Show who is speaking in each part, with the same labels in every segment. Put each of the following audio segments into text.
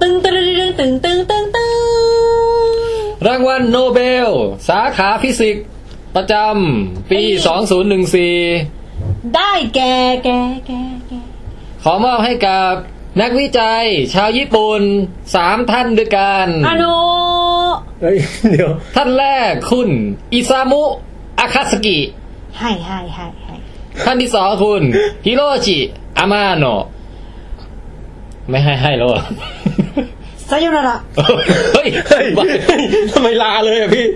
Speaker 1: ตึงตึงตึงตึงตึงตึงตึง
Speaker 2: รางวัลโนเบล สาขาฟิสิกส์ประจำปี 2014
Speaker 1: ได้แกแกแกแก
Speaker 2: ขอมอบให้กับนักวิจัย ชาวญี่ปุ่นสามท่านด้วยกัน
Speaker 1: อะโน
Speaker 3: เอ้ยเดี๋ยว
Speaker 2: ท่านแรกคุณอิซามุอาคาสกิ
Speaker 1: ไฮไฮไฮไฮ
Speaker 2: ท่านที่สองคุณ ฮิโรชิอามาโนะไม่ให้ให้แล้วเหรอ
Speaker 1: ซาโยนาระ
Speaker 2: เฮ้ย
Speaker 3: เฮ้ยทำไมลาเลยอะพี่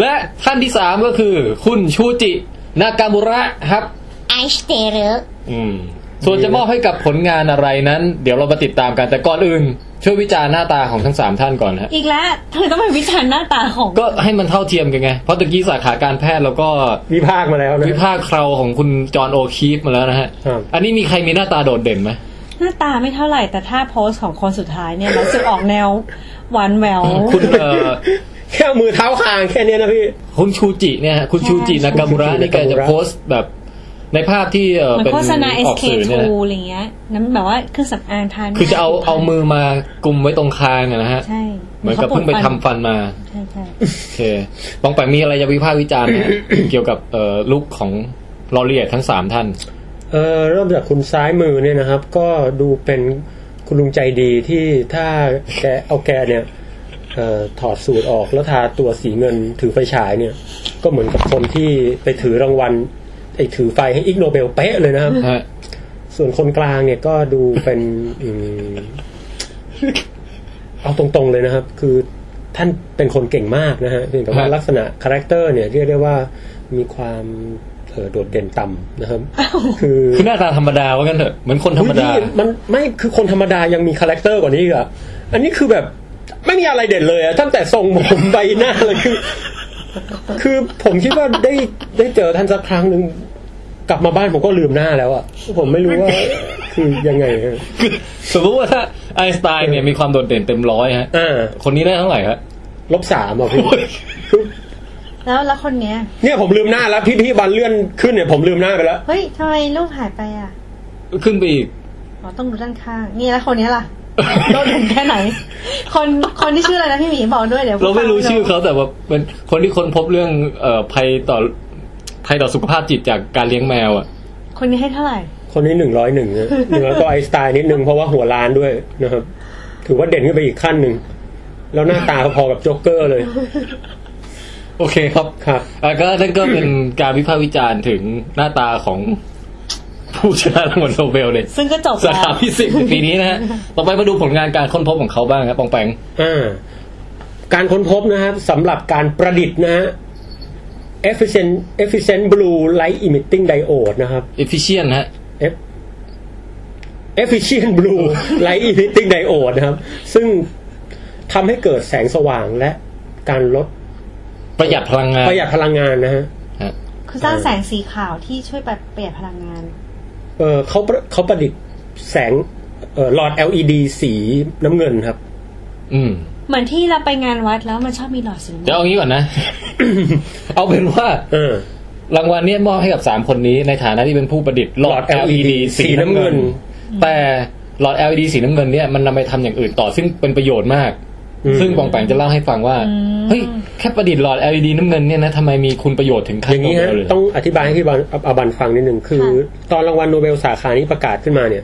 Speaker 2: และท่านที่สามก็คือ คุณชูจิ นากามุระครับ
Speaker 1: ไอสเตเรอ
Speaker 2: อืม ส่วนจะมอบให้กับผลงานอะไรนั้น เดี๋ยวเรามาติดตามกันแต่ก่อนอื่น ช่วยวิจารณ์หน้าตาของทั้งสามท่านก่อนฮะ
Speaker 1: อีกแล้วเธอต้องไปวิจารณ์หน้าตาของ
Speaker 2: ก็ให้มันเท่าเทียมกันไง เพราะตะกี้สาขาการแพทย์เราก็
Speaker 3: วิพากษ์มาแล้วนะ
Speaker 2: วิพากษ์เคราของคุณจอห์นโอคีฟมาแล้วนะฮะ
Speaker 3: ครับ
Speaker 2: อันนี้มีใครมีหน้าตาโดดเด่นไหม
Speaker 1: หน้าตาไม่เท่าไหร่แต่ถ้าโพสต์ของคนสุดท้ายเนี่ยรู้สึกออกแนวหวานแหวว
Speaker 2: คุณเอ่อ
Speaker 3: แค่เอามือเท้าคางแค่เนี้ยนะพี่
Speaker 2: คุณชูจิเนี่ยฮะคุณชูจินากามุระนี่แกจะโพสต์แบบในภาพที่เอ่อ
Speaker 1: เหมือน
Speaker 2: เป็น
Speaker 1: โฆษณา
Speaker 2: ออกสื่อ
Speaker 1: SK2
Speaker 2: เนี่ยนะ
Speaker 1: อะไรเงี้ยน้ำแบบว่าเครื่องสำอางทาน
Speaker 2: คือจะเอาเอามือมากลุมไว้ตรงคางอะนะฮะ
Speaker 1: ใช่
Speaker 2: เหมือนกับเพิ่งไปทำฟันมา
Speaker 1: ใช่ใช่
Speaker 2: โอเคบองแปงมีอะไรจะวิพากษ์วิจารณ์ไหม เกี่ยวกับเอ่อลุคของลอเรียทั้งสามท่าน
Speaker 3: เออเริ่มจากคุณซ้ายมือเนี่ยนะครับ ก็ดูเป็นคุณลุงใจดีที่ถ้าแกเอาแกเนี่ยเอ่อถอดสูตรออกแล้วทาตัวสีเงินถือไฟฉายเนี่ย ก็เหมือนกับคนที่ไปถือรางวัลไอ้ถือไฟให้อิกโนเบลเป๊ะเลยนะครับ
Speaker 2: ฮะ
Speaker 3: ส่วนคนกลางเนี่ยก็ดูเป็น อืมเอาตรงๆเลยนะครับ คือท่านเป็นคนเก่งมากนะฮะเพียงแต่ว่า
Speaker 2: ฮะ
Speaker 3: ลักษณะคาแรคเตอร์เนี่ยเรียกได้ว่ามีความเอ่อโดดเด่นต่ำนะครับ คือ
Speaker 2: คือหน้าตาธรรมดาว่ากันเถอะเหมือนคนธรรมดา
Speaker 3: อุ๊ยพี่มันไม่คือคนธรรมดายังมีคาแรคเตอร์กว่านี้อีกอะอันนี้คือแบบไม่มีอะไรเด่นเลยอะตั้งแต่ทรงผมใบหน้าเลยคือ คือผมคิดว่าได้ได้เจอท่านสักครั้งหนึ่งกลับมาบ้านผมก็ลืมหน้าแล้วอะผมไม่ รู้ว่า คือยังไงฮะ
Speaker 2: คือสมมติว่าถ้าไอน์สไตน์เนี่ยมีความโดดเด่นเต็มร้อยฮะ
Speaker 3: อ่า
Speaker 2: คนนี้ได้เท่าไหร่ฮะ
Speaker 3: ลบสามอ่ะพี่คือ
Speaker 1: แล้วแล้วคนเนี้ย
Speaker 3: เนี่ยผมลืมหน้าแล้วพี่พี่บันเลื่อนขึ้นเนี่ยผมลืมหน้าไปแล้ว
Speaker 1: เฮ้ยทำไมรูปหายไปอ่ะ
Speaker 2: ขึ้นไปอีก
Speaker 1: อ๋อต้องดูด้านข้าง นี่แล้วคนเนี้ย ล่ะ โดนเด่นแค่ไหน คนคนที่ชื่ออะไรนะพี่หมีบอกด้วยเดี๋ยว
Speaker 2: เราไม่รู้ชื่อเขาแต่ว่าเป็นคนที่ค้นพบเรื่องเอ่อภัยต่อภัยต่อสุขภาพจิตจากการเลี้ยงแมวอ่ะ
Speaker 1: คนนี้ให้เท่าไหร่
Speaker 3: คนนี้หนึ่งร้อยหนึ่งนะหนึ่งแล้วก็ไอน์สไตล์นิดนึงเพราะว่าหัวล้านด้วยนะครับ ถือว่าเด่นขึ้นไปอีกขั้นหนึ่งแล้วหน้าตาพอกับโจ๊กเกอร์เลย
Speaker 2: โอเคครับ
Speaker 3: ครับ
Speaker 2: อ่ะก็นั่นก็เป็นการวิพากษ์วิจารณ์ถึงหน้าตาของผู้ชนะรางวัลโนเบลเลย
Speaker 1: ซึ่งก็จบ
Speaker 2: ส
Speaker 1: แล้ว
Speaker 2: ถา พิสิกส์ปีนี้นะฮะ ต่อไปมาดูผลงานการค้นพบของเขาบ้างครับปองแปง
Speaker 3: อ่าการค้นพบนะครับสำหรับการประดิษฐ์นะฮะ efficient efficient blue light emitting diode นะครับ
Speaker 2: efficient ฮะ
Speaker 3: F efficient blue light emitting diode นะครับ ซึ่งทำให้เกิดแสงสว่างและการลด
Speaker 2: ประหยัดพลังงาน
Speaker 3: ประหยัดพลังงานนะฮะ
Speaker 2: ฮะ
Speaker 1: คือสร้างแสงสีขาวที่ช่วยประเปลี่ยนพลังงาน
Speaker 3: เออเขาประเขาประดิษฐ์แสงเอ่อหลอด LED สีน้ำเงินครับ
Speaker 2: อืม
Speaker 1: เหมือนที่เราไปงานวัดแล้วมันชอบมีหลอดสีน้ำ
Speaker 2: เดี๋ยว
Speaker 1: เงิน
Speaker 2: เอางี้ก่อนนะ เอาเป็นว่า
Speaker 3: เออ
Speaker 2: รางวัลเนี้มอบให้กับสามคนนี้ในฐานะที่เป็นผู้ประดิษฐ์หลอด
Speaker 3: หลอด
Speaker 2: LED สีน้ำเงิน
Speaker 3: สีน้ำเงิ
Speaker 2: แต่หลอด LED สีน้ำเงินเนี่ยมันนำไปทำอย่างอื่นต่อซึ่งเป็นประโยชน์มาก ซึ่งปองแปงจะเล่าให้ฟังว่า เฮ้ยแค่ประดิษฐ์หลอด LED น้ำเงินเนี่ยนะทำไมมีคุณประโยชน์ถึงขั้
Speaker 3: อน ย่าง
Speaker 2: โน
Speaker 3: นี้
Speaker 2: เบ
Speaker 3: ฮะ
Speaker 2: ลเลย
Speaker 3: ต้องอธิบายให้พี่บอลอาบันฟังนิดหนึ่งคือ ตอนรางวัลโนเบลสาขานี้ประกาศขึ้นมาเนี่ย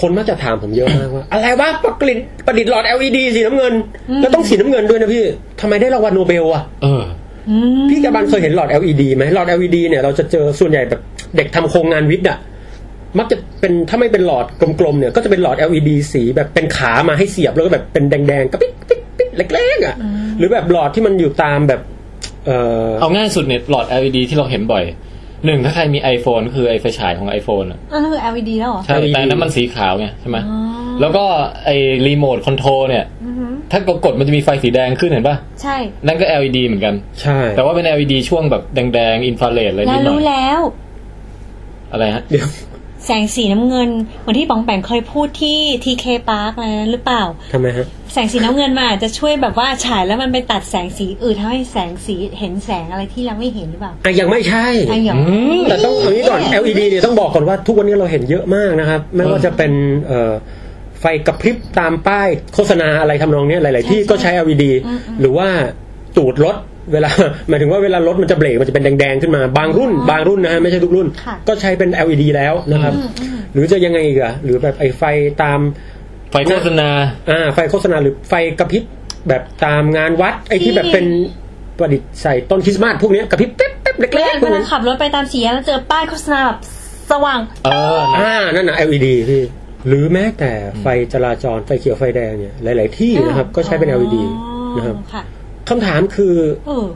Speaker 3: คนมักจะถามผมเยอะมากว่า อะไรวะประกลิตประดิษฐ์หลอด LED สีน้ำเงิน แล้วต้องสีน้ำเงินด้วยนะพี่ทำไมได้รางวัลโนเบลอ่ะ
Speaker 2: เออ
Speaker 1: อืม
Speaker 3: พี่กบันเคยเห็นหลอด LED ไหมหลอด LED เนี่ยเราจะเจอส่วนใหญ่แบบเด็กทำโครงงานวิทย์อ่ะมักจะเป็นถ้าไม่เป็นหลอดกลมๆเนี่ยก็จะเป็นหลอด LED สีแบบเป็นขามาให้เสียบแล้วก็แบบเป็นแดงๆกระปิ๊กปิ๊กปิ๊กเล็กๆอ่ะหรือแบบหลอดที่มันอยู่ตามแบบเอ่อ
Speaker 2: เอาง่ายสุดเนี่ยหลอด LED ที่เราเห็นบ่อยหนึ่งถ้าใครมี iPhone ก็คือไอไฟฉายของ iPhone อะ
Speaker 1: อันนั้นคือ LED แล้วเหรอ
Speaker 2: ใช่
Speaker 3: LED
Speaker 2: แต่อันนั้นมันสีขาวไงใช่ไหม
Speaker 1: อ๋อ
Speaker 2: แล้วก็ไอ้รีโมทคอนโทรลเนี่ย
Speaker 1: อือฮึ
Speaker 2: ถ้ากดกดมันจะมีไฟสีแดงขึ้นเห็นป่ะ
Speaker 1: ใช่
Speaker 2: นั่นก็ LED เหมือนกัน
Speaker 3: ใช่
Speaker 2: แต่ว่าเป็น LED ช่วงแบบแดงๆ อินฟราเรดอะไร
Speaker 1: แล้
Speaker 2: นิ
Speaker 1: ว
Speaker 2: ดหน่อ
Speaker 1: รู้
Speaker 2: ย
Speaker 1: แล้ว
Speaker 2: อะไรฮะ
Speaker 3: เดี๋ยว
Speaker 1: แสงสีน้ำเงินเหมือนที่ปองแปงเคยพูดที่ทีเคพาร์คอะไรนั้นหรือเปล่า
Speaker 3: ทำไมฮะ
Speaker 1: แสงสีน้ำเงินมันอาจจะช่วยแบบว่าฉายแล้วมันไปตัดแสงสีอื่นทำให้แสงสีเห็นแสงอะไรที่เราไม่เห็นหรือเปล่า
Speaker 3: อ่ะยังไม่ใช่
Speaker 1: ไอ้หยอง
Speaker 2: ม
Speaker 3: แต่ต้องเอางี้ก่อน LED เนี่ยต้องบอกก่อนว่าทุกวันนี้เราเห็นเยอะมากนะครับ ไม่ว่าจะเป็นเอ่อ ไฟกระพริบตามป้ายโฆษณาอะไรทำนองเนี้ยหลาย ๆ ที่ก็ใช้ LED หรือว่าตูดรถเวลา หมายถึงว่าเวลารถมันจะเบรกมันจะเป็นแดง ๆ ขึ้นมาบางรุ่น บางรุ่นนะฮะไม่ใช่ทุกรุ่น
Speaker 1: ค่ะ
Speaker 3: ก็ใช้เป็น LED แล้วนะครับ หรือจะยังไงอีกอะหรือแบบไอ้ไฟตาม
Speaker 2: ไฟโฆษณา
Speaker 3: อ่าไฟโฆษณาหรือไฟกระพริบแบบตามงานวัดไอ้ที่แบบเป็นประดิษฐ์ใส่ต้นคริสต์มาสพวกเนี้ยกระพริบเต๊บเต๊บเล็
Speaker 1: เวลาก
Speaker 3: ๆพวก
Speaker 1: กำลั
Speaker 3: นั้
Speaker 1: ง
Speaker 3: น
Speaker 1: ขับรถไปตามสี่แยกแล้วเจอป้ายโฆษณาแบบสว่าง
Speaker 2: เออนะ
Speaker 3: อ่านั่นนะ LED พี่หรือแม้แต่ไฟจราจรไฟเขียวไฟแดงเนี่ยหลาย ๆ ที่นะครับก็ใช้เป็น LED นะครับ
Speaker 1: ค่ะ
Speaker 3: คำถามคือ
Speaker 1: เออ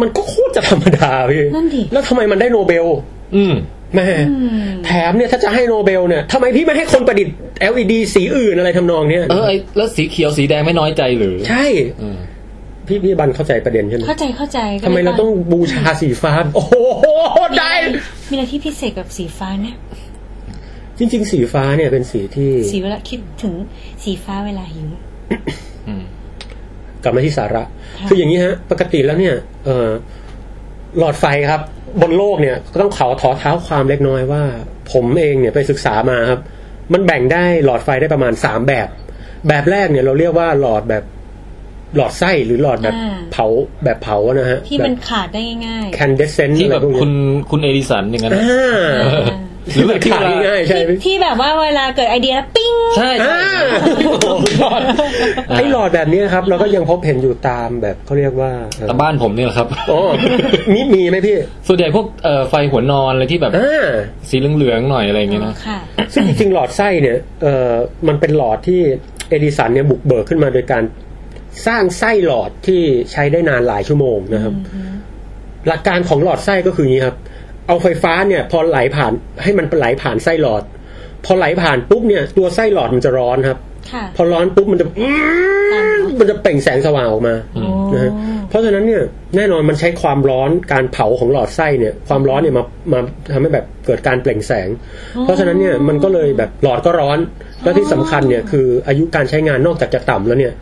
Speaker 3: มันก็โคตรจะธรรมดาพี่
Speaker 1: นั่นดิ
Speaker 3: แล้วทำไมมันได้โนเบล
Speaker 2: อืม
Speaker 3: แม่แถมเนี่ยถ้าจะให้โนเบลเนี่ยทำไมพี่ไม่ให้คนประดิษฐ์ LED สีอื่นอะไรทำนองเนี้ย
Speaker 2: เออไอแล้วสีเขียวสีแดงไม่น้อยใจหรือ
Speaker 3: ใช่
Speaker 2: อืม
Speaker 3: พี่พี่บันเข้าใจประเด็นใช่ไหม
Speaker 1: เข้าใจเข้าใจ
Speaker 3: ทำไมเราต้องบูชาสีฟ้า โอ้โห ได้
Speaker 1: มีอะไรที่พิเศษกับสีฟ้าเนี่ย
Speaker 3: จริง ๆ สีฟ้าเนี่ยเป็นสีที่
Speaker 1: สีเวลาคิดถึงสีฟ้าเวลาหิว
Speaker 2: อืม
Speaker 3: กลับมาที่สาระ
Speaker 1: ค่ะ
Speaker 3: คืออย่างนี้ฮะ ปกติแล้วเนี่ยเอ่อหลอดไฟครับ บนโลกเนี่ยก็ต้องขอถอเท้าความเล็กน้อยว่า ผมเองเนี่ยไปศึกษามาครับ มันแบ่งได้หลอดไฟได้ประมาณสามแบบ แบบแรกเนี่ยเราเรียกว่าหลอดแบบหลอดไส้หรือหลอดแบบ
Speaker 1: อ่า
Speaker 3: เผาแบบเผาอะนะฮะ
Speaker 1: ที่มันขาดได้ง่าย
Speaker 3: แคนเดสเซนต์
Speaker 2: ที่
Speaker 3: อะไร
Speaker 2: แบบ
Speaker 3: พวก
Speaker 2: คุณ
Speaker 3: นี้
Speaker 2: คุณเอดิสันอย่างนั้น
Speaker 3: อ่า
Speaker 1: ๆอ่า
Speaker 2: หรือแบบที่
Speaker 3: ขาด
Speaker 2: เวลา
Speaker 3: ง่ายๆใช่ไหม
Speaker 1: ที่แบบว่าเวลาเกิดไอเดียแล้วปิ้ง
Speaker 2: ใช่ใช่
Speaker 3: ไอ้หลอดแบบเนี้ยครับ เราก็ยังพบเห็นอยู่ตามแบบเขาเรียกว่าเอ่อ
Speaker 2: แต่บ้านผมเนี่ยแหละครับ
Speaker 3: อ๋อ มีมีไหมพี่
Speaker 2: ส่วนใหญ่พวกเอ่อไฟหัวนอนอะไรที่แบบ
Speaker 3: อ่า
Speaker 2: สีเหลืองๆหน่อยอะไรอย่างเงี้ยนะ
Speaker 1: ค่ะ
Speaker 3: ซึ่งจริงๆหลอดไส้เนี่ยเออมันเป็นหลอดที่เอดิสันเนี่ยบุกเบิกขึ้นมาโดยการสร้างไส้หลอดที่ใช้ได้นานหลายชั่วโมงนะครับ หลักการของหลอดไส้ก็คืออย่างนี้ครับ เอาไฟฟ้าเนี่ยพอไหลผ่านให้มันไหลผ่านไส้หลอด พอไหลผ่านปุ๊บเนี่ยตัวไส้หลอดมันจะร้อนครับ
Speaker 1: ค่ะ
Speaker 3: พอร้อนปุ๊บมันจะอื้อมันจะเปล่งแสงสว่างออกมา
Speaker 1: โอ้
Speaker 3: นะฮะเพราะฉะนั้นเนี่ยแน่นอนมันใช้ความร้อนการเผาของหลอดไส้เนี่ยความร้อนเนี่ยมามาทำให้แบบเกิดการเปล่งแสง เพราะฉะนั้นเนี่ยมันก็เลยแบบหลอดก็ร้อน แล้วที่สำคัญเนี่ยคืออายุการใช้งานนอกจากจะต่ำแล้วเนี่ย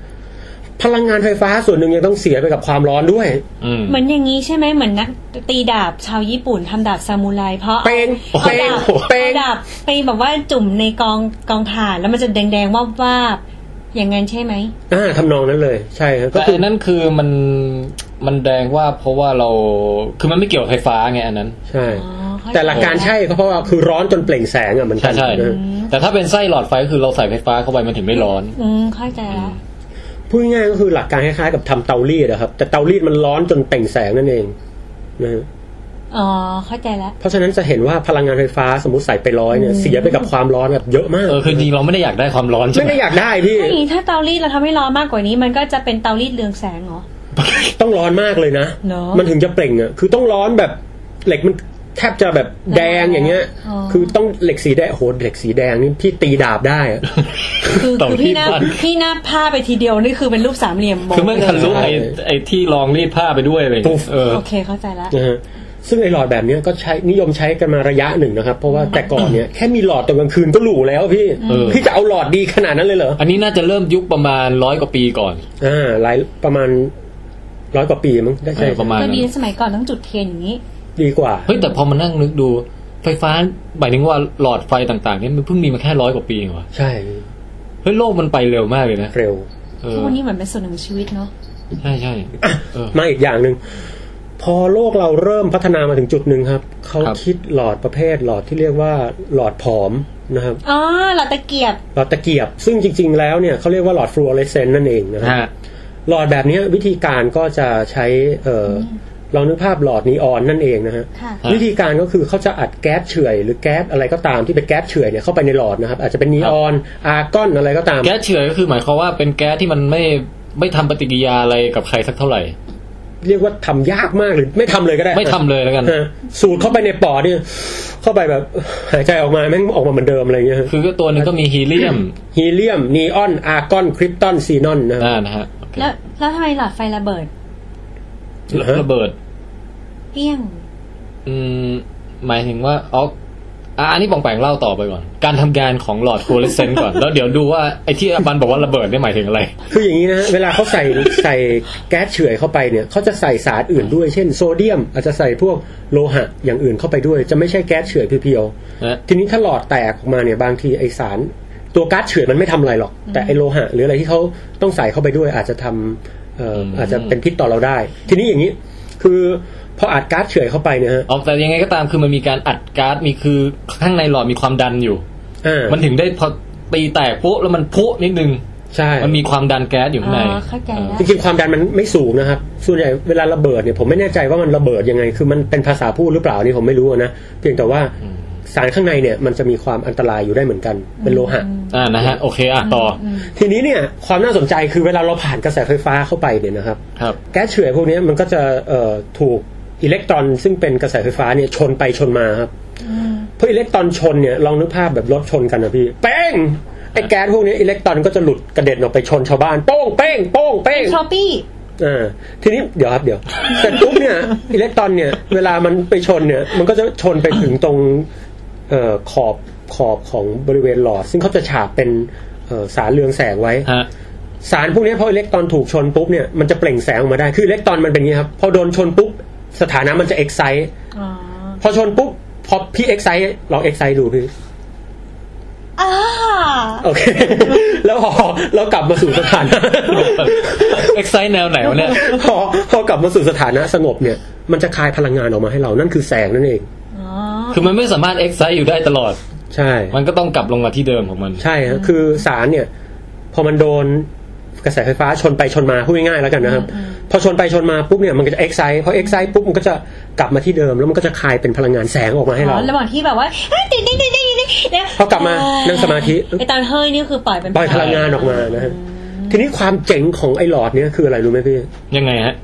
Speaker 3: พลังงานไฟฟ้าส่วนหนึ่งยังต้องเสียไปกับความร้อนด้วย
Speaker 2: อืม
Speaker 1: เหมือนอย่างนี้ใช่ไหมเหมือนนักตีดาบชาวญี่ปุ่นทำดาบซามูไรเพราะ
Speaker 3: เปง
Speaker 1: อา
Speaker 3: เปง
Speaker 1: ดาบ
Speaker 3: เปง
Speaker 1: อาดาบไปแบบว่าจุ่มในกองกองถ่านแล้วมันจะแดงๆวาบวาบๆอย่างนั้นใช่ไหม
Speaker 3: อ่าทำนองนั้นเลย ใช่ครับก็
Speaker 2: แต่
Speaker 3: คือ
Speaker 2: อันนั้นคือมันมันแดงว่าเพราะว่าเราคือมันไม่เกี่ยวกับไฟฟ้าไงอันนั้น
Speaker 3: ใช่
Speaker 1: อ๋อเข้าใจ
Speaker 3: แต่หลักการใช่ก็เพราะว่าคือร้อนจนเปล่งแสงอ่ะเหมือน
Speaker 2: ใช่
Speaker 3: กัน
Speaker 2: ใช่
Speaker 3: นะ
Speaker 2: แต่ถ้าเป็นไส้หลอดไฟก็คือเราใส่ไฟฟ้าเข้าไปมันถึงไม่ร้อน
Speaker 1: อืมเข้าใจแล้ว
Speaker 3: พูดง่ายๆก็คือหลักการคล้ายๆกับทำเตารีดนะครับ แต่เตารีดมันร้อนจนเปล่งแสงนั่นเองนะฮะ
Speaker 1: อ๋อเข้าใจแล้ว
Speaker 3: เพราะฉะนั้นจะเห็นว่าพลังงานไฟฟ้าสมมติใส่ไปร้อยเนี่ยเสียไปกับความร้อนแบบเยอะมาก
Speaker 2: เออคือจริงเราไม่ได้อยากได้ความร้อนใช่
Speaker 3: ไม่
Speaker 2: ไหม
Speaker 3: ได้อยากได้พี่
Speaker 1: ถ้าอย่างนี้ถ้าเตารีดเราทำให้ร้อนมากกว่านี้ มันก็จะเป็นเตารีดเรืองแสงเหรอ
Speaker 3: ต้องร้อนมากเลยนะ
Speaker 1: เนอะ
Speaker 3: มันถึงจะเปล่งอ่ะคือต้องร้อนแบบเหล็กมันแทบจะแบบแดงอย่างเงี้ย
Speaker 1: อ๋อ
Speaker 3: คือต้องเหล็กสีแดงโหเหล็กสีแดงนี่พี่ตีดาบได้อะ
Speaker 1: คือ
Speaker 2: ต่อ
Speaker 1: คือ
Speaker 2: ที่
Speaker 1: พี่หน้า
Speaker 2: บ้าน
Speaker 1: พี่หน้าผ้าไปทีเดียวนี่คือเป็นรูปสามเหลี่ยมโบ
Speaker 2: คือไม่ทะลุ
Speaker 3: ใช่
Speaker 2: ไอ้ไอ้ที่รองรีดผ้าไปด้วยอะไรอย่าง
Speaker 3: ตุ๊
Speaker 2: เงี้
Speaker 3: บ
Speaker 2: ยเออ
Speaker 1: โอเคเข้าใจแล้ว
Speaker 3: นะฮะซึ่งไอ้หลอดแบบเนี้ยก็ใช้นิยมใช้กันมาระยะหนึ่งนะครับ เพราะว่าแต่ก่อนเนี่ยแค่มีหลอดตอนกลางคืนก็หรูแล้วพี่
Speaker 2: เออ
Speaker 3: พี่จะเอาหลอดดีขนาดนั้นเลยเหรอ
Speaker 2: อันนี้น่าจะเริ่มยุคประมาณร้อยกว่าปีก่อน
Speaker 3: อ่าหลายประมาณร้อยกว่าปีมั้งได้ใช่
Speaker 2: เออประมาณ
Speaker 1: ก็ดีสมัยก่อนต้องจุดเทียนอย่างนี้
Speaker 3: ดีกว่า
Speaker 2: เฮ้ยแต่พอมานั่งนึกดูไฟฟ้าหมายถึงว่าหลอดไฟต่างๆเนี่ยมันเพิ่งมีมาแค่ร้อยกว่าปีเองวะ
Speaker 3: ใช่
Speaker 2: เฮ้ยโลกมันไปเร็วมากเลยนะ
Speaker 3: เร็ว
Speaker 2: เอ
Speaker 1: ทุ
Speaker 2: อก
Speaker 1: วันนี้เหมือนเป็นส่วนหนึ่งของชีวิตเนาะ
Speaker 2: ใช่ใช่เออ
Speaker 3: มาอีกอย่างหนึ่งพอโลกเราเริ่มพัฒนามาถึงจุดหนึ่งครับ เขา
Speaker 2: ครับ
Speaker 3: คิดหลอดประเภทหลอดที่เรียกว่าหลอดผอมนะครับ
Speaker 1: อ๋อหลอดตะเกียบ
Speaker 3: หลอดตะเกียบ ซึ่งจริง ๆ แล้วเนี่ยเขาเรียกว่าหลอดฟลูออเรสเซนต์นั่นเองนะครับ
Speaker 2: ฮะ
Speaker 3: หลอดแบบเนี้ยวิธีการก็จะใช้เอออลองนึกภาพหลอดนีออนนั่นเองนะฮะ
Speaker 1: ค่ะ
Speaker 2: ฮะ
Speaker 3: วิธีการก็คือเขาจะอัดแก๊สเฉื่อยหรือแก๊สอะไรก็ตามที่เป็นแก๊สเฉื่อยเนี่ยเข้าไปในหลอดนะครับอาจจะเป็นนีออนอาร์กอนอะไรก็ตาม
Speaker 2: แก๊สเฉื่อยก็คือหมายความว่าเป็นแก๊สที่มันไม่ไม่ทำปฏิกิริยาอะไรกับใครสักเท่าไหร่
Speaker 3: เรียกว่าทำยากมากหรือไม่ทำเลยก็ได้
Speaker 2: ไม่ทำเลยแล้วกัน
Speaker 3: ฮะสูดเข้าไปในปอดเนี่ยเข้าไปแบบหายใจออกมาแม่งออกมาเหมือนเดิมอะไรเงี้ยฮะ
Speaker 2: คือก็ตัวหนึงก็มีฮีเลียม
Speaker 3: ฮีเลียม นีออน อาร์กอน คริปตอน ซีนอนนะฮะ
Speaker 2: อ่านะฮะโอเค
Speaker 1: แล้วแล้วทำไมหลอดไฟระเบิด
Speaker 2: แล้วระเบิด
Speaker 1: เปี้ยง
Speaker 2: อืมหมายถึงว่าอ๋ออ่ะอันนี้ปองแปงเล่าต่อไปก่อน การทำงานของหลอดฟลูออเรสเซนต์ก่อน แล้วเดี๋ยวดูว่าไอ้ที่อาบันบอกว่าระเบิดเนี่ยหมายถึงอะไร
Speaker 3: คืออย่างนี้นะฮะเวลาเขาใส่ ใส่แก๊สเฉื่อยเข้าไปเนี่ยเขาจะใส่สารอื่นด้วย เช่นโซเดียม อาจจะใส่พวกโลหะอย่างอื่นเข้าไปด้วย จะไม่ใช่แก๊สเฉื่อยเพียว
Speaker 2: นะ
Speaker 3: ๆทีนี้ถ้าหลอดแตกออกมาเนี่ยบางทีไอสาร ตัวก๊าซเฉื่อยมันไม่ทำอะไรหรอก แต่ไอโลหะหรืออะไรที่เขาต้องใส่เข้าไปด้วย อาจจะทำเอ่ออ
Speaker 2: ม
Speaker 3: อาจจะเป็นพิษต่อเราได้ ทีนี้อย่างนี้คือพออัดก๊าซเฉื่อยเข้าไปเนี่ยฮะ
Speaker 2: อ๋อแต่ยังไงก็ตามคือมันมีการอัดก๊าซมีคือข้างในหลอดมีความดันอยู่
Speaker 3: อ่า
Speaker 2: มันถึงได้พอตีแตกปุ๊บแล้วมันพุนิดนึง
Speaker 3: ใช่
Speaker 2: มันมีความดันแก๊สอยู่ข้างใน
Speaker 1: อ๋อเข้าใจแล้ว
Speaker 3: จริงๆความดันมันไม่สูงนะครับ ส่วนใหญ่เวลาระเบิดเนี่ยผมไม่แน่ใจว่ามันระเบิดยังไง คือมันเป็นภาษาพูดหรือเปล่านี่ผมไม่รู้นะ เพียงแต่ว่าสารข้างในเนี่ยมันจะมีความอันตรายอยู่ได้เหมือนกัน เป็นโลหะ
Speaker 2: อ่านะฮะโอเคอ่ะต่ออ
Speaker 3: ทีนี้เนี่ยความน่าสนใจคือเวลาเราผ่านกระแสไฟฟ้าเข้าไปเนี่ยนะครับ
Speaker 2: ครับ
Speaker 3: แก๊สเฉื่อยพวกเนี้ยมันก็จะเอ่อถูกอิเล็กตรอน ซึ่งเป็นกระแสไฟฟ้าเนี่ยชนไปชนมาครับเพราะอิเล็กตรอนชนเนี่ยลองนึกภาพแบบรถชนกันนะพี่เป้งไอ้แก๊สพวกเนี้ยอิเล็กตรอนก็จะหลุดกระเด็นออกไปชนชาวบ้านโป้งเป้งโป้งเป้ง
Speaker 1: ชอปปี้
Speaker 3: อ่าทีนี้เดี๋ยวครับเดี๋ยว เสร็จปุ๊บเนี่ยอิเล็กตรอนเนี่ย เวลามันไปชนเนี่ย มันก็จะชนไปถึงตรงเอ่อขอบขอบของบริเวณหลอด ซึ่งเขาจะฉาบเป็นเอ่อสารเรืองแสงไว้
Speaker 2: ฮะ
Speaker 3: สารพวกนี้พออิเล็กตรอนถูกชนปุ๊บเนี่ยมันจะเปล่งแสงออกมาได้ คืออิเล็กตรอนมันเป็นอย่างนี้ครับ พอโดนชนปุ๊บ สถานะมันจะเอ็กไซต์
Speaker 1: อ๋อ
Speaker 3: พอชนปุ๊บ พอพี่เอ็กไซต์ลองเอ็กไซต์ดูพี่
Speaker 1: อ่า
Speaker 3: โอเค แล้วพอเรากลับมาสู่สถานะ
Speaker 2: เอ็กไซต์แนวไหนวะเนี่ย
Speaker 3: พอพอกลับมาสู่สถานะสงบเนี่ย มันจะคายพลังงานออกมาให้เรานั่นคือแสงนั่นเอง
Speaker 1: อ๋อ
Speaker 2: คือมันไม่สามารถเอ็กไซต์อยู่ได้ตลอด
Speaker 3: ใช่
Speaker 2: มันก็ต้องกลับลงมาที่เดิมของมัน
Speaker 3: ใช่ฮะคือสารเนี่ย พอมันโดนกระแสไฟฟ้าชนไปชนมาพูดง่ายๆแล้วกันนะครับ พอชนไปชนมาปุ๊บเนี่ยมันก็จะเอ็กไซต์พอเอ็กไซต์ปุ๊บมันก็จะกลับมาที่เดิมแล้วมันก็จะคายเป็นพลังงานแสงออกมาให้
Speaker 1: อ๋
Speaker 3: เรา
Speaker 1: อระหว่างที่แบบว่าเอ้ยติดติดติดติดติดนี่ย
Speaker 3: พอกลับมานั่งสมาธิ
Speaker 1: ไอตอนเฮ้ยนี่คือปล่อยเป็น
Speaker 3: ปล่อยพลังงานออกมานะฮะทีนี้ความเจ๋งของไอ้หลอดเนี่ยคืออะไรรู้ไหมพี่
Speaker 2: ยังไงฮะ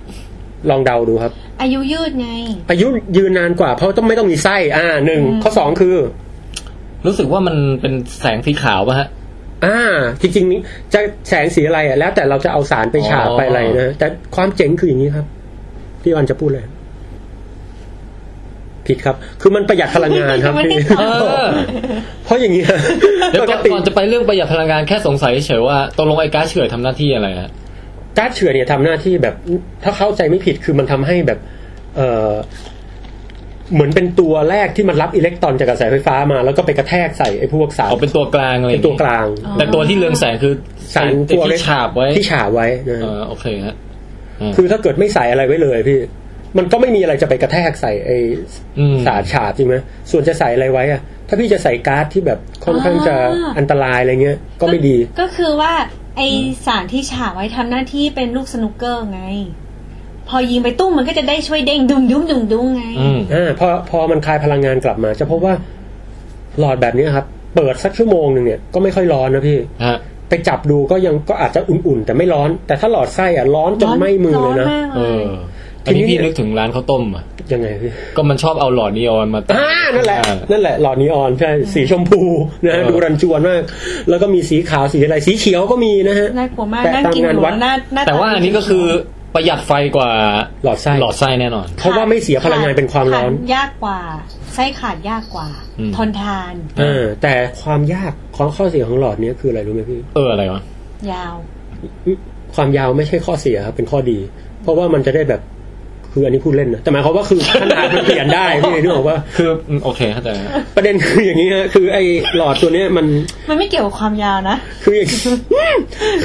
Speaker 3: ลองเดาดูครับ
Speaker 1: อายุยืดไง
Speaker 3: อายุยืนนานกว่าเพราะต้องไม่ต้องมีไส้อ่าหนึ่งข้อสองคือ
Speaker 2: รู้สึกว่ามันเป็นแสงสีขาวป่ะฮะ
Speaker 3: อ่าจริงๆจะแสงสีอะไรอ่ะแล้วแต่เราจะเอาสารไปฉาบ
Speaker 2: อ๋อ
Speaker 3: ไปอะไรนะแต่ความเจ๋งคืออย่างนี้ครับพี่วันจะพูดเลย ผิดครับ คือมันประหยัดพลังงานครับ
Speaker 1: ไม่ได้
Speaker 3: พี่
Speaker 1: ตอบ
Speaker 2: เออ
Speaker 3: เพราะอย่างนี้
Speaker 2: เดี๋ยว
Speaker 3: ป
Speaker 2: ก่
Speaker 3: ก
Speaker 2: อน
Speaker 3: ติ
Speaker 2: ก่อนจะไปเรื่องประหยัดพลังงานแค่สงสัยเฉยๆว่าตกลงไอ้ก๊าซเฉื่อยทำหน้าที่อะไรฮะ
Speaker 3: ก๊าซเฉื่อยเนี่ยทำหน้าที่แบบ ถ้าเข้าใจไม่ผิดคือมันทำให้แบบ เออเหมือนเป็นตัวแรกที่มันรับอิเล็กตรอนจากกระแสไฟฟ้ามา แล้วก็ไปกระแทกใส่ไอ้พวกสาร
Speaker 2: เอาเป็นตัวกลางอะไรอ
Speaker 3: เป็
Speaker 2: ย่
Speaker 3: น
Speaker 2: ง
Speaker 3: ตัว
Speaker 2: งี้
Speaker 3: กลาง
Speaker 1: อ๋อ
Speaker 2: แต่ตัวที่เรืองแสงคือ
Speaker 3: สาร
Speaker 2: ไอ้
Speaker 3: ตัว
Speaker 2: ที่ฉาบไว้
Speaker 3: ที่ฉาบไว้นะ
Speaker 2: เออโอเคฮะ
Speaker 3: คือถ้าเกิดไม่ใส่อะไรไว้เลยพี่ มันก็ไม่มีอะไรจะไปกระแทกใส่ไอ้
Speaker 2: อืม
Speaker 3: สารฉาบจริงไหมส่วนจะใส่อะไรไว้อะถ้าพี่จะใส่ก๊าซที่แบบค่อนข้างจะ
Speaker 1: อ่า
Speaker 3: อันตรายอะไรเงี้ย ก็ไม่ดี
Speaker 1: ก็คือว่าไอสารที่ฉาบไว้ทำหน้าที่เป็นลูกสนุกเกอร์ไง พอยิงไปตุ้มมันก็จะได้ช่วยเด้งดุงดุ้งดุงดุงไง
Speaker 2: อืม
Speaker 3: อ่าพอพอมันคายพลังงานกลับมา จะพบว่าหลอดแบบเนี้ยครับ เปิดสักชั่วโมงหนึ่งเนี่ยก็ไม่ค่อยร้อนนะพี่
Speaker 2: ฮะ
Speaker 3: ไปจับดูก็ยังก็อาจจะอุ่นๆ แต่ไม่ร้อน แต่ถ้าหลอดไส้อะร้อนจนไหม่มือเลยนะ
Speaker 1: ร้นาก
Speaker 2: เอ
Speaker 1: เลย
Speaker 2: ออันนี้
Speaker 3: ทีนี้
Speaker 2: พี่
Speaker 3: เนี่ย
Speaker 2: นึกถึงร้านข้าวต้มอ่ะ
Speaker 3: ยังไงพี่
Speaker 2: ก็มันชอบเอาหลอดนีออนมาตั้ง
Speaker 3: อ่านั่นแหละ นั่นแหละ หลอดนีออนใช่สีชมพูนะฮะ
Speaker 2: เออ
Speaker 3: ดูรันจวนมาก แล้วก็มีสีขาวสีอะไรสีเขียวก็มีนะฮะ
Speaker 1: น่ากลัวมาก
Speaker 3: แต่
Speaker 1: นั่ง
Speaker 3: ตาม
Speaker 1: กิน
Speaker 3: งาน
Speaker 1: หนู
Speaker 3: วัด
Speaker 1: หน้าหน้า
Speaker 2: แต่ว่าอันนี้ก็คือประหยัดไฟกว่า
Speaker 3: หลอดไส้
Speaker 2: หลอดไส้แน่นอน
Speaker 3: เพราะว่าไม่เสียพลังงานเป็นความร้อน
Speaker 1: ขดยากกว่า ไส้ขาดยากกว่า
Speaker 2: อืม
Speaker 1: ทนทาน
Speaker 3: เออ แต่ความยากของข้อเสียของหลอดเนี้ยคืออะไรรู้ไหมพี่
Speaker 2: เอออะไรวะ
Speaker 1: ยาว
Speaker 3: ความยาวไม่ใช่ข้อเสียครับเป็นข้อดี เพราะว่ามันจะได้แบบคืออันนี้พูดเล่นนะแต่หมายความว่าคือขนาดมันเปลี่ยนได้พี่นึกออกว่า
Speaker 2: คืออืมโอเคเข้าใจแล้ว
Speaker 3: ประเด็นคืออย่างนี้ฮะคือไอ้หลอดตัวเนี้ยมัน
Speaker 1: มันไม่เกี่ยวกับความยาวนะ
Speaker 3: คืออย่าง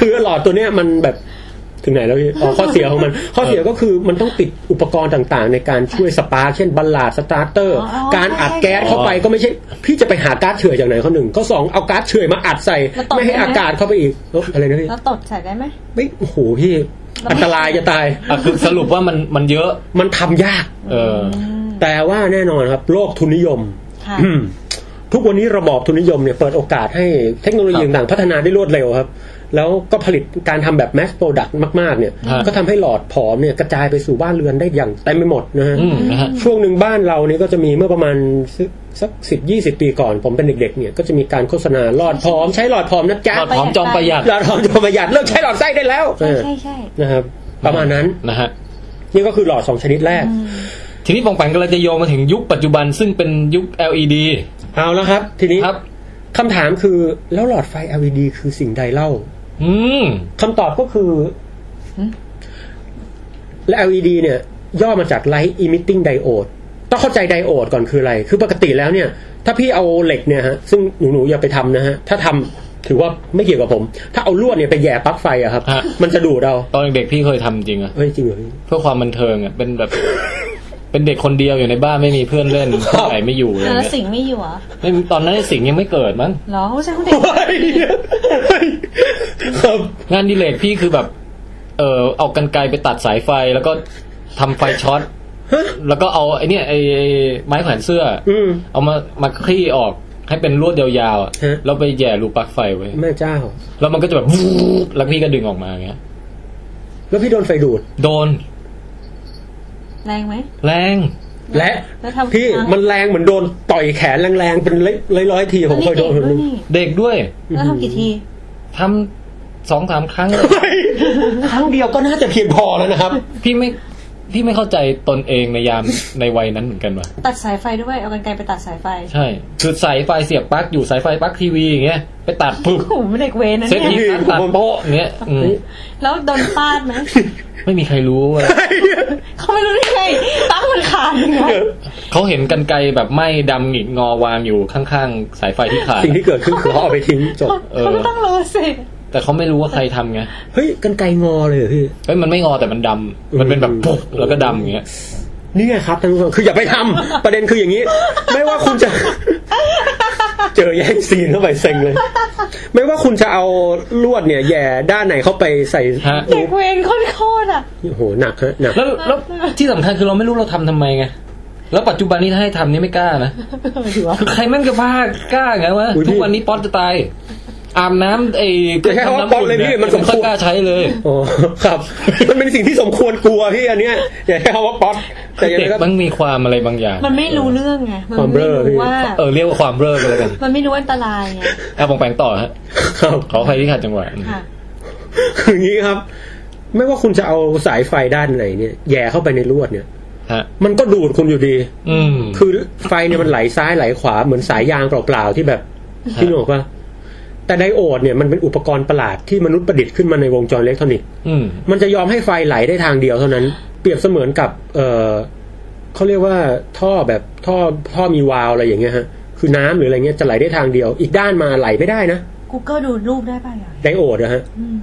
Speaker 3: คือหลอดตัวเนี้ยมันแบบถึงไหนแล้วพี่อ๋อข้อเสียของมัน ข้อเสียก็คือมันต้องติดอุปกรณ์ต่างๆ ในการช่วยสปาร์คเช่นบัลลาดสตาร์เตอร์
Speaker 1: อ๋อ
Speaker 3: การอัดแก๊สเข้าไปก็ไม่ใช่พี่จะไปหาก๊าซเฉื่อยจากไหนข้อหนึ่งข้อสองเอาก๊าซเฉื่อยมาอัดใส่
Speaker 1: แล้วตอบ
Speaker 3: ไม่ให้
Speaker 1: ได้ไหม
Speaker 3: อากาศเข้าไปอีกเอ้ออะไรนะพี่
Speaker 1: แล้วตดใส่ได้ไหม
Speaker 3: ไม่โอ้โหพี่อันตรายจะตาย
Speaker 2: อ่ะคือสรุปว่ามันมันเยอะ
Speaker 3: มันทำยาก
Speaker 2: เออ
Speaker 3: แต่ว่าแน่นอนครับ โลกทุนนิยม
Speaker 1: ค่ะ
Speaker 3: อืมทุกวันนี้ระบอบทุนนิยมเนี่ยเปิดโอกาสให้เทคโนโลยีต่างๆพัฒนาได้รวดเร็วครับ แล้วก็ผลิตการทำแบบ mass product มาก ๆ เนี่ย
Speaker 2: ฮะ
Speaker 3: ก็ทำให้หลอดผอมเนี่ยกระจายไปสู่บ้านเรือนได้อย่างเต็มไปหมดนะฮะ
Speaker 2: อืมนะฮะ
Speaker 3: ช่วงหนึ่งบ้านเราเนี่ยก็จะมีเมื่อประมาณสักสิบยี่สิบปีก่อน ผมเป็นเด็ก ๆ เนี่ยก็จะมีการโฆษณาหลอดผอมใช้หลอดผอมนะจ๊ะ
Speaker 2: หลอดหอมจอมประหยัด
Speaker 3: หลอดผอมจะประหยัดเลิกใช้หลอดไส้ได้แล้ว
Speaker 1: ใช่ใช่ใช่
Speaker 3: นะครับ ประมาณนั้น
Speaker 2: นะฮะ
Speaker 3: นี่ก็คือหลอดสองชนิดแรก
Speaker 2: ทีนี้ปองแปงก็เลยจะโยงมาถึงยุคปัจจุบันซึ่งเป็นยุค LED
Speaker 3: เอาแล้วครับ ทีนี้
Speaker 2: ครับ
Speaker 3: คำถามคือแล้วหลอดไฟ LED คือสิ่งใดเล่า
Speaker 2: อืม
Speaker 3: คำตอบก็คือและ LED เนี่ย ย่อมาจาก light emitting diode ต้องเข้าใจไดโอดก่อนคืออะไร คือปกติแล้วเนี่ย ถ้าพี่เอาเหล็กเนี่ยฮะ ซึ่งหนูๆอย่าไปทำนะฮะ ถ้าทำ ถือว่าไม่เกี่ยวกับผม ถ้าเอาลวดเนี่ยไปแหย่ปลั๊กไฟอะครับ
Speaker 2: ฮะ
Speaker 3: มันจะดูดเรา
Speaker 2: ตอนเด็กๆพี่เคยทำจริงอะ
Speaker 3: เฮ้ยจริงเหรอพี่
Speaker 2: เพื่อความบันเทิงอะเป็น แบบ เป็นเด็กคนเดียวอยู่ในบ้านไม่มีเพื่อนเล่น
Speaker 3: ครับ
Speaker 2: ไหนไม่อยู่เล
Speaker 1: เอย อสิงไม่อยู่เหรอ
Speaker 2: ไม่ตอนนั้นไอ้สิงห์ยังไม่เกิดมั้ง
Speaker 1: เหรอใช่คุณเด็ก
Speaker 3: เฮ้ยเฮ้ยครับ
Speaker 2: งานอดิเลกพี่คือแบบ เออเอากันไกลไปตัดสายไฟแล้วก็ทำไฟช็อต
Speaker 3: ฮะ
Speaker 2: แล้วก็เอาไอ้เนี่ยไอ้ไม้แขวนเสื้ออ
Speaker 3: อืม
Speaker 2: เอามามาคลี่ออกให้เป็นลวดยาวๆอะ
Speaker 3: ฮะ
Speaker 2: แล้วไปแหย่รูปลั๊กไฟไว้
Speaker 3: แม่เจ้า
Speaker 2: แล้วมันก็จะแบบ วูบแล้วพี่ก็ดึงออกมาอย่างเงี้ย
Speaker 3: แล้วพี่โดนไฟดูด
Speaker 2: โดน
Speaker 1: แรงไหม
Speaker 2: แรง
Speaker 3: และ
Speaker 1: แล้วทำ
Speaker 3: พี่
Speaker 1: ไง
Speaker 3: มันแรงเหมือนโดนต่อยแขนแรงๆเป็นร้อยร้อยๆทีผมเคยโดน
Speaker 1: แล้วนี่เด็กด้วยนี่
Speaker 2: เด็กด้วย
Speaker 1: แล้วทำกี่ที
Speaker 2: ทำสองสามครั้ง
Speaker 3: เฮ้ยครั้งเดียวก็น่าจะเพียงพอแล้วนะครับ
Speaker 2: พี่ไม่พี่ไม่เข้าใจตนเองในยามในวัยนั้นเหมือนกันว่ะ
Speaker 1: ตัดสายไฟด้วยเอากันไกลไปตัดสายไฟ
Speaker 2: ใช่คือสายไฟเสียบปลั๊กอยู่สายไฟปลั๊กทีวีอย่างเงี้ยไปตัดปึ๊ บ
Speaker 1: โอ้โหไม่เด็กเวรนะ
Speaker 2: เซ็ต
Speaker 1: เนี่
Speaker 2: อีก
Speaker 1: ย
Speaker 2: อันตัดโป๊ะอย่างเงี้ยอืม
Speaker 1: แล้วโดนฟาดไหม
Speaker 2: ไม่มีใครรู้ว่า
Speaker 1: เขาไม่รู้ได้ไงตั้งมันขาดเลยนะ
Speaker 2: เขาเห็นกันไกลแบบไหม้ดำหงิกงอวางอยู่ข้างๆ สายไฟที่ขาด
Speaker 3: สิ่งที่เกิดขึ้นคือเขาเอาไปทิ้งจบ
Speaker 2: เออ
Speaker 1: เขาไม่ต้องรู้สิ
Speaker 2: แต่เขาไม่รู้ว่าใครทำไง
Speaker 3: เฮ้ยกันไกรงอเลยเหรอพี่
Speaker 2: เฮ้ยมันไม่งอแต่มันดำมันเป็นแบบปุ๊บแล้วก็ดำอย่างเงี้ย
Speaker 3: เนี่ยครับท่านผู้ชมคืออย่าไปทำ ประเด็นคืออย่างนี้ ไม่ว่าคุณจะ เจอแย่งซีนเข้าไปเซ็งเลย ไม่ว่าคุณจะเอาลวดเนี่ยแหย่ด้านไหนเข้าไปใส่
Speaker 2: ฮะ
Speaker 1: เด็กเวรโคตรๆอ่ะ
Speaker 3: โอ้โหหนักฮะหนัก
Speaker 2: แล้วแล้วที่สำคัญคือเราไม่รู้เราทำทำไมไง แล้วปัจจุบันนี้ถ้าให้ทำนี่ไม่กล้านะ คือใครแม่งจะพากล้าไงวะทุกวันนี้ป๊อตจะตาย อาบน้ำไอ้
Speaker 3: จะใช้คำว่าป๊อตเลยพี่มันสม
Speaker 2: ค่อยว
Speaker 3: คร
Speaker 2: กล้าใช้เลย
Speaker 3: อ๋อครับ มันเป็นสิ่งที่สมควรกลัวพี่อันเนี้ยอย่าใช้คำว่าป๊อปแต่ยัง
Speaker 2: เด็
Speaker 3: ไง
Speaker 2: ก
Speaker 3: ก็
Speaker 2: มันมีความอะไรบางอย่าง
Speaker 1: มันไม่รู้เรื่องไง มัน
Speaker 3: ความเบ้
Speaker 1: ไม่
Speaker 3: อพี่
Speaker 1: รู้ว่า
Speaker 2: เออเรียกว่าความเร่อไปเลย กัน
Speaker 1: มันไม่รู้อันตรายไง
Speaker 2: อ่ะปองแปงต่อฮะ
Speaker 3: ครับ
Speaker 2: ขออภัยที่ขัดจังหวะ
Speaker 1: ค่ะ
Speaker 3: คืออย่างนี้ครับ ไม่ว่าคุณจะเอาสายไฟด้านไหนเนี่ยแหย่เข้าไปในลวดเนี่ย
Speaker 2: ฮะ
Speaker 3: มันก็ดูดคุณอยู่ดี
Speaker 2: อืม
Speaker 3: คือไฟเนี่ยมันไหลซ้ายไหลขวาเหมือนสายยางเปล่าๆที่แบบ
Speaker 2: ฮะ
Speaker 3: ที่หนูบอกว่าแต่ไดโอดเนี่ยมันเป็นอุปกรณ์ประหลาดที่มนุษย์ประดิษฐ์ขึ้นมาในวงจรอิเล็กทรอนิกส์
Speaker 2: อืม
Speaker 3: มันจะยอมให้ไฟไหลได้ทางเดียวเท่านั้น เปรียบเสมือนกับ เออเขาเรียกว่าท่อแบบท่อท่อมีวาล์วอะไรอย่างเงี้ยฮะคือน้ำหรืออะไรเงี้ยจะไหลได้ทางเดียว อีกด้านมาไหลไม่ได้นะ
Speaker 1: Google ดูรูปได้ป่ะอย่าง
Speaker 3: ไดโอดนะฮะ
Speaker 1: อืม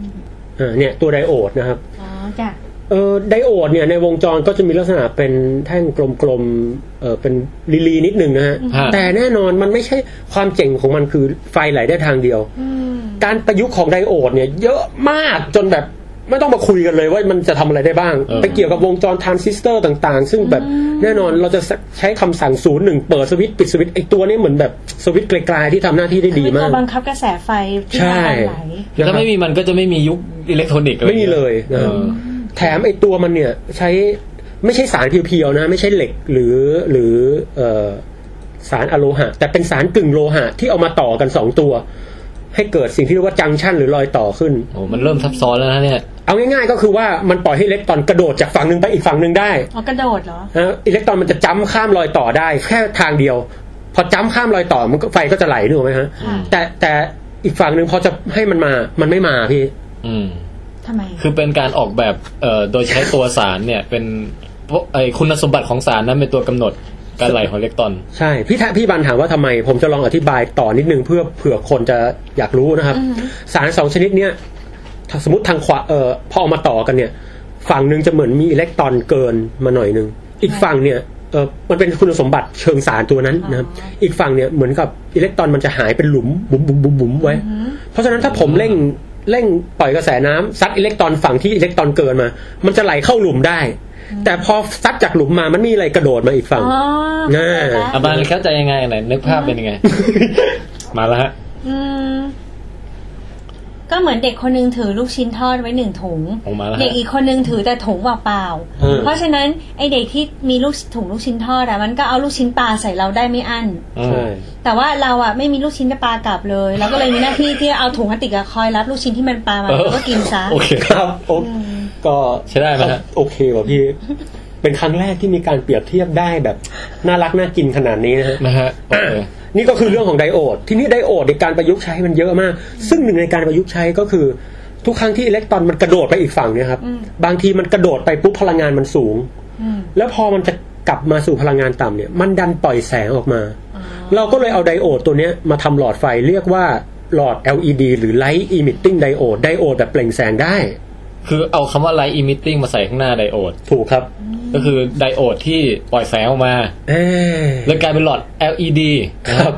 Speaker 3: อ่าเนี่ยตัวไดโอดนะครับ
Speaker 1: อ๋อจ้ะ
Speaker 3: เออไดโอดเนี่ยในวงจรก็จะมีลักษณะเป็นแท่งกลมๆเออเป็นลีลีนิดหนึ่งนะฮะ
Speaker 2: ฮะ
Speaker 3: แต่แน่นอนมันไม่ใช่ความเจ๋งของมันคือไฟไหลได้ทางเดียว
Speaker 1: อืม
Speaker 3: การประยุกต์ของไดโอดเนี่ยเยอะมากจนแบบไม่ต้องมาคุยกันเลยว่ามันจะทำอะไรได้บ้าง
Speaker 2: เออ
Speaker 3: ไปเกี่ยวกับวงจรทรานซิสเตอร์ต่างๆ ซึ่งแบบแน่นอนเราจะใช้คำสั่งศูนย์หนึ่งเปิดสวิตช์ปิดสวิตช์ไอตัวนี้เหมือนแบบสวิตช์ไกลๆที่ทำหน้าที่ได้ดี
Speaker 1: เป็น
Speaker 3: มา
Speaker 1: ตั
Speaker 3: ก
Speaker 1: วบังคับกระแสไฟที่
Speaker 3: ใช่
Speaker 1: ทำไหล
Speaker 2: แต่ถ้าไม่มีมันก็จะไม่มียุคอิเล็กทรอนิกส์อะร
Speaker 3: ไม่มีเลย
Speaker 2: เอ
Speaker 3: นะ
Speaker 2: อ
Speaker 3: แถมไอตัวมันเนี่ยใช้ไม่ใช่สารเพียวๆนะ ไม่ใช่เหล็กหรือหรือเออสารอะโลหะ แต่เป็นสารกึ่งโลหะที่เอามาต่อกันสองตัว ให้เกิดสิ่งที่เรียกว่าจังชันหรือรอยต่อขึ้น
Speaker 2: โอ้มันเริ่มซับซ้อนแล้วนะเนี่ย
Speaker 3: เอาง่ายๆก็คือว่ามันปล่อยให้อิเล็กตรอนกระโดดจากฝั่งหนึ่งไปอีกฝั่งหนึ่งได้
Speaker 1: อ๋อกระโดดเหรอ
Speaker 3: นะอิเล็กตรอนมันจะจ้ำข้ามรอยต่อได้ แค่ทางเดียว พอจ้ำข้ามรอยต่อมันก็ไฟก็จะไหลนึกออกไหมฮะ
Speaker 1: ค่ะ
Speaker 3: แต่แต่อีกฝั่งหนึ่งพอจะให้มันมามันไม่มาพี่
Speaker 2: อืม
Speaker 1: ทำไม
Speaker 2: คือเป็นการออกแบบเอ่อโดยใช้ตัวสารเนี่ย เป็นพวกไอคุณสมบัติของสารนั้นเป็นตัวกำหนดการไหลของอิเล็กตรอน
Speaker 3: ใช่พี่ทะพี่บันถามว่าทำไม ผมจะลองอธิบายต่อนิดนึงเพื่อเผื่อคนจะอยากรู้นะครับ สารสองชนิดเนี้ยถ้าสมมติทางขวาเอ่อพอเอามาต่อกันเนี่ย ฝั่งหนึ่งจะเหมือนมีอิเล็กตรอนเกินมาหน่อยหนึง อีกฝั่งเนี่ยเออมันเป็นคุณสมบัติเชิงสารตัวนั้นนะครับอีกฝั่งเนี่ยเหมือนกับอิเล็กตรอนมันจะหายเป็นหลุมบุ๋มบุ๋มบุ๋มบุ๋มไว้ เพราะฉะนั้นถ้าผมเร่งเร่งปล่อยกระแสน้ำซัดอิเล็กตรอนฝั่งที่อิเล็กตรอนเกินมา มันจะไหลเข้าหลุมได้ แต่พอซัดจากหลุมมามันมีอะไรกระโดดมาอีกฝั่ง
Speaker 1: อ๋อ
Speaker 3: แน่
Speaker 2: อาบานเข้าใจยังไงไหนนึกภาพเป็นยังไง มาแล้วฮะ
Speaker 1: อืม ก็เหมือนเด็กคนหนึงถือลูกชิ้นทอดไว้หนึ่งถุง
Speaker 2: ออกมาแล้วฮะ
Speaker 1: เด็กอีกคนหนึงถือแต่ถุงเปล่าๆ
Speaker 2: เออ
Speaker 1: เพราะฉะนั้นไอเด็กที่มีลูกถุงลูกชิ้นทอดอะมันก็เอาลูกชิ้นปลาใส่เราได้ไม่อั้น
Speaker 2: อืม
Speaker 3: ใช่
Speaker 1: แต่ว่าเราอะไม่มีลูกชิ้นจะปลากลับเลยเราก็เลยมีหน้าที่ที่เอาถุงพลาสติกอะคอยรับลูกชิ้นที่มันปลามา
Speaker 2: เออ
Speaker 1: แล้วก็กินซะ
Speaker 2: โอเค
Speaker 3: ครับ โอก็
Speaker 2: ใช้ได้ไหมฮะ
Speaker 3: โอเคว่ะพี่ เป็นครั้งแรกที่มีการเปรียบเทียบได้แบบ น่ารักน่ากินขนาดนี้นะฮะ
Speaker 2: นะฮะโอเค
Speaker 3: นี่ก็คือเรื่องของไดโอด ที่นี่ไดโอดในการประยุกต์ใช้มันเยอะมาก ซึ่งหนึ่งในการประยุกต์ใช้ก็คือ ทุกครั้งที่อิเล็กตรอนมันกระโดดไปอีกฝั่งเนี่ยครับ บางทีมันกระโดดไปปุ๊บพลังงานมันสูง
Speaker 1: ม
Speaker 3: แล้วพอมันจะกลับมาสู่พลังงานต่ำเนี่ย มันดันปล่อยแสงออกมา เราก็เลยเอาไดโอดตัวเนี้ยมาทำหลอดไฟเรียกว่า หลอด LED หรือ Light Emitting Diode ไดโอดแบบเปล่งแสงได้
Speaker 2: คือเอาคำว่า light emitting มาใส่ข้างหน้าไดโอด
Speaker 3: ถูกครับ
Speaker 2: ก็คือไดโอดที่ปล่อยแสงออกมา
Speaker 3: เอ้ย
Speaker 2: แล้วกลายเป็นหลอด LED
Speaker 3: ครับ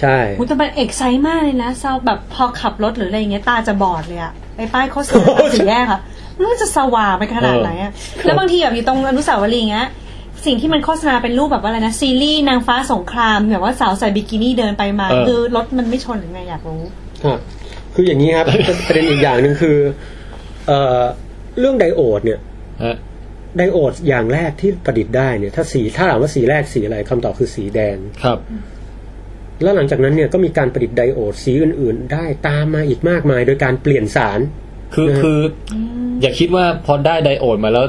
Speaker 3: ใช่
Speaker 1: โหแต่มันเอกไซมากเลยนะซาวแบบพอขับรถหรืออะไรอย่างเงี้ยตาจะบอดเลยอะไอ้ป้ายโฆษณา
Speaker 3: โอ้
Speaker 1: ตามสี่แยกอะมันจะสว่างไปขนาดไหนอะแล้วบางทีแบบอยู่ตรงอนุสาวรีย์อย่างเงี้ยสิ่งที่มันโฆษณาเป็นรูปแบบว่าอะไรนะ ซีรีส์นางฟ้าสงครามแบบว่าสาวใส่บิกินี่เดินไปมา
Speaker 2: เออ
Speaker 1: คือรถมันไม่ชนหรือไงอยากรู้
Speaker 3: ครับคืออย่างนี้ครับ ประเด็นอีกอย่างหนึ่งคือเอ่อเรื่องไดโอดเนี่ย
Speaker 2: ฮะ
Speaker 3: ไดโอดอย่างแรกที่ประดิษฐ์ได้เนี่ย ถ้าสีถ้าถามว่าสีแรกสีอะไรคำตอบคือสีแดง
Speaker 2: ครับ
Speaker 3: แล้วหลังจากนั้นเนี่ยก็มีการประดิษฐ์ไดโอดสีอื่น ๆ ได้ตามมาอีกมากมาย โดยการเปลี่ยนสาร
Speaker 2: คือ
Speaker 3: เออ
Speaker 2: คืออย่าคิดว่าพอได้ไดโอดมาแล้ว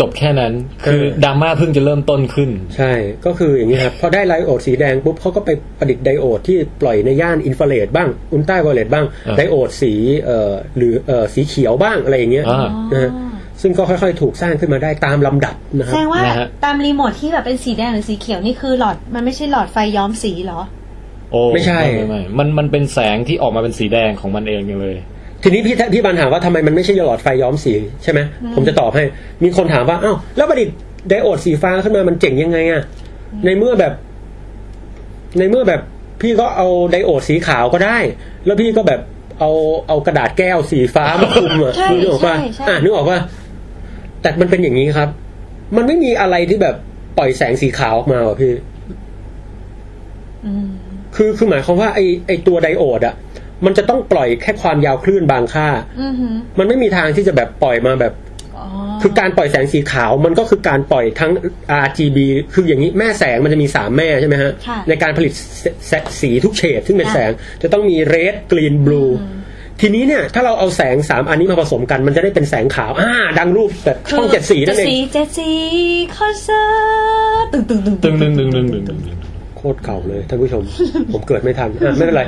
Speaker 2: จบแค่นั้น คือ
Speaker 3: เออ
Speaker 2: ดราม่าเพิ่งจะเริ่มต้นขึ้น
Speaker 3: ใช่ก็คืออย่างนี้ครับ พอได้ไดโอดสีแดงปุ๊บเขาก็ไปประดิษฐ์ไดโอดที่ปล่อยในย่านอินฟราเรดบ้างอุลตราไวโอเลตบ้าง
Speaker 2: อ่า
Speaker 3: ไดโอดสีเอ่อหรือเอ่อสีเขียวบ้างอะไรอย่างเงี้ย
Speaker 2: อ่า
Speaker 3: นะฮะซึ่งก็ค่อยๆ ถูกสร้างขึ้นมาได้ตามลำดับนะค
Speaker 1: แส
Speaker 3: รั
Speaker 1: ด
Speaker 3: บ
Speaker 1: งว่า
Speaker 2: นะฮะ
Speaker 1: ตามรีโมทที่แบบเป็นสีแดงหรือสีเขียวนี่คือหลอดมันไม่ใช่หลอดไฟย้อมสีเหรอ
Speaker 2: โอ้
Speaker 3: ไม่ใช่
Speaker 2: ไม่ไม่มันมันเป็นแสงที่ออกมาเป็นสีแดงของมันเองเลย
Speaker 3: ทีนี้พี่พี่บันถามว่าทำไมมันไม่ใช่หลอดไฟย้อมสีใช่ไหมผมจะตอบให้ มีคนถามว่าอ้าวแล้วประดิษฐ์ไดโอดสีฟ้าขึ้นมามันเจ๋งยังไงอะในเมื่อแบบ ในเมื่อแบบพี่ก็เอาไดโอดสีขาวก็ได้ แล้วพี่ก็แบบเอาเอากระดาษแก้วสีฟ้ามาคลุมอะ
Speaker 1: ใช่
Speaker 3: นึกออกป่ะ
Speaker 1: ใช่ใช่
Speaker 3: อ่ะนึกออกป่ะแต่มันเป็นอย่างนี้ครับ มันไม่มีอะไรที่แบบปล่อยแสงสีขาวออกมาว่ะพี่
Speaker 1: อืม
Speaker 3: คือคือหมายความว่าไอไอตัวไดโอดอะมันจะต้องปล่อยแค่ความยาวคลื่นบางค่า
Speaker 1: อือหือ
Speaker 3: มันไม่มีทางที่จะแบบปล่อยมาแบบ
Speaker 1: อ๋อ
Speaker 3: คือการปล่อยแสงสีขาวมันก็คือการปล่อยทั้ง RGB คืออย่างนี้แม่แสงมันจะมี 3 แม่ใช่ไหมฮะ
Speaker 1: ะ
Speaker 3: ในการผลิตแสแสสีทุกเฉดซึ่งเป็นแสงจะต้องมี red green blue ทีนี้เนี่ย ถ้าเราเอาแสง 3 อันนี้มาผสมกันมันจะได้เป็นแสงขาวอ่าดังรูปแบบช่องเจ็ดสีนั่น
Speaker 1: จ็ด
Speaker 3: เอ
Speaker 1: สี
Speaker 3: ง
Speaker 1: เจ็ดสีคอนเสิร์ตตึงตึงตึง
Speaker 2: ตึงหนึ่งหนึ่งหนึ่งหนึ่งหนึ่งหนึ่ง
Speaker 3: โคตรเก่าเลยท่านผู้ช ม ผมเกิดไม่ทันอ่ะไม่เป็นไร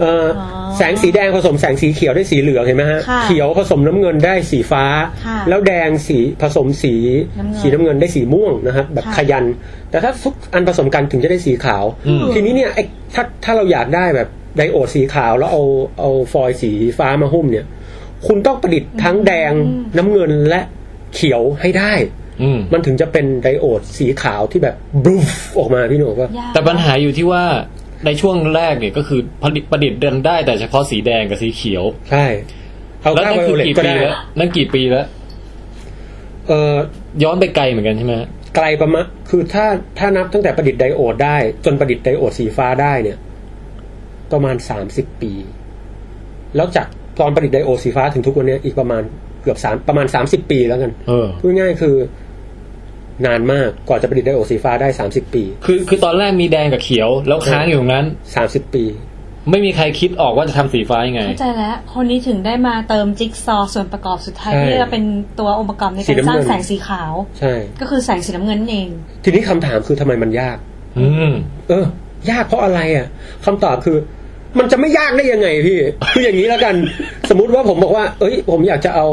Speaker 3: เอ่ออแสงสีแดงผสมแสงสีเขียวได้สีเหลืองเห็นไหมฮะ
Speaker 1: ค่ะ
Speaker 3: เขียวผสมน้ำเงินได้สีฟ้า
Speaker 1: ค่ะ
Speaker 3: แล้วแดงสีผสมสี
Speaker 1: น้ำเงิน
Speaker 3: สีน้ำเงินได้สีม่วงนะครับแบบขยัน แต่ถ้าทุกอันผสมกันถึงจะได้สีขาว
Speaker 2: อืม
Speaker 3: ทีนี้เนี่ยไอ้ถ้าถ้าเราอยากได้แบบไดโอดสีขาวแล้วเอาเอาฟอยล์สีฟ้ามาหุ้มเนี่ย คุณต้องประดิษฐ์ทั้งแดงน้ำเงินและเขียวให้ได้
Speaker 2: อืม
Speaker 3: มันถึงจะเป็นไดโอดสีขาวที่แบบบลูฟออกมาพี่หนูว่า
Speaker 1: ยาก
Speaker 2: แต่ปัญหาอยู่ที่ว่าในช่วงแรกเนี่ยก็คือผลิตประดิษฐ์เดินได้แต่เฉพาะสีแดงกับสีเขียว
Speaker 3: ใช่เอา
Speaker 2: แล้ว
Speaker 3: ก้า
Speaker 2: นั่น
Speaker 3: ไว
Speaker 2: คื
Speaker 3: โอ
Speaker 2: อ
Speaker 3: เลต
Speaker 2: กี่
Speaker 3: ก็
Speaker 2: ปี
Speaker 3: ได้
Speaker 2: แล้วนั่นกี่ปีแล้ว
Speaker 3: เออ
Speaker 2: ย้อนไปไกลเหมือนกันใช่ไหมฮะ
Speaker 3: ไกลประมาณคือถ้าถ้านับตั้งแต่ประดิษฐ์ไดโอดได้ จนประดิษฐ์ไดโอดสีฟ้าได้เนี่ย ประมาณสามสิบปี แล้วจากตอนประดิษฐ์ไดโอดสีฟ้าถึงทุกวันเนี้ยอีกประมาณเกือบสามประมาณสามสิบปีแล้วกัน
Speaker 2: เออ
Speaker 3: พูดง่ายๆคือนานมากกว่าจะประดิษฐ์ไดโอดสีฟ้าได้สามสิบปี
Speaker 2: คือคือตอนแรกมีแดงกับเขียว แล้วค้างอยู่ตรงนั้น
Speaker 3: สามสิบปี
Speaker 2: ไม่มีใครคิดออกว่าจะทำสีฟ้ายังไง
Speaker 1: เข้าใจแล้ว คนนี้ถึงได้มาเติมจิ๊กซอว์ส่วนประกอบสุดท้าย
Speaker 3: ใช่
Speaker 1: เพื่อเป็นตัวองค์ประกอบใน
Speaker 3: สี
Speaker 1: การสร้า
Speaker 3: น้ำ
Speaker 1: ง
Speaker 3: เงิน
Speaker 1: แสงสีขาว
Speaker 3: ใช่
Speaker 1: ก็คือแสงสีน้ำเงินนั่นเอง
Speaker 3: ทีนี้คำถามคือทำไมมันยาก
Speaker 2: อืม
Speaker 3: เออ ยากเพราะอะไรอ่ะคำตอบคือ มันจะไม่ยากได้ยังไงพี่ คืออย่างนี้แล้วกัน สมมุติว่าผมบอกว่า เอ้ย ผมอยากจะเอา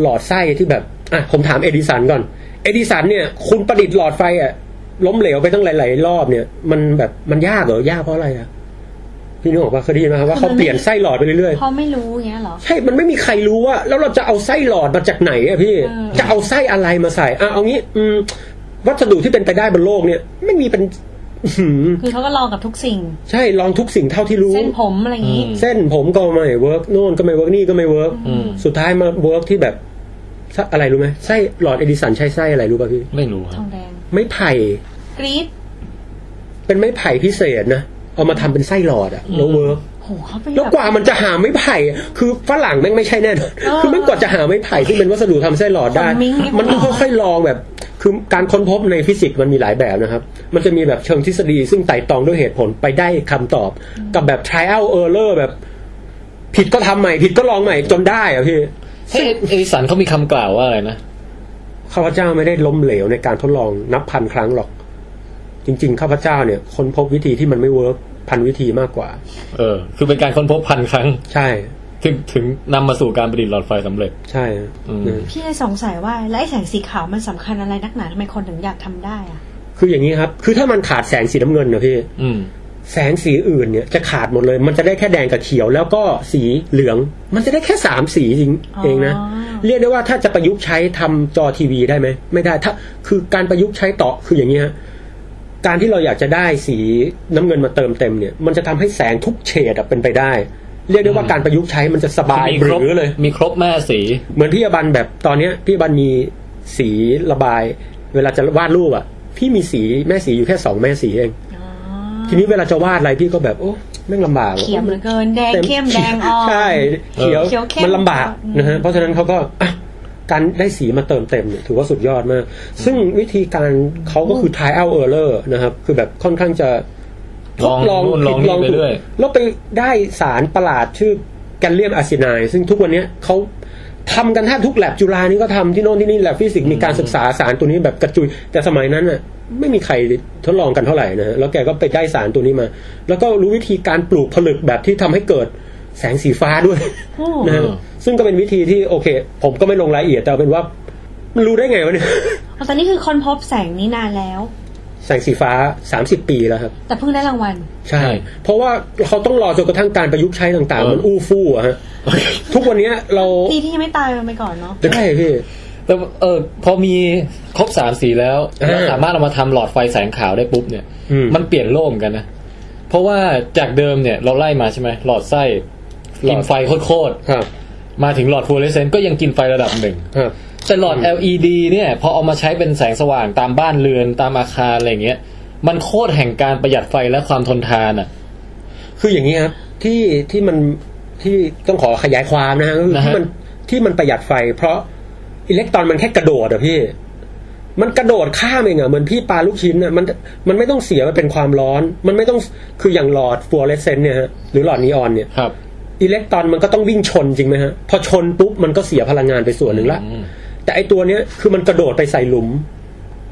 Speaker 3: หลอดไส้ที่แบบ อ่ะ ผมถามเอดิสันก่อน เอดิสันเนี่ย คุณประดิษฐ์หลอดไฟอ่ะ ล้มเหลวไปตั้งหลาย ๆ รอบเนี่ย มันแบบ มันยากเหรอ ยากเพราะอะไรอ่ะ พี่นึกออกปะเคยได้ยินไหมครับว่าเขาเปลี่ยนไส้หลอดไปเรื่อย
Speaker 1: เพราะไม่รู้อย่างเงี้ยเหรอ
Speaker 3: ใช่ มันไม่มีใครรู้ว่า แล้วเราจะเอาไส้หลอดมาจากไหนอะพี่
Speaker 1: เออ
Speaker 3: จะเอาไส้อะไรมาใส่ อ่ะ เอางี้ อืม วัสดุที่เป็นไปได้บนโลกเนี่ย ไม่มีเป็นอื้อหือ
Speaker 1: คือเขาก็ลองกับทุกสิ่ง
Speaker 3: ใช่ลองทุกสิ่งเท่าที่รู้
Speaker 1: เส้นผมอะไรอย่างงี้
Speaker 3: เส้นผมก็ไม่เวิร์กโน่นก็ไม่เวิร์กนี่ก็ไม่เวิร์ก
Speaker 2: อืม
Speaker 3: สุดท้ายมาเวิร์กที่แบบไส้อะไรรู้ไหมไส้หลอดเอดิสันใช้ไส้อะไรรู้ป่ะพี่
Speaker 2: ไม่รู้ค
Speaker 1: ท
Speaker 2: รับ
Speaker 1: องแดง
Speaker 3: ไม้ไผ่
Speaker 1: กรีด
Speaker 3: เป็นไม้ไผ่พิเศษนะ เอามาทำเป็นไส้หลอดอะแล้วเวิร์ก
Speaker 1: โหเขาไป
Speaker 3: แล้ว
Speaker 1: แบบ
Speaker 3: กว่ามันจะหาไม้ไผ่อะคือฝรั่งแม่งไม่ใช่แน่นอน
Speaker 1: เออ
Speaker 3: คือแม่งกว่าจะหาไม้ไผ่ที่เป็นวัสดุทำไส้หลอดได้
Speaker 1: ของมิ้งนี่
Speaker 3: มันต้องค่อยๆลองแบบ คือการค้นพบในฟิสิกส์มันมีหลายแบบนะครับ มันจะมีแบบเชิงทฤษฎีซึ่งไต่ตองด้วยเหตุผลไปได้คำตอบ กับแบบ trial error แบบ ผิดก็ทำใหม่ ผิดก็ลองใหม่จนได้อะพี่
Speaker 2: เฮ้ยเอดิสันเขามีคำกล่าวว่าอะไรนะ
Speaker 3: ข้าพเจ้าไม่ได้ล้มเหลวในการทดลองนับพันครั้งหรอก จริงๆ ข้าพเจ้าเนี่ยค้นพบวิธีที่มันไม่เวิร์กพันวิธีมากกว่า
Speaker 2: เออ คือเป็นการค้นพบพันครั้ง
Speaker 3: ใช่
Speaker 2: ถึงถึงนำมาสู่การประดิษฐ์หลอดไฟสำเร็จ
Speaker 3: ใช่
Speaker 2: อืม
Speaker 3: นะ
Speaker 1: พี่เลยสงสัยว่าแล้วไอ้แสงสีขาวมันสำคัญอะไรนักหนาทำไมคนถึงอยากทำได้อะ
Speaker 3: คืออย่างนี้ครับ คือถ้ามันขาดแสงสีน้ำเงินนะพี่
Speaker 2: อืม
Speaker 3: แสงสีอื่นเนี่ยจะขาดหมดเลย มันจะได้แค่แดงกับเขียว แล้วก็สีเหลือง มันจะได้แค่สามสีจริง
Speaker 1: อ๋อ
Speaker 3: เองนะ เรียกได้ว่าถ้าจะประยุกต์ใช้ทำจอทีวีได้ไหมไม่ได้ถ้าคือการประยุกต์ใช้ต่อคืออย่างนี้ฮะการที่เราอยากจะได้สีน้ำเงินมาเติมเต็มเนี่ย มันจะทำให้แสงทุกเฉดอะเป็นไปได้ เรียกได้ว่าการประยุกต์ใช้มันจะสบาย
Speaker 2: มี
Speaker 3: ห
Speaker 2: ครบ
Speaker 3: รือเลย
Speaker 2: มีครบแม่สี
Speaker 3: เหมือนพี่อบันแบบตอนเนี้ยพี่อบันมีสีระบาย เวลาจะวาดรูปอ่ะ พี่มีสีแม่สีอยู่แค่สองแม่สีเอง
Speaker 1: อ๋อ
Speaker 3: ทีนี้เวลาจะวาดอะไรพี่ก็แบบโอ้แม่งลำบาก
Speaker 1: เขียวเหลือเกินแดง
Speaker 3: ต็
Speaker 1: เข้มแดงอ่อน
Speaker 3: ใช่เขียว
Speaker 1: เขียวเข้ม
Speaker 3: มันลำบาก
Speaker 1: อืม
Speaker 3: นะฮะเพราะฉะนั้นเขาก็อ่ะการได้สีมาเติมเต็มเนี่ยถือว่าสุดยอดมาก ซึ่งวิธีการเขาก็คือ try out error นะครับ คือแบบค่อนข้างจะ
Speaker 2: ลองนู่นลองนี่ไปเรื่อย
Speaker 3: แล้วไปได้สารประหลาดชื่อแกลเลียมอะซิไนด์ซึ่งทุกวันเนี้ยเขาทำกันแทบทุกแลบจุฬานี่ก็ทำที่โน่นที่นี่แลบฟิสิกส์มีการศึกษาสารตัวนี้แบบกระจุย แต่สมัยนั้นน่ะไม่มีใครทดลองกันเท่าไหร่นะฮะแล้วแกก็ไปได้สารตัวนี้มา แล้วก็รู้วิธีการปลูกผลึกแบบที่ทำให้เกิดแสงสีฟ้าด้วย
Speaker 1: โอ้
Speaker 3: นะฮะซึ่งก็เป็นวิธีที่โอเค ผมก็ไม่ลงรายละเอียดแต่เอาเป็นว่ามันรู้ได้ไงวะเนี่ย
Speaker 1: ตอนนี้คือคนพบแสงนี้นานแล้ว
Speaker 3: แสงสีฟ้า 30 ปีแล้วครับ
Speaker 1: แต่เพิ่งได้รางวัล
Speaker 3: ใช่
Speaker 2: ใช่
Speaker 3: เพราะว่าเขาต้องรอจนกระทั่งการประยุกต์ใช้ต่าง
Speaker 2: เออ
Speaker 3: ๆมันอู้ฟู่อะฮะ ทุกวันเนี้ยเรา
Speaker 1: ดีที่ยังไม่ตายมันไปก่อนเนาะ
Speaker 3: ได้พี่
Speaker 2: แต่เออพอมีครบสามสีแล้ว
Speaker 3: เออ
Speaker 2: แล้วสามารถเอามาทำหลอดไฟแสงขาวได้ปุ๊บเนี่ย
Speaker 3: อืม
Speaker 2: มันเปลี่ยนโลกเหมอนกันนะ เพราะว่าจากเดิมเนี่ยเราไล่มาใช่ไหมหลอดไส้กินไฟโคตร
Speaker 3: ครับ
Speaker 2: ๆมาถึงหลอดฟลูออเรสเซนต์ก็ยังกินไฟระดับหนึ่ง
Speaker 3: ครับ
Speaker 2: แต่หลอด LED เนี่ยพอเอามาใช้เป็นแสงสว่างตามบ้านเรือนตามอาคารอะไรเงี้ย มันโคตรแห่งการประหยัดไฟและความทนทานอ่ะ
Speaker 3: คืออย่างนี้ครับที่ที่มันที่ต้องขอขยายความนะฮะก็คือ
Speaker 2: นะฮะ
Speaker 3: ที่มันที่มันประหยัดไฟ เพราะอิเล็กตรอนมันแค่กระโดดอะพี่ มันกระโดดข้ามเองอะเหมือนพี่ปลาลูกชิ้นอะมันมันไม่ต้องเสียมันเป็นความร้อน มันไม่ต้องคืออย่างหลอดฟลูออเรสเซนต์เนี่ยฮะหรือหลอดนีออนเนี่ย
Speaker 2: ครับ
Speaker 3: อิเล็กตรอนมันก็ต้องวิ่งชนจริงไหมฮะ พอชนปุ๊บมันก็เสียพลังงานไปส่วนหนึ่งละ
Speaker 2: อืม
Speaker 3: แต่ไอตัวเนี้ยคือมันกระโดดไปใส่หลุม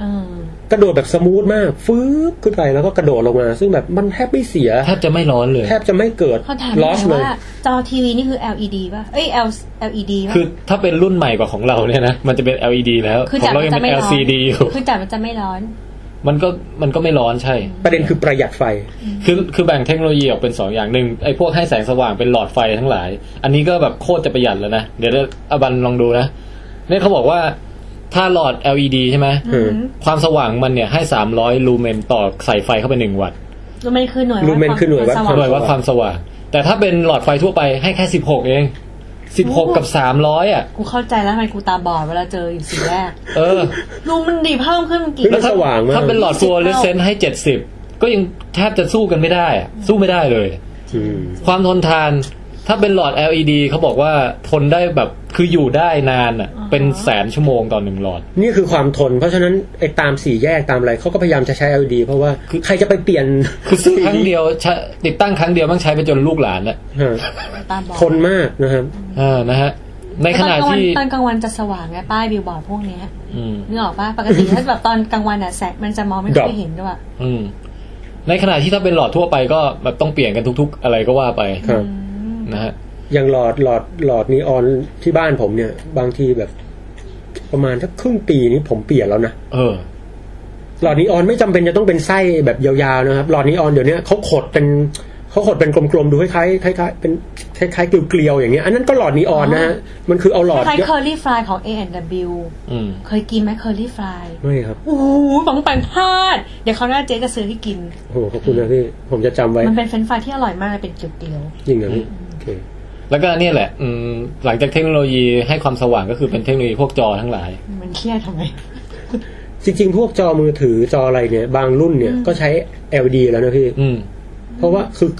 Speaker 1: เออก
Speaker 3: ระโดดแบบสมูทมาก ฟื้บขึ้นไปแล้วก็กระโดดลงมา ซึ่งแบบมันแทบไม่เสีย
Speaker 2: แทบจะไม่ร้อนเลย
Speaker 3: แทบจะไม่เกิด
Speaker 1: เขาถามหน่อย
Speaker 3: loss
Speaker 1: ว่าจอทีวีนี่คือ LED ป่ะ เอ้ย L LED ป่ะ
Speaker 2: คือถ้าเป็นรุ่นใหม่กว่าของเราเนี่ยนะ มันจะเป็น LED แล้ว
Speaker 1: คือ
Speaker 2: ขอ
Speaker 1: จั
Speaker 2: ง
Speaker 1: ด
Speaker 2: เรา
Speaker 1: มัน
Speaker 2: ยัง
Speaker 1: จะ
Speaker 2: เป็น
Speaker 1: ไม่ร้อน
Speaker 2: LCD อยู่
Speaker 1: คือจัดมันจะไม่ร้อน
Speaker 2: มันก็มันก็ไม่ร้อนใช่
Speaker 3: ประเด็นคือประหยัดไฟ
Speaker 2: คือคือแบ่งเทคโนโลยีออกเป็นสองอย่างหนึ่งไอ้พวกให้แสงสว่างเป็นหลอดไฟทั้งหลาย อันนี้ก็แบบโคตรจะประหยัดแล้วนะ เดี๋ยวอบันลองดูนะเนี่ยเขาบอกว่าถ้าหลอด LED ใช่ไหม
Speaker 3: อืม
Speaker 2: ความสว่างมันเนี่ยให้300ลูเมนต่อใส่ไฟเข้าไปหนึ่งวัตต์
Speaker 1: รูเมนคือหน่วย
Speaker 3: รูเมนคือหน่วยวัด
Speaker 1: ส
Speaker 2: หน่
Speaker 1: ว่าง
Speaker 2: วยวัดความสว่าง แต่ถ้าเป็นหลอดไฟทั่วไปให้แค่สิบหกเองสิบหก
Speaker 1: โอ้
Speaker 2: กับสามร้อยอ่ะ
Speaker 1: กูเข้าใจแล้วทำไมกูตาบอดเวลาเจออยู่สีแรก
Speaker 2: เออ
Speaker 1: รูมันดีเพิ่มขึ้นมันกี่
Speaker 3: แล้
Speaker 2: ถ้า
Speaker 3: สว่างมาก
Speaker 2: ถ้าเป็นหลอดฟลูออเรสเซนต์ให้เจ็ดสิบก็ยังแทบจะสู้กันไม่ได้อะสู้ไม่ได้เลย
Speaker 3: อืม
Speaker 2: ความทนทาน ถ้าเป็นหลอด LED เขาบอกว่าทนได้แบบคืออยู่ได้นานอ่ะ
Speaker 1: อ่าฮะ
Speaker 2: เป็นแสนชั่วโมงต่อหนึ่งหลอด
Speaker 3: นี่คือความทน เพราะฉะนั้นไอ้ตามสี่แยกตามอะไรเขาก็พยายามจะใช้ LED เพราะว่า
Speaker 2: คือ
Speaker 3: ใครจะไปเปลี่ยน
Speaker 2: คือซื้อครั้งเดียวใช้ติดตั้งครั้งเดียวต้องใช้ไปจนลูกหลานแล้ว
Speaker 3: ฮะ
Speaker 1: ตาบอด
Speaker 3: ทนมากนะครับ
Speaker 2: อ่านะฮะในขณะที่
Speaker 1: ตอนกลางวันตอนกลางวันจะสว่างไงป้ายบิลบอร์ดพวกเนี้ย
Speaker 2: อืม
Speaker 1: นึกออกป่ะปกติถ้าแบบตอนกลางวันอ่ะแสงมันจะมองไม่
Speaker 3: ดรอ
Speaker 1: ค่อย
Speaker 3: ป
Speaker 1: เห็นด้วยอะ
Speaker 2: อืม ในขณะที่ถ้าเป็นหลอดทั่วไปก็แบบต้องเปลี่ยนกันทุก ๆ อะไรก็ว่าไป
Speaker 3: ครับ
Speaker 2: นะฮะ
Speaker 3: อย่างหลอดหลอดหลอดนีออนที่บ้านผมเนี่ย บางทีแบบ ประมาณสักครึ่งปีนี้ผมเปลี่ยนแล้วนะ
Speaker 2: เออ
Speaker 3: หลอดนีออนไม่จำเป็นจะต้องเป็นไส้แบบยาวๆนะครับ หลอดนีออนเดี๋ยวนี้เขาขดเป็นเขาขดเป็นกลมๆดูคล้ายๆคล้ายๆเป็นคล้ายๆเกลียวๆอย่างเงี้ยอันนั้นก็หลอดนีออนนะฮะมันคือเอาหลอด
Speaker 1: คล้ายเคอรี่ฟรายของ A&W
Speaker 2: อืม
Speaker 1: เคยกินไหมเคอรี่ฟราย
Speaker 3: ไม่ครับ
Speaker 1: โอ้โหฝังแปงพลาด เดี๋ยวเขาวหน้าเจ๊จะซื้อให้กิน
Speaker 3: โอ้โหขอบคุณนะพี่ผมจะจำไว้
Speaker 1: มันเป็นเฟรนช์ฟรายที่อร่อยมากเลยเป็นเกลียว
Speaker 3: จริงนะพี่โอเค
Speaker 2: แล้วก็เนี่ยแหละ อืม หลังจากเทคโนโลยีให้ความสว่างก็คือเป็นเทคโนโลยีพวกจอทั้งหลาย
Speaker 1: ๆมันเครียดทำไม
Speaker 3: จริงๆ พวกจอมือถือจออะไรเนี่ย บางรุ่นเนี่ยก็ใช้ LED แล้วนะพี่
Speaker 2: อืม
Speaker 3: เพราะว่าคือ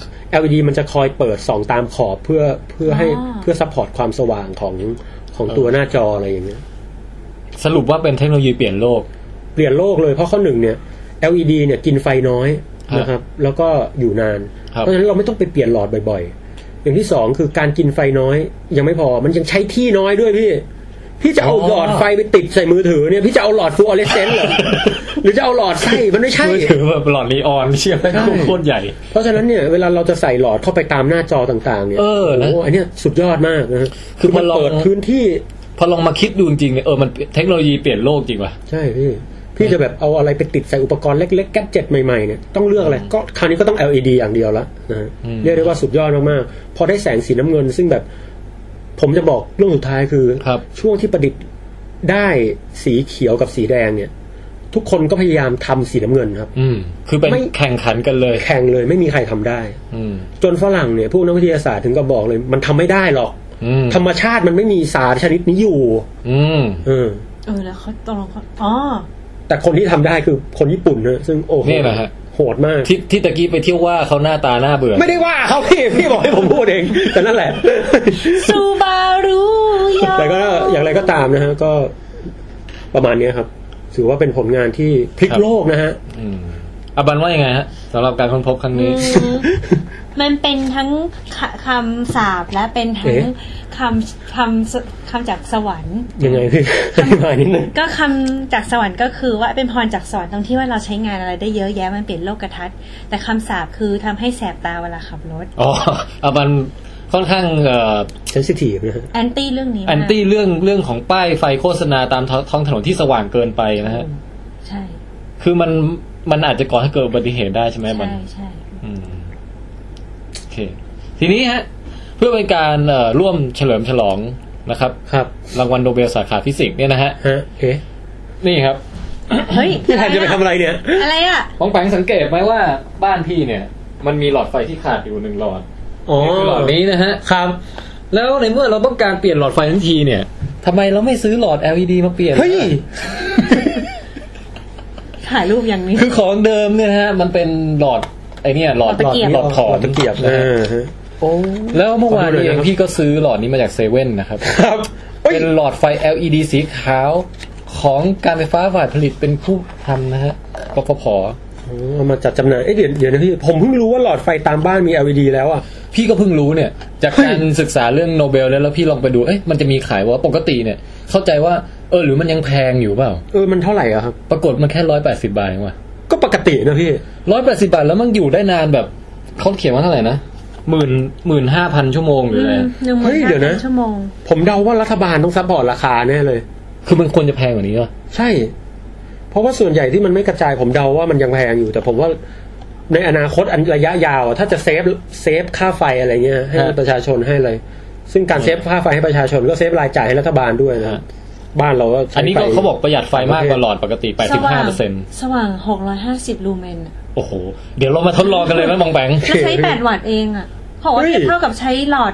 Speaker 3: LED มันจะคอยเปิดส่องตามขอบเพื่อเพื่อให้
Speaker 1: อ่า
Speaker 3: เพื่อซัพพอร์ตความสว่างของของตัวหน้าจออะไรอย่างเงี้ย
Speaker 2: สรุปว่าเป็นเทคโนโลยีเปลี่ยนโลก
Speaker 3: เปลี่ยนโลกเลยเพราะข้อหนึ่งเนี่ย LED เนี่ยกินไฟน้อย
Speaker 2: ครับ
Speaker 3: นะครับ แล้วก็อยู่นาน
Speaker 2: ครับ
Speaker 3: เพราะฉะนั้นเราไม่ต้องไปเปลี่ยนหลอดบ่อยๆ อย่างที่สองคือการกินไฟน้อย ยังไม่พอมันยังใช้ที่น้อยด้วยพี่ พี่จะเอาหลอดไฟไปติดใส่มือถือเนี่ยพี่จะเอาหลอดฟลูออเรสเซนต์เห รอ หรือจะเอาหลอดไส้มันไม่ใช่
Speaker 2: มือถือแบบหลอดนีออนเชื่อไหม
Speaker 3: ใช่
Speaker 2: โคตรใหญ่
Speaker 3: เพราะฉะนั้นเนี่ยเวลาเราจะใส่หลอดเข้าไปตามหน้าจอต่างๆเนี่ย
Speaker 2: เออนะ
Speaker 3: โอ้โหอันเนี้ยสุดยอดมากนะฮะ
Speaker 2: คือ
Speaker 3: มัน
Speaker 2: พอลอง
Speaker 3: เปิดพื้นที่
Speaker 2: พอลองมาคิดดูจริงๆเนี่ยเออมันเทคโนโลยีเปลี่ยนโลกจริงว่ะ
Speaker 3: ใช่พี่
Speaker 2: เ
Speaker 3: ที่จะแบบเอาอะไรไปติดใส่อุปกรณ์เล็กๆแก๊เจ็ตใหม่ๆเนี่ยต้องเลือกอะไรก็คราวนี้ก็ต้อง LED อย่างเดียวละนะฮะ
Speaker 2: อืม
Speaker 3: เรียกได้ว่าสุดยอดมากๆพอได้แสงสีน้ำเงิน ซึ่งแบบผมจะบอกเรื่องสุดท้ายคือ
Speaker 2: ครับ
Speaker 3: ช่วงที่ประดิษฐ์ได้สีเขียวกับสีแดงเนี่ย ทุกคนก็พยายามทำสีน้ำเงินครับ
Speaker 2: อืม คือเป็น
Speaker 3: ไม่
Speaker 2: แข่งขันกันเลย
Speaker 3: แข่งเลยไม่มีใครทำได้
Speaker 2: อืม
Speaker 3: จนฝรั่งเนี่ยพวกนักวิทยาศาสตร์ถึงก็บอกเลย มันทำไม่ได้หรอก
Speaker 2: อืม
Speaker 3: ธรรมชาติมันไม่มีสารชนิดนี้อยู่
Speaker 2: อืม
Speaker 3: เออ
Speaker 1: เออแล้วเขาตกลงเขาอ๋อ
Speaker 3: แต่คนที่ทำได้คือคนญี่ปุ่นนะซึ่งโอ้โห
Speaker 2: นี่แหละฮะ
Speaker 3: โหดมาก
Speaker 2: ที่ที่ตะกี้ไปเที่ยวว่าเขาหน้าตาหน้าเบื่อ
Speaker 3: ไม่ได้ว่าเขาพี่พี่บอกให้ผมพูดเอง แต่นั่นแหละ
Speaker 1: ซูบารุยา
Speaker 3: แต่ก็อย่างไรก็ตามนะฮะ ก็ประมาณเนี้ยครับ ถือว่าเป็นผลงานที่พลิก
Speaker 2: ครับ
Speaker 3: โลกนะฮะ
Speaker 2: อืมอาบันว่ายังไงฮะสำหรับการค้นพบครั้ง
Speaker 1: อื
Speaker 2: นี้
Speaker 1: มมันเป็นทั้งคคำสาบและเป็นทั้ง
Speaker 3: เอ๊ะ
Speaker 1: คำคำสคำจากสวรรค์
Speaker 3: ยังไง พี่อธิบายนิดนึง
Speaker 1: ก็คำจากสวรรค์ก็คือว่าเป็นพรจากสวรรค์ตรงที่ว่าเราใช้งานอะไรได้เยอะแยะมันเปลี่ยนโลกทัศน์แต่คำสาบคือทำให้แสบตาเวลาขับรถ
Speaker 2: อ๋ออาบันค่อนข้างเอ่อ
Speaker 3: เซนซิทีฟนะฮะ
Speaker 1: แอนตี้เรื่องนี้มาก
Speaker 2: แอนตี้เรื่องเรื่องของป้ายไฟโฆษณาตามท้องท้องถนนที่สว่างเกินไปนะฮะ
Speaker 1: ใช่
Speaker 2: คือมันมันอาจจะก่อให้เกิดอุบัติเหตุได้ใช่ไหมมัน
Speaker 1: ใช่ใช่
Speaker 2: อืมโอเค ทีนี้ฮะ เพื่อเป็นการเอ่อร่วมเฉลิมฉลองนะครับ
Speaker 3: ครับ
Speaker 2: รางวัลโนเบลสาขาฟิสิกส์เนี่ยนะฮะ
Speaker 3: ฮะเอ๊ะ
Speaker 2: นี่ครับ
Speaker 1: เฮ้ย
Speaker 3: พี่แทนจะไปทำอะไรเนี่ย
Speaker 1: อะไรอ่ะ
Speaker 2: ป้องแปงสังเกตไหมว่าบ้านพี่เนี่ย มันมีหลอดไฟที่ขาดอยู่หนึ่งหลอด
Speaker 3: อ๋อ
Speaker 2: นี่คือหลอดนี้นะฮะ
Speaker 3: ครับ
Speaker 2: แล้วในเมื่อเราต้องการเปลี่ยนหลอดไฟทันทีเนี่ยทำไมเราไม่ซื้อหลอด LED มาเปลี่ยน
Speaker 3: เฮ้ย
Speaker 1: ถ่ายรูปอย่างนี้
Speaker 2: คือของเดิมเนี่ยฮะ มันเป็นหลอดไอเนี่ยหลอด
Speaker 1: หลอดตะเกียบ
Speaker 2: หลอดถอน
Speaker 3: ตะเกียบ
Speaker 2: นะฮะ
Speaker 3: โอ้
Speaker 2: แล้วเมื่อวาน
Speaker 3: ขอดูหน่อย
Speaker 2: เอง
Speaker 3: นะครับ
Speaker 2: พี่ก็ซื้อหลอดนี้มาจากเซเว่นนะครับ
Speaker 3: ครับเอ้ย
Speaker 2: เป็นหลอดไฟ LED สีขาวของการไฟฟ้าฝ่ายผลิตเป็นผู้ทำนะฮะกฟผ
Speaker 3: เอามาจัดจำหน่ายเอ้ยเดี๋ยวเดี๋ยวนะพี่ผมเพิ่งรู้ว่าหลอดไฟตามบ้านมี LED แล้วอ่ะ
Speaker 2: พี่ก็เพิ่งรู้เนี่ย จาก
Speaker 3: เฮ้ย
Speaker 2: การศึกษาเรื่องโนเบลแล้วแล้วพี่ลองไปดูเอ๊ะมันจะมีขายว่าปกติเนี่ย เข้าใจว่าเออหรือมันยังแพงอยู่เปล่า
Speaker 3: เออมันเท่าไหร่อะครับ
Speaker 2: ปรากฏมันแค่ร้อยแปดสิบาทเองว่ะ
Speaker 3: ก็ปกตินะพี่
Speaker 2: ร้อยแปดสิบาทแล้วมันอยู่ได้นานแบบเขาเขียนว่าเท่าไหร่นะหมื่นหมื่นห้าพันชั่วโมงหรืออะไร
Speaker 1: หนึ่งห
Speaker 3: เฮ้
Speaker 1: มื่
Speaker 3: ย
Speaker 1: น
Speaker 3: เดี๋ยวนะ
Speaker 1: ห้าพันชั่วโมง
Speaker 3: ผมเดาว่ารัฐบาลต้องซัพพอร์ตราคาแน่เลย
Speaker 2: คือมันควรจะแพงกว่านี้ป่ะ
Speaker 3: ใช่ เพราะว่าส่วนใหญ่ที่มันไม่กระจายผมเดาว่ามันยังแพงอยู่ แต่ผมว่าในอนาคตอันระยะยาวอะถ้าจะเซฟเซฟค่าไฟอะไรเงี้ยให้ประชาชนให้เลย ซึ่งการเซฟค่าไฟให้ประชาชนก็เซฟรายจ่ายให้รัฐบาลด้วยนะครับบ้านเราก็ใช้
Speaker 2: อันนี้ก็
Speaker 3: ไฟ
Speaker 2: เขาบอกประหยัดไฟมากกว่าหลอดปกติ
Speaker 1: สว่าง
Speaker 2: 85เปอร์เซ็นต์
Speaker 1: สว่างหกร้อยห้าสิบลูเมนอะ
Speaker 2: โอ้โห เดี๋ยวเรามาทดลองกันเลยไหมบองแบง
Speaker 1: แล้วใช้แปดวัตต์เองอ่ะเพราะว่า
Speaker 3: เฮ้ย
Speaker 1: เท่ากับใช้หลอด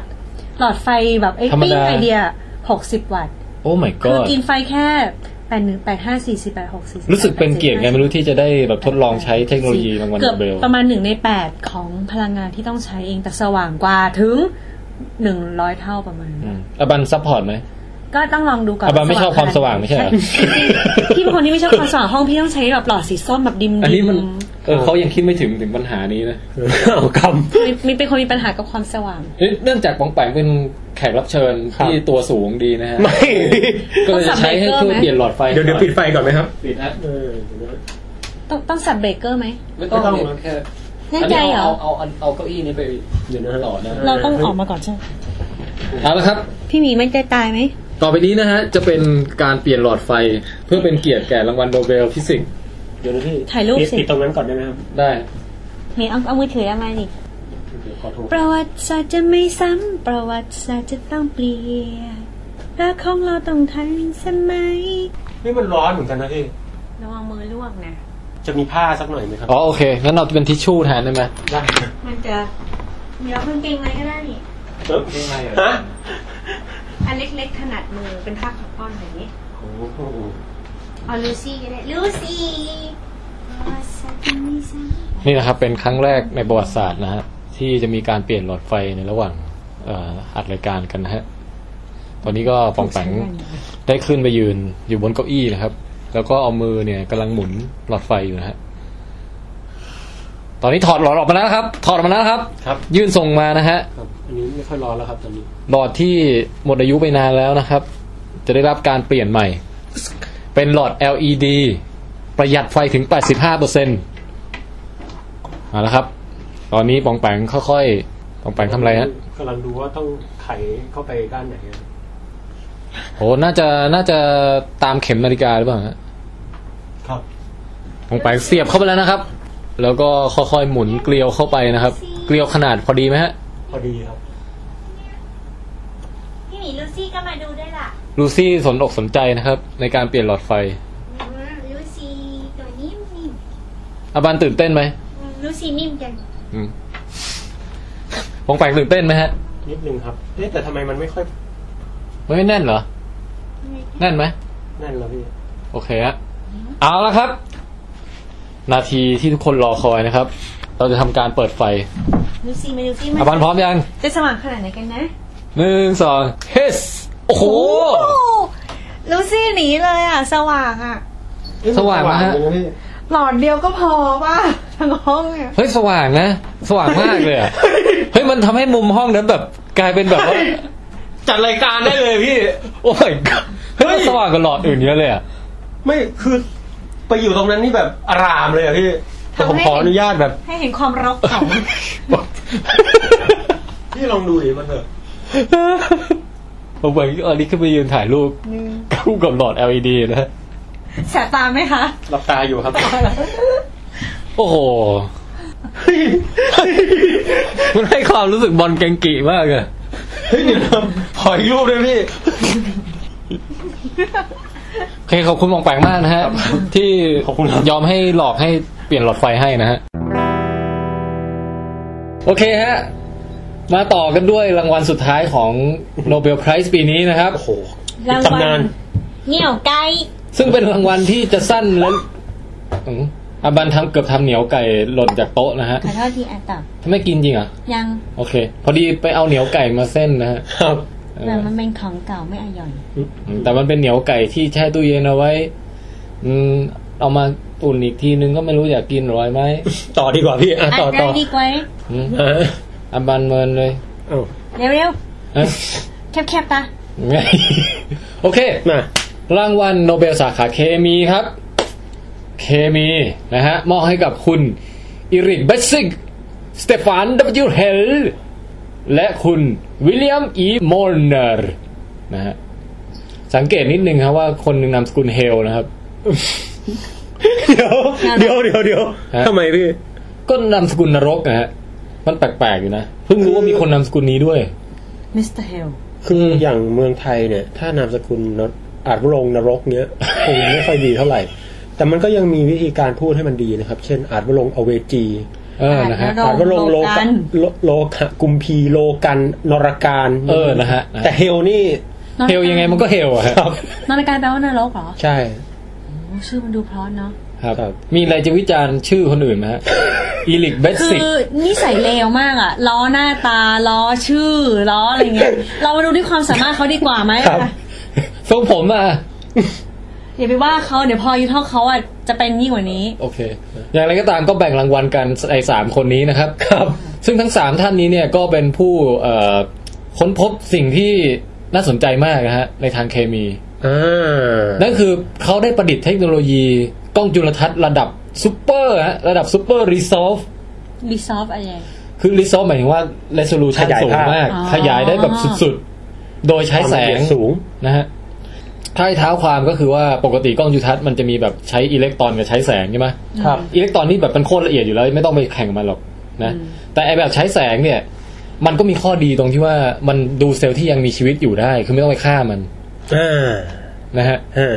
Speaker 1: หลอดไฟแบบไอ้
Speaker 2: ธรรม
Speaker 1: ปิ้ง
Speaker 2: ดา
Speaker 1: ไอเดียหกสิบวัตต์
Speaker 2: โอ้ my
Speaker 1: คือ
Speaker 2: god
Speaker 1: กินไฟแค่แปดหนึ่งแปดห้าสี่สิบแปดหกสี่
Speaker 2: รู้สึกเป็นเกียรติไงไม่รู้ที่จะได้แบบทดลองใช้เทคโนโลยีรางวัล
Speaker 1: เกือ
Speaker 2: โน
Speaker 1: บ
Speaker 2: เบล
Speaker 1: ประมาณหนึ่งในแปดของพลังงานที่ต้องใช้เองแต่สว่างกว่าถึงหนึ่งร้อยเท่าประมาณ
Speaker 2: อืมอาบันซัพพอร์ตไหม
Speaker 1: ก็ต้องลองดูก่อน
Speaker 2: อาบันไม่ชอบความสว่างไม่ใช่เหรอ
Speaker 1: พี่ เป็นคนที่ไม่ชอบความสว่างห้องพี่ต้องใช้แบบหลอดสีส้มแบบดิมๆ
Speaker 2: อันนี้มันเออเขายังคิดไม่ถึงถึงปัญหานี้นะ
Speaker 3: เอาก ำ
Speaker 1: มีมีเป็นคนมีปัญหากับความสว่าง
Speaker 2: เอ๊ะเนื่องจากบองแปงเป็นแขกรับเชิญ
Speaker 3: ครับ
Speaker 2: ที่ตัวสูงดีนะฮะ
Speaker 3: ไม่
Speaker 2: ก็เลยจะใช้ให้ช่วยเปลี่ยนหลอดไฟ
Speaker 3: เดี๋ยวเดี๋ยวปิดไฟก่อนไหมครับ
Speaker 2: ปิดนะ
Speaker 1: ต้องต้องสับเบรกเกอร์ไหม
Speaker 2: ไม่ต้อง
Speaker 3: ไม่ต้อง
Speaker 2: แค่
Speaker 1: แน่ใจเหรอ
Speaker 2: เอาเอาเอาเอาเก้าอี้นี้ไป
Speaker 3: เดี๋ยวนะฮะ
Speaker 2: ต่อนะ
Speaker 1: เราต้องออกมาก่อนใช่ไหม
Speaker 2: เอาละครับ
Speaker 1: พี่หมีไม่ใจตายไหม
Speaker 2: ต่อไปนี้นะฮะ จะเป็นการเปลี่ยนหลอดไฟ เพื่อเป็นเกียรติแก่รางวัลโนเบลฟิสิกส์
Speaker 3: เดี๋ยวนะพี่
Speaker 1: ถ่ายรูปสิ
Speaker 3: ปิดตรงนั้นก่อนได้ไหมครับ
Speaker 2: ได้
Speaker 1: หมีเอาเอามือถือเอามาดิ
Speaker 3: เดี๋ยวขอโทษ
Speaker 1: ประวัติศาสตร์จะไม่ซ้ำประวัติศาสตร์จะต้องเปลี่ยนรักของเราต้องทันสมัย
Speaker 3: นี่มันร้อนเหมือนกันนะพี่
Speaker 1: ระวังมือลวกนะ
Speaker 3: จะมีผ้าสักหน่อยไหมครับ
Speaker 2: อ๋อ โอเค งั้นเราจะเป็นทิชชู่แทนได้ไหม
Speaker 3: ได้
Speaker 1: มันจะเดี๋ยวเพิ่งเกงในก็ได้นี่
Speaker 3: เอ๊ะฮะ
Speaker 1: อันเล็กๆถนัดมือเป็นผ้าขาวป้อนแบบนี้
Speaker 3: โอ้โห
Speaker 1: เอาลูซี่ก็ได้ลูซี่ประวัติศาสตร์จะไม่ซ้
Speaker 2: นี่นะครับ เป็นครั้งแรกในประวัติศาสตร์นะฮะ ที่จะมีการเปลี่ยนหลอดไฟในระหว่างเอ่ออัดรายการกันนะฮะ ตอนนี้ก็ปองแปงได้ขึ้นไปยืนอยู่บนเก้าอี้นะครับ แล้วก็เอามือเนี่ยกำลังหมุนหลอดไฟอยู่นะฮะ ตอนนี้ถอดหลอดออกมาแล้วนะครับ ถอดออกมาแล้วนะครับ
Speaker 3: ครับ
Speaker 2: ยื่นส่งมานะฮะ
Speaker 3: ครับ อันนี้ไม่ค่อยร้อนแล้วครับตอนนี้
Speaker 2: หลอดที่หมดอายุไปนานแล้วนะครับ จะได้รับการเปลี่ยนใหม่ เป็นหลอด LED ประหยัดไฟถึง 85เปอร์เซ็นต์เอาละครับ ตอนนี้ปองแปงค่อยๆปองแปงทำอะไรฮะ
Speaker 3: กำลังดูว่าต้องไขเข้าไปด้านไหนอะ
Speaker 2: โหน่าจะน่าจะตามเข็มนาฬิกาหรือเปล่าฮะ
Speaker 3: ครับ
Speaker 2: ปองแปงเสียบเข้าไปแล้วนะครับ แล้วก็ค่อยๆหมุนเกลียวเข้าไปนะครับ เกลียวขนาดพอดีไหมฮะ
Speaker 3: พอดีครับ
Speaker 4: พี่หมีลูซี่ก็มาดูด้วยล่ะ
Speaker 2: ลูซี่สนอกสนใจนะครับ ในการเปลี่ยนหลอดไฟ
Speaker 4: อืมลูซี่ตัวนิ่มนิ่ม
Speaker 2: อาบันตื่นเต้นไหม
Speaker 4: อืมลูซี่นิ่มจัง
Speaker 2: อืมปองแปงตื่นเต้นไหมฮะ
Speaker 3: นิดนึงครับเอ๊ะแต่ทำไมมันไม่ค่อย
Speaker 2: ไม่แน่นเหรอ แน่นไหม
Speaker 3: นั่นเหรอพี่
Speaker 2: โอเคฮะเอาละครับ นาทีที่ทุกคนรอคอยนะครับ เราจะทำการเปิดไฟ
Speaker 1: ลูซี่มาลูซี่มา
Speaker 2: อาบันพร้อมยัง
Speaker 1: จะสว่างขนาดไหนกันนะ
Speaker 2: หนึ่งสองเฮสโอ้โห
Speaker 1: ลูซี่หนีเลยอ่ะ สว่างอ่ะ
Speaker 2: สว่างนะฮะ
Speaker 1: หลอดเดียวก็พอป่ะทั้งห้องเนี่ย
Speaker 2: เฮ้ยสว่างนะ สว่างมากเลยอะเฮ้ยมันทำให้มุมห้องนั้นแบบ กลายเป็นแบบว่า
Speaker 3: จัดรายการได้เลยพี่
Speaker 2: โอ้ยเฮ้ยมันสว่างกว่าหลอดอื่นเยอะเลยอะ
Speaker 3: ไม่คือไปอยู่ตรงนั้นนี่แบบอารามเลยอะพี่แต่ผมขออนุญาตแบบ
Speaker 1: ให้เห็นความรกของ
Speaker 3: พี่ลองดูดิมันเถอะ
Speaker 2: ผมเหมือนอันนี้ขึ้นไปยืนถ่ายรูปคู่กับหลอด LED นะฮะ
Speaker 1: แสบตาไหมคะ
Speaker 3: หลับตาอยู่ครับ
Speaker 2: โอ้โห
Speaker 3: เฮ้ย
Speaker 2: มันให้ความรู้สึกบอลเกงกิมากอะ
Speaker 3: เฮ้ยเดี๋ยวนะขออีกรูปด้วยพี่
Speaker 2: โอเคขอบคุณหมองแปลงมากนะฮะ ที่
Speaker 3: ขอบคุณครับ
Speaker 2: ยอมให้หลอกให้เปลี่ยนหลอดไฟให้นะฮะ โอเคฮะ มาต่อกันด้วยรางวัลสุดท้ายของโนเบลไพรส์ปีนี้นะครับ
Speaker 3: โอ้โห
Speaker 1: รางวั
Speaker 3: ตำนาน
Speaker 1: ล
Speaker 4: เหนี่ยวไกล
Speaker 2: ซึ่งเป็นรางวัลที่จะสั้นและอืมอาบันทำเกือบทำเหนียวไก่หล่นจากโต๊ะนะฮะ
Speaker 4: ขอโทษทีอ่ะต่อ
Speaker 2: ไม่กินจริงเหรอ
Speaker 4: ยัง
Speaker 2: โอเค พอดีไปเอาเหนียวไก่มาเส้นนะฮะ
Speaker 3: ครับ
Speaker 2: เอ
Speaker 4: แต่
Speaker 2: อ
Speaker 4: มันเป็นของเก่าไม่อาย่อน
Speaker 2: แต่มันเป็นเหนียวไก่ที่แช่ตู้เย็นเอาไว้ อืมเอามาตุนอีกทีนึงก็ไม่รู้อยากกินหรอยไหม
Speaker 3: ต่อดีกว่าพี่อ่ะ
Speaker 4: อ่ะ
Speaker 3: ต่อต่อ
Speaker 4: ได้ดีกว่า
Speaker 2: อืม
Speaker 3: อ่ะ
Speaker 2: อาบันเมินเลย
Speaker 3: เอ้า
Speaker 4: เร็ว
Speaker 2: ฮะ
Speaker 4: ๆแคบๆตา
Speaker 2: ไงโอเค
Speaker 3: น่ะ
Speaker 2: รางวัลโนเบลสาขาเคมีครับ เคมีนะฮะ มอบให้กับคุณอิริกเบสซิก สเตฟาน W. เฮลและคุณวิลเลียม E. มอร์เนอร์นะฮะ สังเกตนิดนึงครับว่าคนหนึ่งนามสกุลเฮลนะครับ
Speaker 3: เดี๋ยวเดี๋ยวเดี๋ยวเดี๋ยว
Speaker 2: ฮะ
Speaker 3: ทำไมพี่
Speaker 2: ก็นามสกุลนรกนะฮะ มันแปลกๆอยู่นะ เพิ่งรู้ว่ามีคนนามสกุลนี้ด้วย
Speaker 1: มิสเตอร์เฮล
Speaker 3: คืออย่างเมืองไทยเนี่ย ถ้านามสกุลนรอาจลงนรกเนี้ย คงไม่ค่อยดีเท่าไหร่ แต่มันก็ยังมีวิธีการพูดให้มันดีนะครับ เช่นอาจวลงอเวจี
Speaker 2: เออนะฮะ
Speaker 3: อาจว่าลงโลกั
Speaker 1: กัน น
Speaker 3: โลโลกะกุมพีโลกันนรการ
Speaker 2: เออนะฮะ
Speaker 3: แต่เฮลนี่
Speaker 2: เฮลยังไงมันก็เฮลอะฮะ
Speaker 3: ครับ
Speaker 1: นรกายแปลว่านรกเหรอ
Speaker 3: ใช่
Speaker 1: โอ้ชื่อมันดูเพร้อนเนาะ
Speaker 2: ครับ
Speaker 3: ครับ
Speaker 2: มีอะไรจะวิจารณ์ชื่อคนอื่นไหมฮะอิริกเบส
Speaker 1: คื
Speaker 2: ซิก
Speaker 1: อนิสัยเลวมากอะล้อหน้าตาล้อชื่อล้ออะไรเงี้ย เรามาดูที่ความสามารถเขาดีกว่าไหม
Speaker 3: ครับ
Speaker 2: ทรงผมอ่ะ
Speaker 1: อย่าไปว่าเขาเดี๋ยวพออายุเท่าเขาอะจะเป็นยิ่งกว่านี้
Speaker 2: โอเค อย่างไรก็ตามก็แบ่งรางวัลกันไอ้สามคนนี้นะครับ ครับ ซึ่งทั้งสามท่านนี้เนี่ยก็เป็นผู้เอ่อค้นพบสิ่งที่น่าสนใจมากนะฮะในทางเคมี
Speaker 3: อ่า
Speaker 2: นั่นคือเขาได้ประดิษฐ์เทคโนโลยีกล้องจุลทรรศน์ระดับซูเปอร์ฮะระดับซูเปอร์รีซอฟ
Speaker 1: รีซอฟอะไร
Speaker 2: คือรีซอฟหมายถึงว่าเรสโซลูชันสูงมาก
Speaker 1: อ๋อ
Speaker 2: ขยายได้แบบสุดๆ โดยใช้แส
Speaker 3: ความละเอีย
Speaker 2: ง
Speaker 3: ดสูง
Speaker 2: นะฮะถ้าให้เท้าความก็คือว่าปกติกล้องจุลทรรศน์มันจะมีแบบใช้อิเล็กตรอนกับใช้แสงใช่ไหม
Speaker 3: ครับ
Speaker 2: อิเล็กตรอนนี่แบบมันโคตรละเอียดอยู่แล้ว ไม่ต้องไปแข่งมันหรอกนะ แต่ไอแบบใช้แสงเนี่ย มันก็มีข้อดีตรงที่ว่ามันดูเซลล์ที่ยังมีชีวิตอยู่ได้ คือไม่ต้องไปฆ่ามัน
Speaker 3: อ่า
Speaker 2: นะฮะ
Speaker 3: ฮะ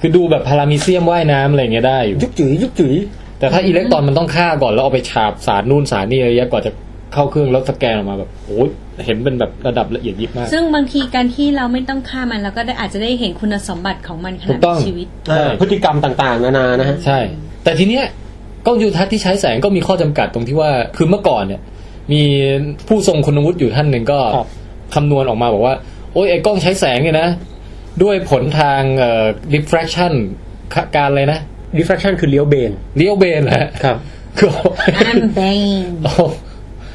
Speaker 2: คือดูแบบพารามีเซียมว่ายน้ำอะไรอย่างเงี้ยได้อยู่
Speaker 3: ยุกจุ๋ยยุกจุ๋ย
Speaker 2: แต่ถ้าอิเล็กตรอนมันต้องฆ่าก่อนแล้วเอาไปฉาบสารนู่นสารนี่อะไรเงี้ยกว่อนจะเข้าเครื่องแล้วสแกนออกมาแบบโอ้ยเห็นเป็นแบบระดับละเอียดยิบมาก
Speaker 1: ซึ่งบางทีการที่เราไม่ต้องฆ่ามันเราก็ได้อาจจะได้เห็นคุณสมบัติของมันข
Speaker 2: ถู
Speaker 1: ณะ
Speaker 2: กต้อง
Speaker 1: ชีวิต
Speaker 2: ใช่
Speaker 3: อ่าพฤติกรรมต่างๆ นานานะฮะ
Speaker 2: ใช่ แต่ทีเนี้ยกล้องจุลทรรศน์ที่ใช้แสงก็มีข้อจำกัดตรงที่ว่าคือเมื่อก่อนเนี่ย มีผู้ทรงคุณวุฒิอยู่ท่านหนึ่งก็คำนวณออกมาบอกว่า โอ้ยไอ้กล้องใช้แสงเนี่ยนะ ด้วยผลทางเอ่อ refraction ค่ะการอะไรนะ
Speaker 3: diffraction คือเลี้ยวเบน
Speaker 2: เลี้ยวเบนแหละ
Speaker 3: ครับ
Speaker 2: คือ เอาเอา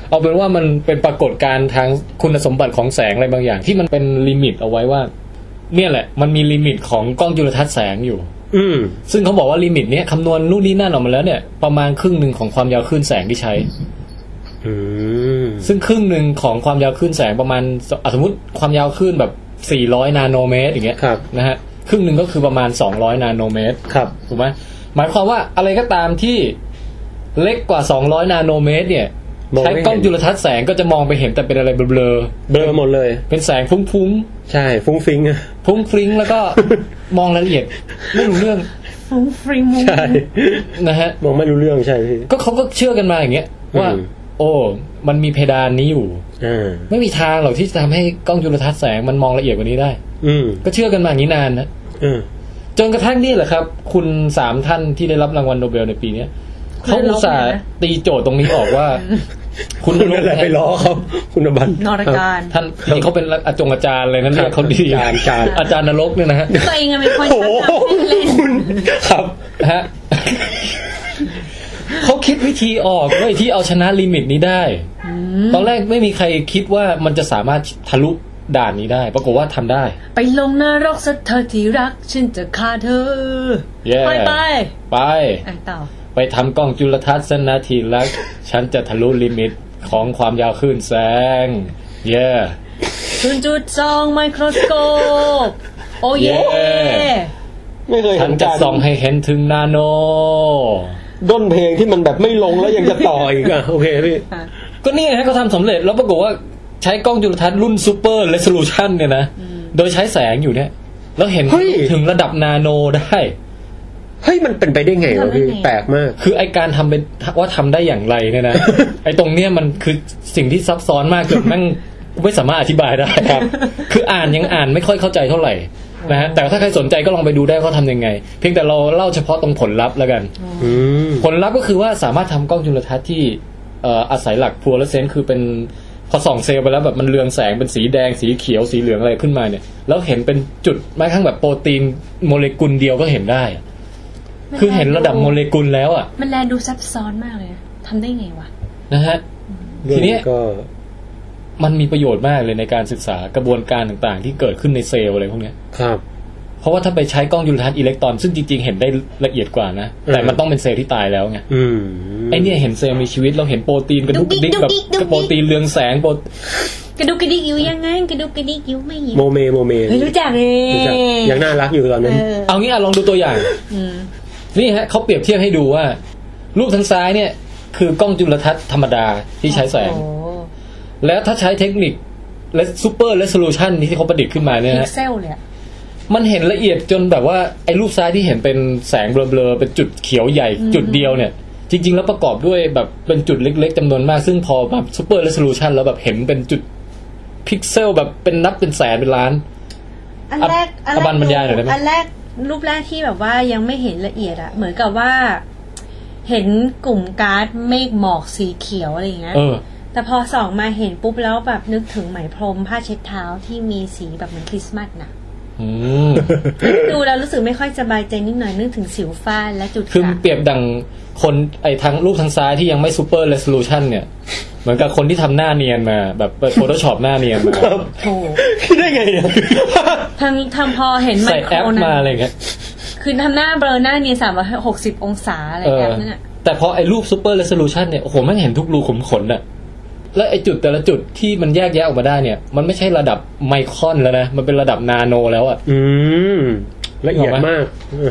Speaker 2: เอาเป็นว่ามันเป็นปรากฏการณ์ทางคุณสมบัติของแสงอะไรบางอย่าง ที่มันเป็นลิมิตเอาไว้ว่า เนี่ยแหละ มันมีลิมิตของกล้องจุลทรรศน์แสงอยู่
Speaker 3: อืม
Speaker 2: ซึ่งเขาบอกว่าลิมิตเนี้ยคำนวณนู่นนี่นั่นออกมาแล้วเนี่ยประมาณครึ่งหนึ่งของความยาวคลื่นแสงที่ใช้
Speaker 3: อืม
Speaker 2: ซึ่งครึ่งหนึ่งของความยาวคลื่นแสงประมาณอ่ะสมมติความยาวคลื่นแบบ 400 นาโนเมตรอย่างเงี้ย
Speaker 3: ครับ
Speaker 2: นะฮะครึ่งหนึ่งก็คือประมาณ 200 นาโนเมตร
Speaker 3: ครับ
Speaker 2: ถูกไหม มายความว่าอะไรก็ตามที่เล็กกว่า 200 นาโนเมตร เนี่ย
Speaker 3: มองไม่
Speaker 2: ใช้
Speaker 3: เห็น
Speaker 2: กล้องจุลทรรศน์แสงก็จะมองไปเห็นแต่เป็นอะไรเบลอ
Speaker 3: เบลอหมดเลย
Speaker 2: ๆเป็นแสงฟุ้ง
Speaker 3: ใช่ฟุ้งฟิงอะ
Speaker 2: ๆฟุ้งฟริ้งแล้วก็ มองรายละเอียดไม่รู้เรื่อง
Speaker 1: ฟรุ้งฟริ้งมุ้ง
Speaker 3: ใช่
Speaker 2: นะฮะ
Speaker 3: มองไม่รู้เรื่องใช่พี่
Speaker 2: ก็เขาก็เชื่อกันมาอย่างเงี้ยว่า
Speaker 3: อืม
Speaker 2: โอ้ มันมีเพดานนี้อยู่
Speaker 3: อ่า
Speaker 2: ไม่มีทางหรอกที่จะทำให้กล้องจุลทรรศน์แสงมันมองละเอียดกว่านี้ได้
Speaker 3: อืม
Speaker 2: ก็เชื่อกันมาอย่างนี้นานนะ
Speaker 3: อืม
Speaker 2: จนกระทั่งนี่แหละครับ คุณสามท่านที่ได้รับรางวัลโนเบลในปีเนี้ยเขาอุตส่าห์ตีโจทย์ตรงนี้ออก ว่า
Speaker 3: คุณนั่นแหละไปล้อเขาคุณอบัน
Speaker 1: นอรการ
Speaker 2: ท่านจริงๆเขาเป็นอาจงอาจารย์เลยนะเนี่ยเขาดี
Speaker 3: อาจารย์อาจารย์
Speaker 2: อาจารย์นรกเนี่ยนะ ฮะ
Speaker 1: ตัวเองอะเป็นคน
Speaker 3: โอ้โห
Speaker 1: ชักนำให้เล่น
Speaker 3: คุณครับ
Speaker 2: ฮะเขาคิดวิธีออกเว้ยที่เอาชนะลิมิตนี้ได้ ตอนแรกไม่มีใครคิดว่ามันจะสามารถทะลุด่านนี้ได้ ปรากฏว่าทำได้
Speaker 1: ไปลงนรกซะเธอที่รัก ฉันจะฆ่าเธอ
Speaker 2: แย่
Speaker 1: ไปไป
Speaker 2: ไป
Speaker 1: อ่ะต่อ
Speaker 2: ไปทำกล้องจุลทรรศน์เส้นนาทีแล้ว ฉันจะทะลุลิมิตของความยาวคลื่นแสง เย่
Speaker 1: จุดจุดสองไมโครสโคปโอ้เย่
Speaker 2: เย้
Speaker 3: ไม่เคย
Speaker 2: ฉั
Speaker 3: เห็
Speaker 2: น
Speaker 3: น
Speaker 2: จะ
Speaker 3: การ
Speaker 2: ส่องให้เห็นถึงนาโน
Speaker 3: ด้นเพลงที่มันแบบไม่ลงแล้วยังจะต่ออีก อ่ะ โอเคพี่
Speaker 2: ก็นี่ไงฮะเขาทำสำเร็จแล้วปรากฏว่าใช้กล้องจุลทรรศน์รุ่นซูเปอร์เรสโซลูชันเนี่ยนะ โดยใช้แสงอยู่เนี่ย แล้วเห็น
Speaker 3: เฮ้ย
Speaker 2: ถึงระดับนาโนได้
Speaker 3: เฮ้ยมันเป็นไปได้ไงวะพี่แปลกมาก
Speaker 2: คือไอการทำเป็นว่าทำได้อย่างไรเนี่ย นะ ไอตรงเนี้ยมันคือสิ่งที่ซับซ้อนมากจนแม่ง ไม่สามารถอธิบายได้ครับ คืออ่านยังอ่านไม่ค่อยเข้าใจเท่าไห ร่นะฮะแต่ถ้าใครสนใจก็ลองไปดูได้เขาทำยังไง เพียงแต่เราเล่าเฉพาะตรงผลลัพธ์แล้วกัน
Speaker 3: อืม
Speaker 2: ผลลัพธ์ก็คือว่าสามารถทำกล้องจุลทรรศน์ที่เอ่ออาศัยหลักพัวและเซนคือเป็นพอส่องเซลล์ไปแล้วแบบมันเรืองแสงเป็นสีแดงสีเขียวสีเหลืองอะไรขึ้นมาเนี่ย แล้วเห็นเป็นจุดแม้กระทั่งแบบโปรตีนโมเลกุลเดียวก็เห็นได้อะคือเห็นระดับโมเลกุลแล้วอ่ะ
Speaker 1: มันแลดูซับซ้อนมากเลยนะทำได้ไงวะ
Speaker 2: นะฮะ ทีเนี้ย
Speaker 3: ก็
Speaker 2: มันมีประโยชน์มากเลยในการศึกษากระบวนการต่างๆ ที่เกิดขึ้นในเซลล์อะไรพวกเนี้ย
Speaker 3: ครับ
Speaker 2: เพราะว่าถ้าไปใช้กล้องยุลทรรศน์อิเล็กตรอนซึ่งจริงๆ เห็นได้ละเอียดกว่านะ แต่
Speaker 3: อืม
Speaker 2: มันต้องเป็นเซลล์ที่ตายแล้วไง
Speaker 3: อืม
Speaker 2: ไอเนี่ยเห็นเซลล์มีชีวิตเราเห็นโปรตีนกระดุกกระดิกแบบ
Speaker 4: ดุ๊กดิ๊กดุ๊กดิ๊ก
Speaker 2: โปรตีนเรืองแสงโปร
Speaker 4: กระดูกกระดิกอยู่ยังไงกระดูกกระดิกอยู่ไม่หิว
Speaker 3: โมเมโมเม
Speaker 1: เฮ้ยรู้จักเล
Speaker 3: รู้จัก
Speaker 1: ย
Speaker 3: ยังน่ารักอยู่ตอนนั้น
Speaker 2: เอางี้อะลองดูตัวอย่าง นี่ฮะเขาเปรียบเทียบให้ดูว่า รูปทางซ้ายเนี่ย คือกล้องจุลทรรศน์ธรรมดาที่ใช้แสง แล้วถ้าใช้เทคนิคและซูเปอร์เรสโซลูชันที่เขาประดิษฐ์ขึ้นมาเนี่ย
Speaker 1: พิก
Speaker 2: นะฮะ
Speaker 1: เซลเลยอะ
Speaker 2: มันเห็นละเอียดจนแบบว่าไอ้รูปซ้ายที่เห็นเป็นแสงเบลอๆเป็นจุดเขียวใหญ่จุดเดียวเนี่ย จริง ๆ แล้วประกอบด้วยแบบเป็นจุดเล็ก ๆจำนวนมาก ซึ่งพอแบบซูเปอร์เรสโซลูชันแล้วแบบเห็นเป็นจุดพิกเซลแบบเป็นนับเป็นแสนเป็นล้าน
Speaker 1: อันแรกอัน
Speaker 2: อบันบรรยายหน่อยได้
Speaker 1: แรก
Speaker 2: ไหม
Speaker 1: อันแรกรูปแรกที่แบบว่ายังไม่เห็นละเอียดอะเหมือนกับว่า เห็นกลุ่มก๊าซเมฆหมอกสีเขียวอะไรอย่างเงี้ย
Speaker 2: เออ
Speaker 1: แต่พอส่องมาเห็นปุ๊บแล้วแบบนึกถึงไหมพรมผ้าเช็ดเท้าที่มีสีแบบเหมือนคริสต์มาส น่ะ
Speaker 2: อืม
Speaker 1: ดูแล้วรู้สึกไม่ค่อยสบายใจนิดหน่อยนึกถึงสิวฟ้าและจุด
Speaker 2: คือมัน
Speaker 1: ค่ะ
Speaker 2: เปรียบดังคนไอ้ทางรูปทางซ้ายที่ยังไม่ซูเปอร์เรสโลชันเนี่ย เหมือนกับคนที่ทำหน้าเนียนมา แบบเปิด Photoshop หน้าเนียนมา
Speaker 1: โอ้
Speaker 3: คิดได้ไง เนี่ย
Speaker 1: ทำทำพอเห็นไม
Speaker 2: ใส่
Speaker 1: โค
Speaker 2: แอ
Speaker 1: ร
Speaker 2: ป
Speaker 1: นะ
Speaker 2: มาอะไรอย่างเงี้ย
Speaker 1: คือทำหน้าเบลอหน้าเนียนสามร้อยหกสิบองศาอะไร
Speaker 2: เอ
Speaker 1: แอ
Speaker 2: อ
Speaker 1: ปนั่นน่ะ
Speaker 2: แต่พอไอ้รูปซูเปอร์เรสโลชันเนี่ย โอ้โหมันเห็นทุกรูขุมขนอะแล้วไอ้จุดแต่ละจุดที่มันแยกแยะออกมาได้เนี่ย มันไม่ใช่ระดับไมครอนแล้วนะ มันเป็นระดับนาโนแล้วอะ
Speaker 3: อืมละเอียดมาก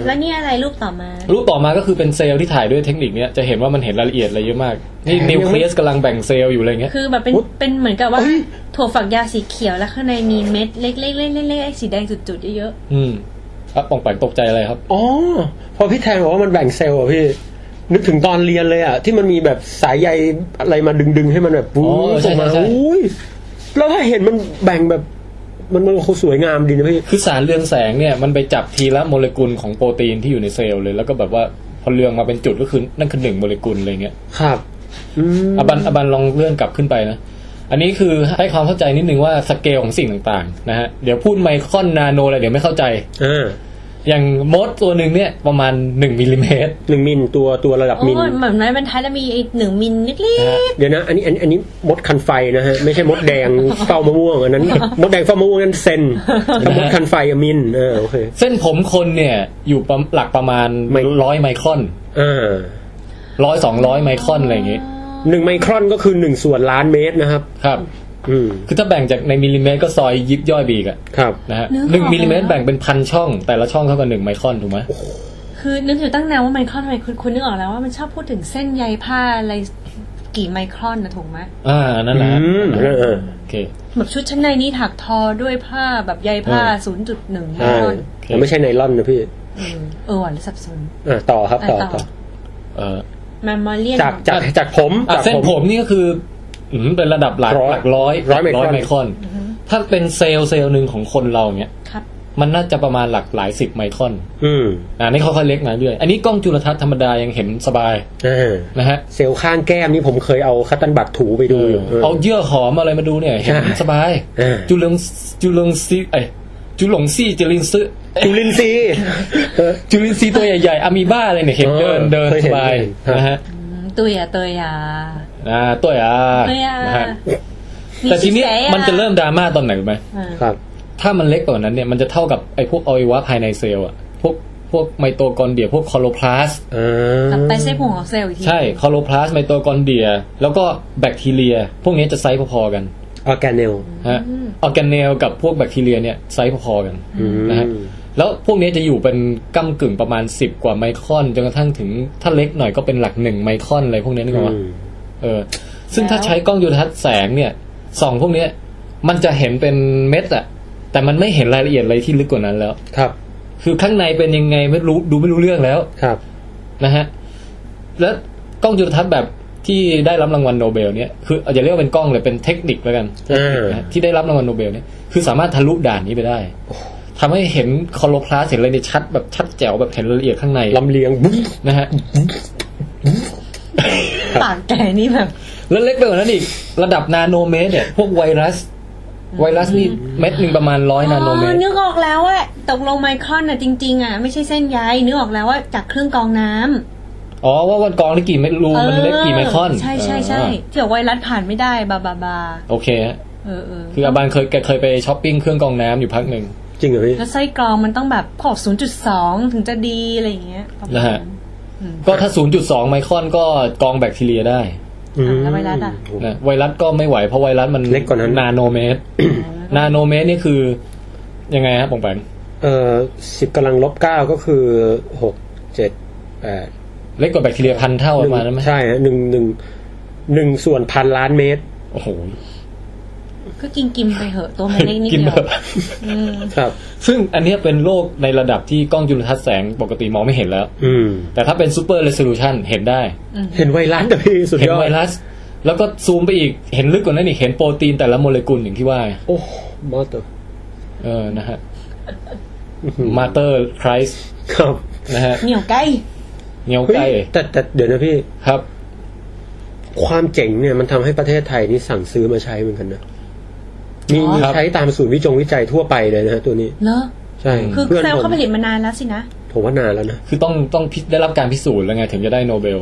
Speaker 1: แล้วเนี่ยอะไรรูปต่อมา
Speaker 2: รูปต่อมาก็คือเป็นเซลล์ที่ถ่ายด้วยเทคนิคเนี้ยจะเห็นว่ามันเห็นรายละเอียดอะไรเยอะมากนี่นิวเคลียสกำลังแบ่งเซลล์อยู่อะไรเงี้ย
Speaker 1: คือแบบเป็นเป็นเหมือนกับว่าถั่วฝักยาวสีเขียวแล้วข้างในมีเม็ดเล็กๆเล็กๆเล็กๆสีแดงจุดๆเยอะ
Speaker 2: อืมอ่ะปองแปงตกใจอะไรครับ
Speaker 3: อ๋อพอพี่แทนบอกว่ามันแบ่งเซลล์อ่ะพี่ นึกถึงตอนเรียนเลยอ่ะ ที่มันมีแบบสายใยอะไรมาดึงๆ ให้มันแบบปู
Speaker 2: อ๋อใช่
Speaker 3: ส่งมา
Speaker 2: ใช่ใช่
Speaker 3: อุ้ยแล้วถ้าเห็นมันแบ่งแบบ มันมันคงสวยงามดีนะพี่
Speaker 2: คือสารเรืองแสงเนี่ยมันไปจับทีละโมเลกุลของโปรตีนที่อยู่ในเซลล์เลย แล้วก็แบบว่าพอเรืองมาเป็นจุดก็คือนั่นคือหนึ่งโมเลกุลอะไรเงี้ย
Speaker 3: ครับ อืม
Speaker 2: อบันอบันลองเลื่อนกลับขึ้นไปนะอันนี้คือให้ความเข้าใจนิดนึงว่าสเกลของสิ่งต่างๆนะฮะเดี๋ยวพูดไมครอนนาโนอะไรเดี๋ยวไม่เข้าใจ
Speaker 3: อ่า
Speaker 2: อย่างมดตัวหนึ่งเนี่ยประมาณ1มิลลิเมตร
Speaker 3: หนึ่งมิลตัวตัวระดั
Speaker 1: ๆ
Speaker 3: บ
Speaker 1: โอ้
Speaker 3: มิล
Speaker 1: ยเหมือนไม้บรรทัดแล้วมีไอ้หนึ่งมิลเล็ก
Speaker 2: นะฮะ
Speaker 3: เดี๋ยวนะอันนี้อันนี้อันนี้มดคันไฟนะฮะไม่ใช่มดแดง เฝ้ามะม่วงอัน นั้น มดแดงเฝ้ามะม่วงนั่นเซนแต่มดคันไฟอะมินเออโอเค
Speaker 2: เส้นผมคนเนี่ยอยู่ประหลักประมาณ
Speaker 3: ไม
Speaker 2: ร้อยไมครอน
Speaker 3: อ่า
Speaker 2: ร้อยสองร้อยไมครอนอะไรอย่างงี้
Speaker 3: หนึ่งไมครอนก็คือหนึ่งส่วนล้านเมตรนะครับ
Speaker 2: ครับ
Speaker 3: อืม
Speaker 2: คือถ้าแบ่งจากในมิลลิเมตรก็ซอยยิบย่อยบีกอะ
Speaker 3: ครับ
Speaker 2: นะฮะหนึ่งมิลลิเมตรแบ่งเป็นพันช่อง แต่ละช่องเท่ากับหนึ่งไมครอนถูกไหม
Speaker 1: ๆ คือนึกอยู่ตั้งนานว่าไมครอนทำไมคุณคุณนึกออกแล้วว่ามันชอบพูดถึงเส้นใยผ้าอะไรกี่ไมครอนนะถูกไหม
Speaker 2: อ่านั่นแหละ
Speaker 3: อืมเออเออ
Speaker 2: โอเค
Speaker 1: แบบชุดชั้นในนี้ถักทอด้วยผ้าแบบใยผ้า 0.1ไม
Speaker 3: ใช่
Speaker 1: ครอน
Speaker 3: แต่ไม่ใช่ไนล่อนนะพี่
Speaker 1: เออเออว่ะหรือสับสน
Speaker 3: อ่ะต่อครับต่อ
Speaker 1: อ่ะต่
Speaker 3: ต่
Speaker 1: อ
Speaker 3: อ
Speaker 2: เออ
Speaker 1: แมมมอเรียน
Speaker 3: จากจากจากผม
Speaker 2: อ่ะ
Speaker 3: จาก
Speaker 2: เส้นผมนี่ก็คืออืมเป็นระดับหลัก
Speaker 3: ร้อ
Speaker 2: ห
Speaker 3: ย
Speaker 2: ลักร้อย
Speaker 3: ร้อยไมครอน
Speaker 2: ไมครอน ถ้าเป็นเซลล์เซลล์หนึ่งของคนเราเนี่ย
Speaker 1: ครับ
Speaker 2: มันน่าจะประมาณหลักหลายสิบไมครอน
Speaker 3: อืม
Speaker 2: อ่านี่เขาค่อยเล็กมาเรื่อยอันนี้กล้องจุลทรรศน์ธรรมดายังเห็นสบาย
Speaker 3: อ่า
Speaker 2: นะฮะ
Speaker 3: เซลล์ข้างแก้มนี่ผมเคยเอาคัตตันบัตถูไปดูอยู่
Speaker 2: เอาเยื่อหอมอะไรมาดูเนี่ย เห็น
Speaker 3: ใช่
Speaker 2: สบาย
Speaker 3: เออ
Speaker 2: จุลงจุลงซีเอ้ยจุลงซีจุลินซึ
Speaker 3: จุลินทรีย์เออ
Speaker 2: จุลินซีตัวใหญ่ๆอะมีบ้าอะไรเนี่ยเห็น
Speaker 3: เออ
Speaker 2: เดินเดิน
Speaker 3: เคย
Speaker 2: ส
Speaker 3: เห็น
Speaker 2: บาย
Speaker 3: เคยเห็น
Speaker 2: นะฮะ
Speaker 1: อืมตัวยาตัวยา
Speaker 2: อ่าตัวอ่ะ
Speaker 1: ตัวอ่ะ
Speaker 2: นะฮะแต่ทีนี้มันจะเริ่มดราม่าตอนไหนรู้ไหม
Speaker 1: อ่า
Speaker 3: ครับ
Speaker 2: ถ้ามันเล็กกว่านั้นเนี่ยมันจะเท่ากับไอ้พวกอวัยวะภายในเซลล์อะพวกพวกไมโตกอนเดรียพวกคลอโรพลาสต์
Speaker 3: เออ
Speaker 1: ตับไตไส้พุงของเซลล์อีกที
Speaker 2: ใช่คลอโรพลาสต์ไมโตกอนเดรียแล้วก็แบคทีเรีย พวกนี้จะไซส์พอๆกัน
Speaker 3: ออร์แกเนล
Speaker 2: ฮะออร์แกเนลกับพวกแบคทีเรียเนี่ยไซส์พอๆกันนะฮะแล้วพวกนี้จะอยู่เป็นก้ำกึ่งประมาณ 10 กว่าไมครอนจนกระทั่งถึงถ้าเล็กหน่อยก็เป็นหลักหนึ่งไมครอนอะไรพวกนี้นึกออกปะ เออซึ่งถ้าใช้กล้องจุลทรรศน์แสงเนี่ยส่องพวกเนี้ยมันจะเห็นเป็นเม็ดอะแต่มันไม่เห็นรายละเอียดอะไรที่ลึกกว่านั้นแล้ว
Speaker 3: ครับ
Speaker 2: คือข้างในเป็นยังไงไม่รู้ดูไม่รู้เรื่องแล้ว
Speaker 3: ครับ
Speaker 2: นะฮะแล้วกล้องจุลทรรศน์แบบที่ได้รับรางวัลโนเบลเนี่ยคืออาจจะเรียกว่าเป็นกล้องเลยเป็นเทคนิคแล้วกัน
Speaker 3: เออ
Speaker 2: นะฮะที่ได้รับรางวัลโนเบลเนี่ยคือสามารถทะลุด่านนี้ไปได้ทำให้เห็นคอโลพลาสเห็นอะไรเนี่ยชัดแบบชัดแจ๋วแบบเห็นรายละเอียดข้างใน
Speaker 3: ลำเลียงบุ๊บ
Speaker 2: นะฮะ
Speaker 1: ปากแกนี่แบบ
Speaker 2: แล้วเล็กไปกว่านั้นอีกระดับนาโนเมตรเนี่ย พวกไวรัส ไวรัสนี่เม็ดหนึ่งประมาณร้อยนาโนเม
Speaker 1: อ๋
Speaker 2: ต
Speaker 1: อ
Speaker 2: ร
Speaker 1: นึกออกแล้วว่าตกลงไมครอนน่ะจริงๆอ่ะไม่ใช่เส้นใยนึกออกแล้วว่าจากเครื่องกรองน้ำ
Speaker 2: อ๋อว่าวันกองนี่กี่เม็ดรูมันเล็กกี่ไมครอน
Speaker 1: ใช่ใช่ใช่
Speaker 2: อ่า
Speaker 1: ที่บอกไวรัสผ่านไม่ได้บาบาบา
Speaker 2: โอเคฮะ
Speaker 1: เออเออ
Speaker 2: คืออาบานเคยแกเคยไปช้อปปิ้งเครื่องกรองน้ำอยู่พักหนึ่ง
Speaker 3: จริงเหรอพี่
Speaker 1: แล้วไส้กรองมันต้องแบบขอบ 0.2 ถึงจะดีอะไรอย่างเงี้ยปรมาณ
Speaker 2: นะฮะ ก็ถ้า 0.2 ไมครอนก็กรองแบคทีเรียได้
Speaker 3: อืม
Speaker 1: แล้วไวรัสอ่ะ
Speaker 2: นะไวรัสก็ไม่ไหวเพราะไวรัสมัน
Speaker 3: เล็กกว่านั้น
Speaker 2: นาโนเมต ร นาโนเมตรนี่คือ ยังไงฮะปองแปง
Speaker 3: เอ่อสิบกำลังลบเก้าก็คือหกเจ็ดแปด
Speaker 2: เล็กกว่าแบคทีเรียพันเท่าประมาณนั้นไหม
Speaker 3: ใช่ฮะหนึ่งหนึ่งหนึ่งส่วนพันล้านเมตร
Speaker 2: โอ้โห
Speaker 1: ก็กินกินไปเหอะตัวมันเล็กนิด
Speaker 2: กิน
Speaker 1: เดียว
Speaker 2: แบบ
Speaker 1: อืม
Speaker 3: ครับ
Speaker 2: ซึ่งอันเนี้ยเป็นโรคในระดับที่กล้องจุลทรรศน์แสงปกติมองไม่เห็นแล้ว
Speaker 3: อืม
Speaker 2: แต่ถ้าเป็นซูเปอร์เร o ซ u ูชันเห็นได้
Speaker 3: เห็นไวรัสเหรอพี่สุด
Speaker 2: เห็น
Speaker 3: ยอด
Speaker 2: ไวรัส แล้วก็ซูมไปอีกเห็นลึกกว่านั้นอีกเห็นโปรตีนแต่ละโมเลกุลอย่างที่ว่า
Speaker 3: โอ้มอเตอร์
Speaker 2: เออนะฮะมาเตอร์ไครส์
Speaker 3: ครับ
Speaker 2: นะฮะ
Speaker 1: เหนียวใกล้
Speaker 2: เหนียว
Speaker 3: เฮ้
Speaker 2: ไก่
Speaker 3: ยแต่แต่เดี๋ยวนะพี่
Speaker 2: ครับ
Speaker 3: ความเจ๋งเนี่ยมันทำให้ประเทศไทยนี่สั่งซื้อมาใช้เหมือนกันนะมีมี
Speaker 2: ครับ
Speaker 3: ใช้ตามศูนย์วิจงวิจัยทั่วไปเลยนะฮะตัวนี้
Speaker 1: เนอะ
Speaker 3: ใช่
Speaker 1: คือ
Speaker 3: เพื่อน
Speaker 1: เซลล์
Speaker 3: ผ
Speaker 1: เขา
Speaker 3: ม
Speaker 1: ผลิตมานานแล้วสินะ
Speaker 3: ผมว่านานแล้วนะ
Speaker 2: คือต้องต้องพิได้รับการพิสูจน์แล้วไงถึงจะได้โนเบล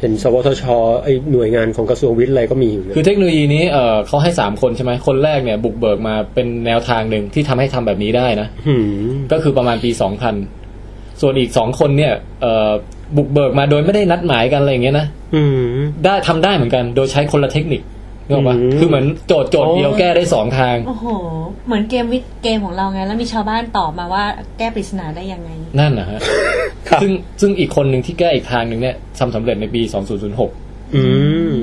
Speaker 3: เห็นสวทชไอ้หน่วยงานของกระทรวงวิทย์อะไรก็มีอยู่นะ
Speaker 2: คือเทคโนโลยีนี้เออเขาให้สามคนใช่ไหมคนแรกเนี่ย บุกเบิกมาเป็นแนวทางหนึ่งที่ทำให้ทำแบบนี้ได้นะ
Speaker 3: หืม
Speaker 2: ก็คือประมาณปี 2000 ส่วนอีกสองคนเนี่ยเอ่อบุกเบิกมาโดยไม่ได้นัดหมายกันอะไรอย่างเงี้ยนะ
Speaker 3: อืม
Speaker 2: ได้ทำได้เหมือนกัน โดยใช้คนละเทคนิคนึกออกปะ
Speaker 3: อืม
Speaker 2: คือเหมือนโจทย์โจทย์เดียวแก้ได้สองทาง
Speaker 1: โอ้โห เหมือนเกมวิทย์เกมของเราไงแล้วมีชาวบ้านตอบมาว่าแก้ปริศนาได้ยังไง
Speaker 2: นั่นนะฮะ
Speaker 3: ครับ
Speaker 2: ซึ่งซึ่งอีกคนหนึ่งที่แก้อีกทางหนึ่งเนี่ยทำสำเร็จในปี 2006
Speaker 3: อืม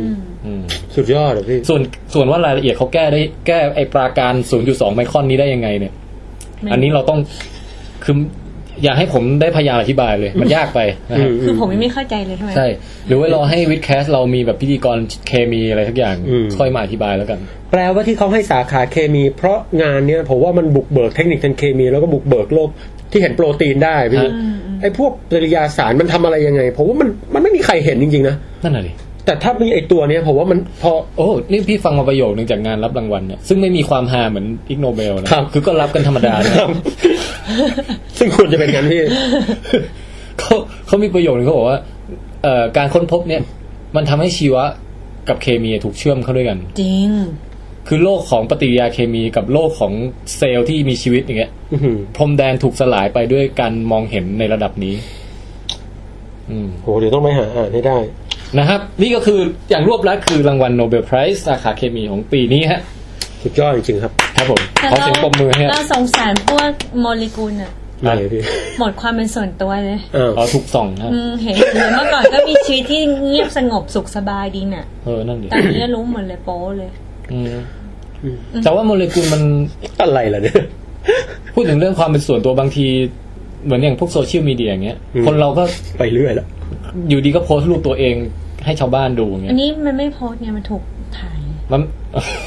Speaker 2: อืม
Speaker 3: สุดยอดอะพี่
Speaker 2: ส่วนส่วนว่ารายละเอียดเขาแก้ได้แก้ไอปราการ 0.2 ไมครอนนี้ได้ยังไงเนี่ย
Speaker 1: ไม่
Speaker 2: อันนี้เราต้องคืออยากให้ผมได้พยายามอธิบายเลย มันยากไปนะฮะ
Speaker 1: คือผมยังไม่เข้าใจเลยทำไม
Speaker 2: ใช่ หรือว่ารอให้วิดแคสเรามีแบบพิธีกรเคมีอะไรทักอย่าง
Speaker 3: อืม
Speaker 2: ค่อยมาอธิบายแล้วกัน
Speaker 3: แปลว่าที่เขาให้สาขาเคมี เพราะงานเนี้ยผมว่ามันบุกเบิกเทคนิคทางเคมี แล้วก็บุกเบิกโลกที่เห็นโปรตีนได้พี่
Speaker 2: อืม
Speaker 3: ไอ้พวกปริยาสารมันทำอะไรยังไงผมว่ามันมันไม่มีใครเห็นจริงๆนะ
Speaker 2: นั่นน่ะดิ
Speaker 3: แต่ถ้ามีไอ้ตัวเนี้ยผมว่ามันพอ
Speaker 2: โอ้นี่พี่ฟังมาประโยคหนึ่งจากงานรับรางวัลเนี่ยซึ่งไม่มีความฮาเหมือนอิกโนเบลนะครับ คือก็รับกันธรรมดานะ
Speaker 3: ซึ่งควรจะเป็นงั้นพี่
Speaker 2: เขาเขามีประโยคหนึ่งเขาบอกว่าเอ่อการค้นพบเนี่ย มันทำให้ชีวะกับเคมีถูกเชื่อมเข้าด้วยกัน
Speaker 1: จริง
Speaker 2: คือโลกของปฏิกิริยาเคมีกับโลกของเซลล์ที่มีชีวิตอย่างเงี้ย
Speaker 3: อื้อหือ
Speaker 2: พรมแดนถูกสลายไปด้วยการมองเห็นในระดับนี้ อืม
Speaker 3: โหเดี๋ยวต้องไปหาอ่านให้ได้
Speaker 2: นะครับนี่ก็คืออย่างรวบลัดคือรางวัลโนเบลไพรส์สาขาเคมีของปีนี้ฮะ
Speaker 3: สุดยอดจริงๆครับ
Speaker 2: ครับผม
Speaker 1: แต่
Speaker 2: ขอเสียงปรบมือให้
Speaker 1: เราสงสารพวกโมเลกุลอะ
Speaker 3: ไหนพี่
Speaker 1: หมดความเป็นส่วนตัวเลย
Speaker 3: อ้าว
Speaker 2: อ๋อถูกส่องนะ
Speaker 1: อืมเห็นเห็นเมื่อก่อนก็มีชีวิตที่เงียบสงบสุขสบายดีน่ะ
Speaker 2: เออนั่นดิ
Speaker 1: ตอนนี้รู้หมดเลยโป๊เลย
Speaker 2: อืมแต่ว่าโมเลกุลมัน
Speaker 3: อะไรล่ะเนี่ย
Speaker 2: พูดถึงเรื่องความเป็นส่วนตัวบางที เหมือนอย่างพวกโซเชียลมีเดียอย่างเงี้ย
Speaker 3: อืม
Speaker 2: คนเราก็
Speaker 3: ไปเรื่อยละ
Speaker 2: อยู่ดีก็โพสต์รูปตัวเองให้ชาวบ้านดูอย่างเงี้
Speaker 1: อั
Speaker 2: ย
Speaker 1: นนี้มันไม่โพสต์ไงมันถูกถ่าย
Speaker 2: มัน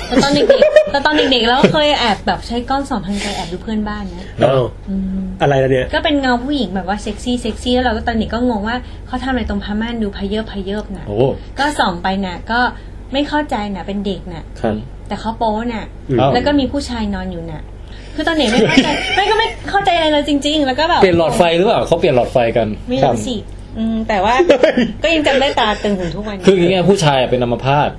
Speaker 1: แต่ตอนเด็กๆแต่ตอนเด็กๆแล้วเคยแอบแบบใช้กล้องสองทางไกลแอบดูเพื่อนบ้านนะ
Speaker 3: อ้าว
Speaker 1: อืม
Speaker 3: อะไรล่ะเนี่ย
Speaker 1: ก็เป็นเงาผู้หญิงแบบว่าเซ็กซี่เซ็กซี่แล้วเราก็ตอนเด็กก็งงว่าเขาทำอะไรตรงพม่านดูพะเยิบพะเยิบน่ะ
Speaker 2: โอ้
Speaker 1: ก็ส่องไปน่ะก็ไม่เข้าใจน่ะเป็นเด็กน่ะ
Speaker 2: ครับ
Speaker 1: แต่เขาโป๊น่ะ
Speaker 3: อืม
Speaker 1: แล้วก็มีผู้ชายนอนอยู่น่ะ คือตอนเด็กไม่เข้าใจไม่ก็ไม่เข้าใจอะไรเลยจริง ๆ แล้วก็แบบ
Speaker 2: เปลี่ยนหลอดไฟหรือเปล่าเขาเปลี่ยนหลอดไฟกัน
Speaker 1: ไม่
Speaker 2: ครับ
Speaker 1: รู้สิ อืม แต่ว่า ก็ยังจำได้ตาตึงถึงทุกวันนี้
Speaker 2: คืออย่างเงี้ยผู้ชายเป็นอัมพาต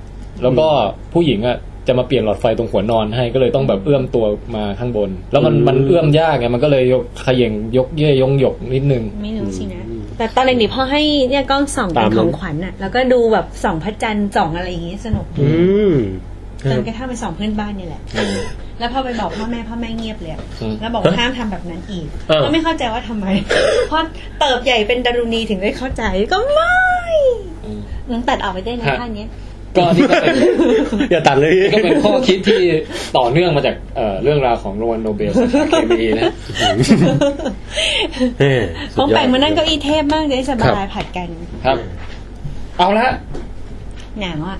Speaker 2: แล้วก็ผู้หญิงอ่ะจะมาเปลี่ยนหลอดไฟตรงหัวนอนให้ก็เลยต้องแบบเอื้อมตัวมาข้างบน แล้วมัน
Speaker 3: อืม
Speaker 2: มันเอื้อมยากไงมันก็เลยยกเขย่งยกเย่ยงหยกนิดนึง
Speaker 1: ไม่รู้สินะ แต่ตอนเด็กๆพ่อให้เนี่ยกล้องส่องเป็
Speaker 3: ตาม
Speaker 1: นข
Speaker 3: นั้น
Speaker 1: องขวัญน่ะ แล้วก็ดูแบบส่องพระจันทร์ส่องอะไรอย่างงี้สนุก
Speaker 3: อืม
Speaker 1: จนกระทั่งไปส่องเพื่อนบ้านนี่แหละ แล้วพอไปบอกพ่อแม่พ่อแม่เงียบเลยอะ
Speaker 2: อืม
Speaker 1: แล้วบอกว่าห้ามทำแบบนั้นอีก
Speaker 3: อ้าว
Speaker 1: ก็ไม่เข้าใจว่าทำไม เพราะเติบใหญ่เป็นดารุณีถึงได้เข้าใจก็ไม่อืมตัดออกไปได้นะท่านเนี้ย
Speaker 2: ก็นี่ก็เป็น
Speaker 3: อย่าตัดเลยพี่
Speaker 2: ก็เป็นข้อคิดที่ต่อเนื่องมาจากเอ่อเรื่องราวของรางวัลโนเบลสาขาเคมี นะ
Speaker 3: เฮ้ย
Speaker 1: ผ
Speaker 3: สุด
Speaker 1: ม
Speaker 3: ยอด
Speaker 1: แบ่งมานั่งเก้าอี้เทพบ้างจะได้ส
Speaker 2: ครับ
Speaker 1: าย
Speaker 2: บ
Speaker 1: ผัดกัน
Speaker 2: ครับ เอาละ
Speaker 1: หนาวอ่ะ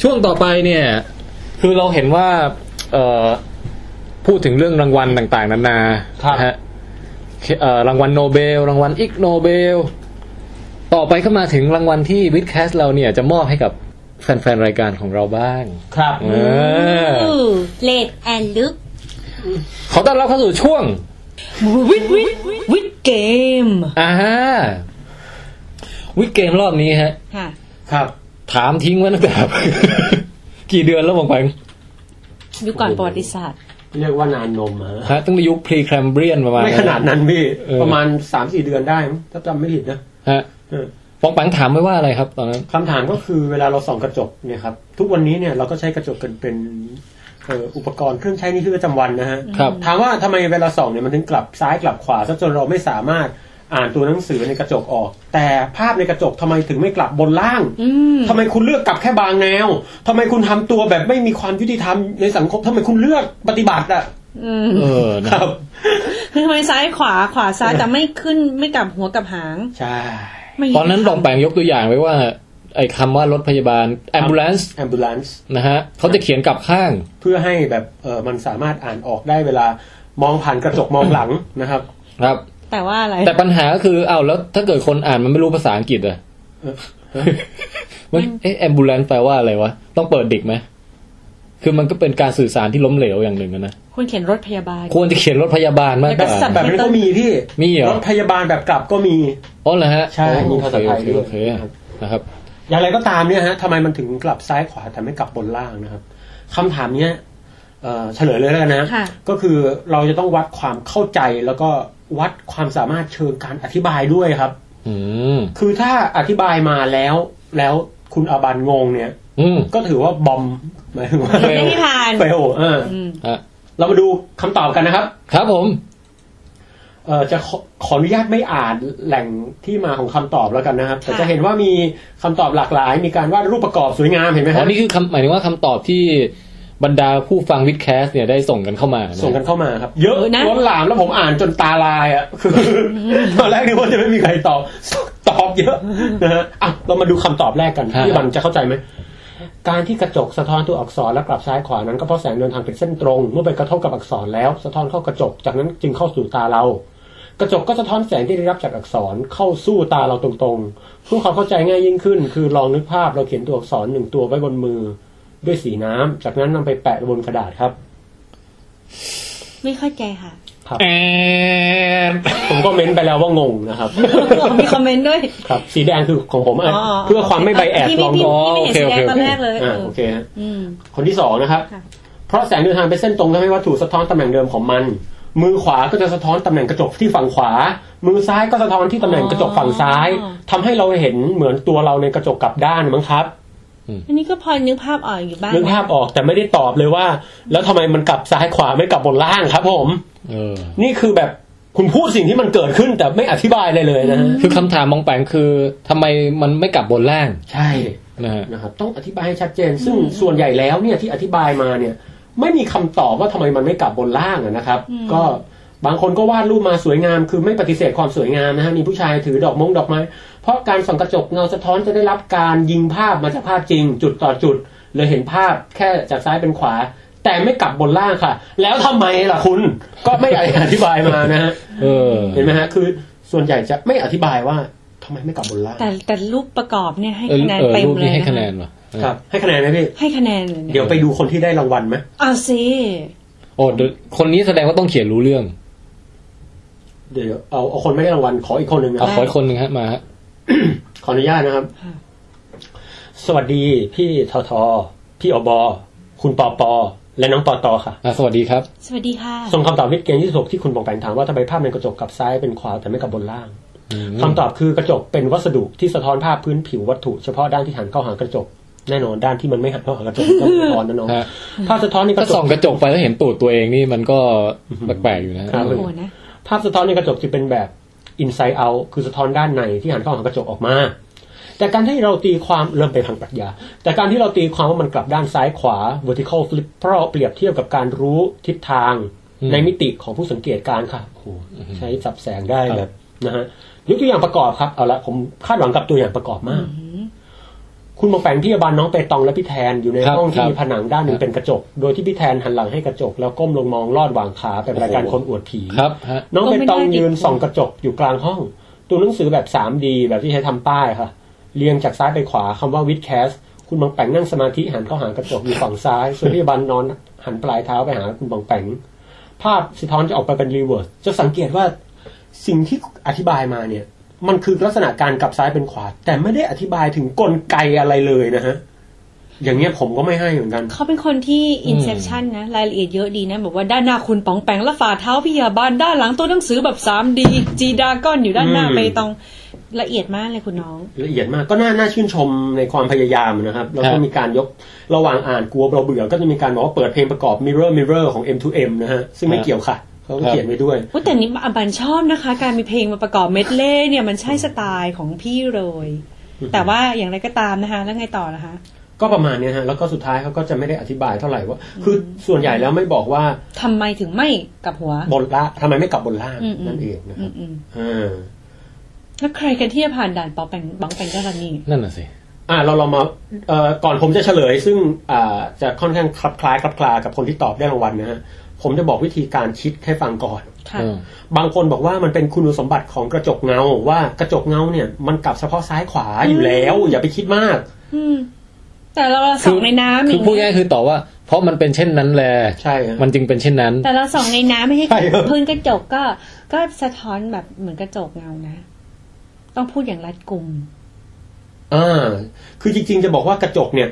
Speaker 2: ช่วงต่อไปเนี่ย คือเราเห็นว่า เอ่อพูดถึงเรื่องรางวัลต่างๆ นานา
Speaker 3: ครับ
Speaker 2: นะฮะเอ่อรางวัลโนเบล รางวัลอิกโนเบล ต่อไปก็มาถึงรางวัลที่วิดแคสเราเนี่ยจะมอบให้กับแฟนๆ รายการของเราบ้าง
Speaker 3: ครับ
Speaker 2: เออ
Speaker 4: เลดแอนลึก
Speaker 2: ขอต้อนรับเข้าสู่ช่วง
Speaker 1: วิดวิดวิดเกม
Speaker 2: อ่าฮะวิดเกมรอบนี้ฮะ
Speaker 1: ค่ะ
Speaker 3: ครับ
Speaker 2: ถามทิ้งไว้ตั้งแต่ กี่เดือนแล้วบางแผง
Speaker 1: ยุคก่อนประวัติศาสตร์
Speaker 3: เรียกว่านานนมฮะ
Speaker 2: ฮะตั้งแต่ยุค pre Cambrian ประมาณ
Speaker 3: ไม่ขนาดนั้นพี่
Speaker 2: เออ
Speaker 3: ประมาณสามสี่เดือนได้มั้งถ้าจำไม่ผิดนะ
Speaker 2: ฮะ
Speaker 3: เออ
Speaker 2: ปองแปงถามไว้ว่าอะไรครับ ตอนนั้น
Speaker 3: คำถามก็คือเวลาเราส่องกระจกเนี่ยครับ ทุกวันนี้เนี่ยเราก็ใช้กระจกกันเป็นเอ่ออุปกรณ์เครื่องใช้ในชีวิตประจำวันนะฮะ
Speaker 2: ครับ
Speaker 3: ถามว่าทำไมเวลาส่องเนี่ยมันถึงกลับซ้ายกลับขวาซะจนเราไม่สามารถอ่านตัวหนังสือในกระจกออก แต่ภาพในกระจกทำไมถึงไม่กลับบนล่างทำไมคุณเลือกกลับแค่บางแนวทำไมคุณทำตัวแบบไม่มีความยุติธรรมในสังคมทำไมคุณเลือกปฏิบัติอะ
Speaker 1: อืม
Speaker 2: เออนะครับ
Speaker 1: คือทำไมซ้ายขวาขวาซ้ายแต่ไม่ขึ้นไม่กลับหัวกลับหาง
Speaker 3: ใช่
Speaker 1: ไม่
Speaker 2: ตอนนั้นปองแปงยกตัวอย่างไว้ว่า ไอ้คำว่ารถพยาบาล ambulance
Speaker 3: ambulance
Speaker 2: นะฮะเขาจะเขียนกลับข้าง
Speaker 3: เพื่อให้แบบเออมันสามารถอ่านออกได้เวลามองผ่านกระจกมองหลัง นะครับ
Speaker 2: ครับ
Speaker 1: แต่ว่าอะไร
Speaker 2: แต่ปัญหาก็คืออ้าวแล้วถ้าเกิดคนอ่านมันไม่รู้ภาษาอังกฤษอะ
Speaker 3: เออ
Speaker 2: มันเอ๊ะ ambulance แปลว่าอะไรวะ ต้องเปิดดิกไหมคือมันก็เป็นการสื่อสารที่ล้มเหลวอย่างหนึ่งอะนะ
Speaker 1: คุณเขียนรถพยาบาล
Speaker 2: ควรจะเขียนรถพยาบาลมากก
Speaker 1: แล้วก็สั
Speaker 2: ว่า
Speaker 1: บ
Speaker 3: แบบนี้ก็มีพี่
Speaker 2: มีเหรอ
Speaker 3: รถพยาบาลแบบกลับก็มี
Speaker 2: อ๋อเหรอฮะ
Speaker 3: ใช่มีภาษาไทยด้วย
Speaker 2: โอเคโอเคโอเคนะครับ
Speaker 3: อย่างไรก็ตามเนี่ยฮะทำไมมันถึงกลับซ้ายขวาแต่ไม่กลับบนล่างนะครับคำถามเนี้ยเอ่อเฉลยเลยแล้วกันนะ
Speaker 1: ค่ะ
Speaker 3: ก็คือเราจะต้องวัดความเข้าใจแล้วก็วัดความสามารถเชิงการอธิบายด้วยครับ
Speaker 2: อืม
Speaker 3: คือถ้าอธิบายมาแล้วแล้วคุณอาบันงงเนี่ย
Speaker 2: อืม
Speaker 3: ก็ถือว่าบอมหมายถึงว่า
Speaker 2: เฟล
Speaker 1: ไม่ได้ผ่าน
Speaker 3: เฟลเออ
Speaker 1: อืม
Speaker 2: อ่ะ
Speaker 3: เรามาดูคำตอบกันนะครับ
Speaker 2: ครับผม
Speaker 3: เอ่อจะขอขออนุญาตไม่อ่านแหล่งที่มาของคำตอบแล้วกันนะครับ แต่จะเห็นว่ามีคำตอบหลากหลาย มีการวาดรูปประกอบสวยงามเห็นไหม
Speaker 2: อ๋อ
Speaker 3: ฮะ
Speaker 2: นี่คือคำหมายถึงว่าคำตอบที่บรรดาผู้ฟังวิดแคสเนี่ยได้ส่งกันเข้ามานะ
Speaker 3: ส่งกันเข้ามาครับ เยอะล้นหลามแล้วผมอ่านจนตาลายอ่ ะคือตอนแรกนึกว่าจะไม่มีใครตอบ ตอบเย อะนะฮะอ่ะเรามาดูคำตอบแรกกันพี่บันจะเข้าใจไหมการที่กระจกสะท้อนตัวอักษรและกลับซ้ายขวานั้นก็เพราะแสงเดินทางเป็นเส้นตรง เมื่อไปกระทบกับอักษรแล้ว สะท้อนเข้ากระจกจากนั้นจึงเข้าสู่ตาเรา กระจกก็สะท้อนแสงที่ได้รับจากอักษรเข้าสู้ตาเราตรงๆเพื่อความเข้าใจง่ายยิ่งขึ้น คือลองนึกภาพเราเขียนตัวอักษรหนึ่งตัวไว้บนมือ ด้วยสีน้ำจากนั้นนำไปแปะบนกระดาษครับ
Speaker 1: ไม่เข้าใจค่ะ
Speaker 2: แอน
Speaker 3: ผมก็เม้นไปแล้วว่างง นะครับ
Speaker 1: มีคอมเมนต์ด้วย
Speaker 3: ครับ สีแดงคือของผมอ่ะ
Speaker 1: อ๋อ
Speaker 3: เพื่อความไม่ใบแอด
Speaker 1: พี่
Speaker 3: ลอง
Speaker 1: พี่
Speaker 3: ดู
Speaker 1: พี่พี่เห็นสีแดงตอนแรกเลย
Speaker 3: อ่า
Speaker 1: เออ
Speaker 3: โอเคฮะ
Speaker 1: อืม
Speaker 3: คนที่สองนะครับ
Speaker 1: ค่ะ
Speaker 3: เพราะแสงเดินทางเป็นเส้นตรงทำให้วัตถุสะท้อนตำแหน่งเดิมของมัน มือขวาก็จะสะท้อนตำแหน่งกระจกที่ฝั่งขวา มือซ้ายก็สะท้อนที่ตำแหน่งกระจกฝั่งซ้ายทำให้เราเห็นเหมือนตัวเราในกระจกกลับด้านมั้งครับ
Speaker 1: อันนี้ก็พอนึกภาพออกอยู่บ้าง
Speaker 3: นึกภาพออกแต่ไม่ได้ตอบเลยว่า แล้วทำไมมันกลับซ้ายขวาไม่กลับบนล่างครับผม
Speaker 2: เออ
Speaker 3: นี่คือแบบ คุณพูดสิ่งที่มันเกิดขึ้นแต่ไม่อธิบายเลยเลยนะฮะ
Speaker 2: คือคำถามมองแปงคือทำไมมันไม่กลับบนล่าง
Speaker 3: ใช่
Speaker 2: นะฮะ
Speaker 3: นะครับต้องอธิบายให้ชัดเจน ซึ่งส่วนใหญ่แล้วเนี่ยที่อธิบายมาเนี่ย ไม่มีคำตอบว่าทำไมมันไม่กลับบนล่างอะนะครับ
Speaker 1: อืม
Speaker 3: ก็บางคนก็วาดรูปมาสวยงาม คือไม่ปฏิเสธความสวยงามนะฮะมีผู้ชายถือดอกมงดอกไม้เพราะการส่องกระจกเงาสะท้อนจะได้รับการยิงภาพมาจากภาพจริง จุดต่อจุด เลยเห็นภาพแค่จากซ้ายเป็นขวา แต่ไม่กลับบนล่างค่ะ แล้วทำไมล่ะคุณก็ไม่ได้อธิบายมา นะฮะ
Speaker 2: เออ
Speaker 3: เห็นไหมฮะ คือส่วนใหญ่จะไม่อธิบายว่าทำไมไม่กลับบนล่าง
Speaker 1: แต่แต่รูปประกอบเนี่ยให้
Speaker 2: เออ
Speaker 1: คะแนน
Speaker 2: เออ
Speaker 1: เต็ม
Speaker 2: รูป
Speaker 1: เล
Speaker 2: นี้
Speaker 1: ย
Speaker 2: ให้
Speaker 1: นะคะ
Speaker 2: แนนว่ะ
Speaker 3: ครับ ให้คะแนนไหมพี่
Speaker 1: ให้คะแนนเลยเนี่ย
Speaker 3: เดี๋ยวไปดูคนที่ได้รางวัลไหม
Speaker 1: เอาสิ
Speaker 2: โอ้เดี๋ยวคนนี้แสดงว่าต้องเขียนรู้เรื่อง
Speaker 3: เดี๋ยวเอาเอาคนไม่ได้รางวัลขออีกคนหนึ่งนะ
Speaker 2: เอาข
Speaker 3: ครั
Speaker 2: อ
Speaker 3: บ
Speaker 2: อีกคนหนึ่งฮะมาฮะ
Speaker 3: ขออนุญาตนะครับ สวัสดีพี่ทอทอพี่อบอ คุณปอปอ และน้องปอตอค่ะ
Speaker 2: อ่ะสวัสดีครับ
Speaker 1: สวัสดีค่ะ
Speaker 3: ส่งคำตอบวิดเกมที่สกที่คุณปองแปงถามว่าทำไมภาพในกระจกกลับซ้ายเป็นขวาแต่ไม่กลับบนล่าง
Speaker 2: อืม
Speaker 3: คำตอบคือกระจกเป็นวัสดุที่สะท้อนภาพพื้นผิววัตถุเฉพาะด้านที่หันเข้าหากระจก แน่นอนด้านที่มันไม่หันเข้าหากระจกก็ไม่สะท้อนนะน้อง
Speaker 2: ฮะ
Speaker 3: ภาพสะท้อนในก
Speaker 2: ถ้า
Speaker 3: ระจก
Speaker 2: ส่องกระจกไปแล้วเห็นตูดตัวเองนี่มันก็แปลกๆอยู่นะฮะ
Speaker 3: ครับ
Speaker 1: โอ้โหนะ
Speaker 3: ภาพสะท้อนในกระจกจะเป็นแบบ inside out คือสะท้อนด้านในที่หันเข้าหากระจกออกมา แต่การที่เราตีความเริ่มไปทางปรัชญา แต่การที่เราตีความว่ามันกลับด้านซ้ายขวา vertical flip เพราะเราเปรียบเทียบกับการรู้ทิศทางในมิติของผู้สังเกตการณ์ค่ะโอ้โหใช้สับแสงได้แบบนะฮะยกตัวอย่างประกอบครับเอาละผมคาดหวังกับตัวอย่างประกอบมาก คุณมองแปงพี่ยาบาลน้องเปตองและพี่แทนอยู่ใน
Speaker 2: ครับ
Speaker 3: ห้องที่
Speaker 2: ครับ
Speaker 3: มีผนังด้านหนึ่งเป็นกระจก โดยที่พี่แทนหันหลังให้กระจก แล้วก้มลงมองลอดหวางขาเป็นรายการคนอวดผี
Speaker 2: ครับฮะ
Speaker 3: น้อง
Speaker 1: ก็
Speaker 3: เป็
Speaker 1: ไม่
Speaker 3: น
Speaker 1: ได้
Speaker 3: ตองยืน
Speaker 1: ดิ
Speaker 3: ส่องกระจกอยู่กลางห้อง ตัวหนังสือแบบ 3D แบบที่ใช้ทำป้ายค่ะ เรียงจากซ้ายไปขวาคำว่าวิดแคสคุณบางแปงนั่งสมาธิหันเข้าหากระจกอยู่ฝั่งซ้าย ส่วนพี่บันนอนหันปลายเท้าไปหาคุณบางแปงภาพสะท้อนจะออกไปเป็นรีเวิร์สจะสังเกตว่าสิ่งที่อธิบายมาเนี่ย มันคือลักษณะการกลับซ้ายเป็นขวา แต่ไม่ได้อธิบายถึงกลไกอะไรเลยนะฮะอย่างเงี้ยผมก็ไม่ให้เหมือนกัน
Speaker 1: เขาเป็นคนที่ Inception นะ รายละเอียดเยอะดีนะ บอกว่าด้านหน้าคุณป๋องแปงและฝ่าเท้าพี่ยาบานด้านหลังตัวหนังสือแบบ 3D จีดาก้อนอยู่ด้านหน้า
Speaker 3: อืม
Speaker 1: ไปตองละเอียดมากเลยคุณน้อง
Speaker 3: ละเอียดมากก็น่าน่าชื่นชมในความพยายามนะครับ แล้วก็มีการยกระหว่างอ่านกลัวเราเบื่อ ก็จะมีการบอกว่าเปิดเพลงประกอบ Mirror Mirror ของ M2M นะฮะ ซึ่งไม่เกี่ยวค่ะ เขาก็เขียนไว้ด้วย
Speaker 1: ว่าแต่นี้อบันชอบนะคะ การมีเพลงมาประกอบเมดเล่เนี่ยมันใช่สไตล์ของพี่เลย แต่ว่าอย่างไรก็ตามนะคะ แล้วไงต่อนะคะ
Speaker 3: ก็ประมาณเนี้ยฮะ แล้วก็สุดท้ายเขาก็จะไม่ได้อธิบายเท่าไหร่ว่า คือส่วนใหญ่แล้วไม่บอกว่า
Speaker 1: ทำไมถึงไม่กลับหัว
Speaker 3: บนละทำไมไม่กลับบนล่าง
Speaker 1: อืมอืม
Speaker 3: นั่นเองนะค
Speaker 1: อื
Speaker 3: รับ
Speaker 1: มอืม
Speaker 3: อ่า
Speaker 1: แล้วใครกันที่จะผ่านด่านป๋องแปงป๋องแปงเจ้าระนี่
Speaker 2: นั่นน่ะสิ
Speaker 3: อ่าเราเรามาเอ่อก่อนผมจะเฉลย ซึ่งอ่าจะค่อนข้างคลับคล้ายคลับคลากับคนที่ตอบได้รางวัลนะฮะผมจะบอกวิธีการคิดให้ฟังก่อน
Speaker 1: ค่ะ
Speaker 2: เออ
Speaker 3: บางคนบอกว่ามันเป็นคุณสมบัติของกระจกเงา ว่ากระจกเงาเนี่ยมันกลับเฉพาะซ้ายขวาอยู่แล้ว อย่าไปคิดมาก
Speaker 1: อืม แต่เราส่องในน้ำ
Speaker 2: คื
Speaker 1: อย่า
Speaker 2: อ
Speaker 1: ง
Speaker 2: พูด
Speaker 1: เงี้ย
Speaker 2: ง่ายๆคือตอบว่า เพราะมันเป็นเช่นนั้นแล
Speaker 3: ใช่ฮะ
Speaker 2: มันจึงเป็นเช่นนั้น
Speaker 1: แต่เราส่องในน้ำไม่ให้
Speaker 3: ใช่ครับ
Speaker 1: พื้นกระจกก็ ก็สะท้อนแบบเหมือนกระจกเงานะ ต้องพูดอย่างรัดกุม
Speaker 3: อ่าคือจริงๆจะบอกว่ากระจกเนี่ย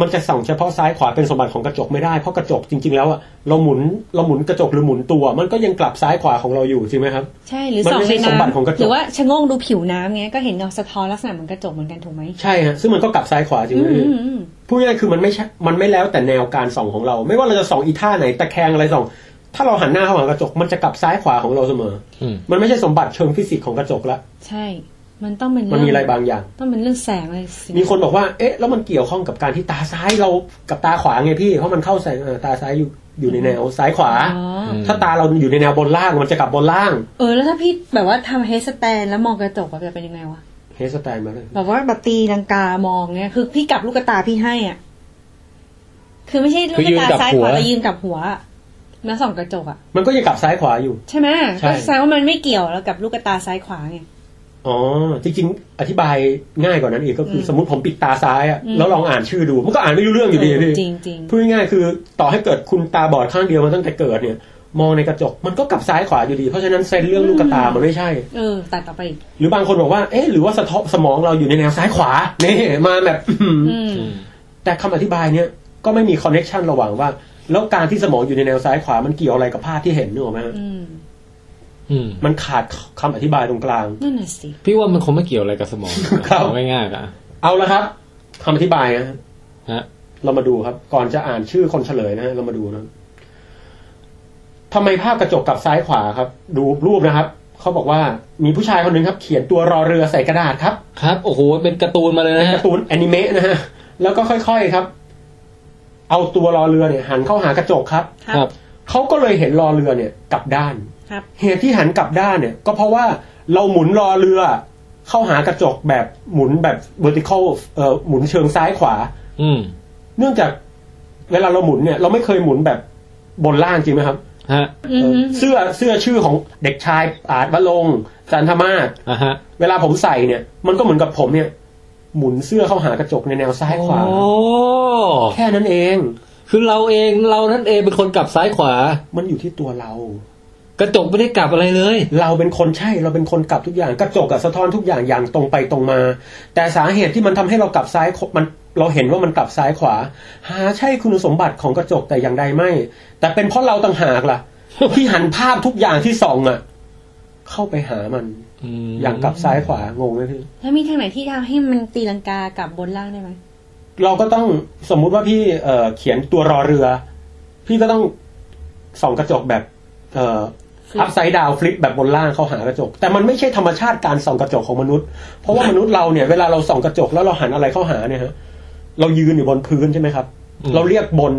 Speaker 3: มันจะส่องเฉพาะซ้ายขวาเป็นสมบัติของกระจกไม่ได้เพราะกระจกจริง ๆ แล้วอะเราหมุนเราหมุนกระจกหรือหมุนตัว มันก็ยังกลับซ้ายขวาของเราอยู่ใช่ไหมครับ
Speaker 1: ใช่หรือ
Speaker 3: มัน
Speaker 1: ส่อง
Speaker 3: ไม่ใช่
Speaker 1: ใน
Speaker 3: สมบัติ
Speaker 1: น้ำ
Speaker 3: ของกระจก
Speaker 1: หรือว่าชะโงงดูผิวน้ำเงี้ยก็เห็นเงาสะท้อนลักษณะเหมือนกระจกเหมือนกันถูกไหม
Speaker 3: ใช่ฮะซึ่งมันก็กลับซ้ายขวาจริง
Speaker 1: อื
Speaker 3: ไหม
Speaker 1: มอืมอืม
Speaker 3: พูดง่ายๆคือมันไม่ใช่มันไม่แล้วแต่แนวการส่องของเรา ไม่ว่าเราจะส่องอีท่าไหนตะแคงอะไรส่อง ถ้าเราหันหน้าเข้าหากระจก มันจะกลับซ้ายขวาของเราเสมอ
Speaker 2: อืม
Speaker 3: มันไม่ใช่สมบัติเชิงฟิสิกส์ของกระจกละ
Speaker 1: ใช่ มันต้องเป็น
Speaker 3: มัน
Speaker 1: เง
Speaker 3: มีอะไรบางอย่าง
Speaker 1: ต้องเป็นเรื่องแสงอะไรสิ
Speaker 3: มีคนบอกว่า เอ๊ะ แล้วมันเกี่ยวข้องกับการที่ตาซ้ายเรากับตาขวาไงพี่ เพราะมันเข้าใส่เอ่อตาซ้ายอยู่อยู่ในแนวซ้ายขวา
Speaker 1: อ๋ออ
Speaker 2: ม
Speaker 3: ถ้าตาเราอยู่ในแนวบนล่างมันจะกลับบนล่าง
Speaker 1: เออ แล้วถ้าพี่แบบว่าทำเฮดสแตนแล้วมองกระจกอะจะเป็นยังไงวะ
Speaker 3: เฮสแตนมาเลย
Speaker 1: แบบว่าแบบตีลังกามองเนี่ยคือพี่กลับลูกตาพี่ให้อ่ะ คือไม่ใช่ลู
Speaker 2: คื
Speaker 1: ก
Speaker 2: อยืน
Speaker 1: ตาก
Speaker 2: ลับ
Speaker 1: ซ้ายข
Speaker 2: หั
Speaker 1: วาว แต่ยืนกลับหัวอะแล้วส่องกระจกอ่ะ
Speaker 3: มันก็ยังกลับซ้ายขวาอยู่
Speaker 1: ใช่ไหม
Speaker 3: ใช่
Speaker 1: ก็แสดงว่ามันไม่เกี่ยวแล้วกับลูกตาซ้ายขวาไง
Speaker 3: อ๋อ จริงๆ อธิบายง่ายกว่านั้นอีกก็คืออ
Speaker 1: ม
Speaker 3: สมมติผมปิดตาซ้ายอะ
Speaker 1: อืม
Speaker 3: แล้วลองอ่านชื่อดู มันก็อ่านไม่รู้เรื่องอยู่ดีพี่
Speaker 1: จริงจริง
Speaker 3: พูดง่ายๆคือ ต่อให้เกิดคุณตาบอดข้างเดียวมาตั้งแต่เกิดเนี่ย มองในกระจกมันก็กลับซ้ายขวาอยู่ดี เพราะฉะนั้นเซนเรื่องลูกตามันไม่ใช่
Speaker 1: ๆเออตัดต่อไปอีก
Speaker 3: หรือบางคนบอกว่า เอ๊ะ หรือว่าสะท้อสมองเราอยู่ในแนวซ้ายขวานี่มาแบบ
Speaker 1: อืม
Speaker 3: แต่คำอธิบายเนี่ยก็ไม่มีคอนเน c t ชันระหว่างว่า แล้วการที่สมองอยู่ในแนวซ้ายขวามันเกี่ยวอะไรกับภาพที่เห็นนึกออกไหมฮะ
Speaker 1: อืม
Speaker 2: อืม
Speaker 3: มันขาดคำอธิบายตรงกลาง
Speaker 1: นั่นน่ะสิ
Speaker 2: พี่ว่ามันคงไม่เกี่ยวอะไรกับสมอง
Speaker 3: ครับ
Speaker 2: เอาง่ายๆอะ
Speaker 3: เอาละครับคำอธิบายนะฮะ
Speaker 2: ฮะ
Speaker 3: เรามาดูครับ ก่อนจะอ่านชื่อคนเฉลยนะฮะเรามาดูนะ ทำไมภาพกระจกกลับซ้ายขวาครับ ดูรูปนะครับ เขาบอกว่ามีผู้ชายคนหนึ่งครับ เขียนตัวรอเรือใส่กระดาษครับ
Speaker 5: ครับ โอ้โห เป็นการ์ตูนมาเลยนะฮะ
Speaker 3: การ์ตูนแอนิเมะนะฮะ แล้วก็ค่อยๆครับ เอาตัวรอเรือเนี่ย หันเข้าหากระจกครับ
Speaker 1: ครับ
Speaker 5: ครับ
Speaker 3: เขาก็เลยเห็นรอเรือเนี่ยกลับด้าน
Speaker 1: ครับ
Speaker 3: เหตุที่หันกลับด้านเนี่ย ก็เพราะว่าเราหมุนรอเรือ เข้าหากระจกแบบหมุนแบบ vertical เอ่อหมุนเชิงซ้ายขวา
Speaker 5: อืม
Speaker 3: เนื่องจากเวลาเราหมุนเนี่ย เราไม่เคยหมุนแบบบนล่างจริงไหมครับ
Speaker 5: ฮะ
Speaker 1: อืม
Speaker 3: เสื้อเสื้อชื่อของเด็กชายอาจวลงศ์จันทมาศ
Speaker 5: อ่ะฮะ
Speaker 3: เวลาผมใส่เนี่ย มันก็เหมือนกับผมเนี่ย หมุนเสื้อเข้าหากระจกในแนวซ้าย
Speaker 5: โอ้
Speaker 3: ขวา แค่นั้นเอง
Speaker 5: คือเราเอง เรานั่นเองเป็นคนกลับซ้ายขวา
Speaker 3: มันอยู่ที่ตัวเรา
Speaker 5: กระจกไม่ได้กลับอะไรเลย
Speaker 3: เราเป็นคนใช่เราเป็นคนกลับทุกอย่างกระจกกับสะท้อนทุกอย่างอย่างตรงไปตรงมา แต่สาเหตุที่มันทำให้เรากลับซ้ายขวมันเราเห็นว่ามันกลับซ้ายขวา หาใช่คุณสมบัติของกระจกแต่อย่างใดไม่ แต่เป็นเพราะเราต่างหากล่ะ ที่หันภาพทุกอย่างที่ส่องอะเข้าไปหามัน
Speaker 5: อืม
Speaker 3: อย่างกลับซ้ายขวางงไหมพี่
Speaker 1: แล้วมีทางไหนที่ทำให้มันตีลังกากลับบนล่างได้ไหม
Speaker 3: เราก็ต้องสมมุติว่าพี่เอ่อเขียนตัวรอเรือ พี่ก็ต้องส่องกระจกแบบเอ่ออัพไซด์ดาวฟลิปแบบบนล่างเข้าหากระจก แต่มันไม่ใช่ธรรมชาติการส่องกระจกของมนุษย์ เพราะว่ามนุษย์เราเนี่ยเวลาเราส่องกระจกแล้วเราหันอะไรเข้าหาเนี่ยฮะเรายืนอยู่บนพื้นใช่ไหมครับ เราเรียกบน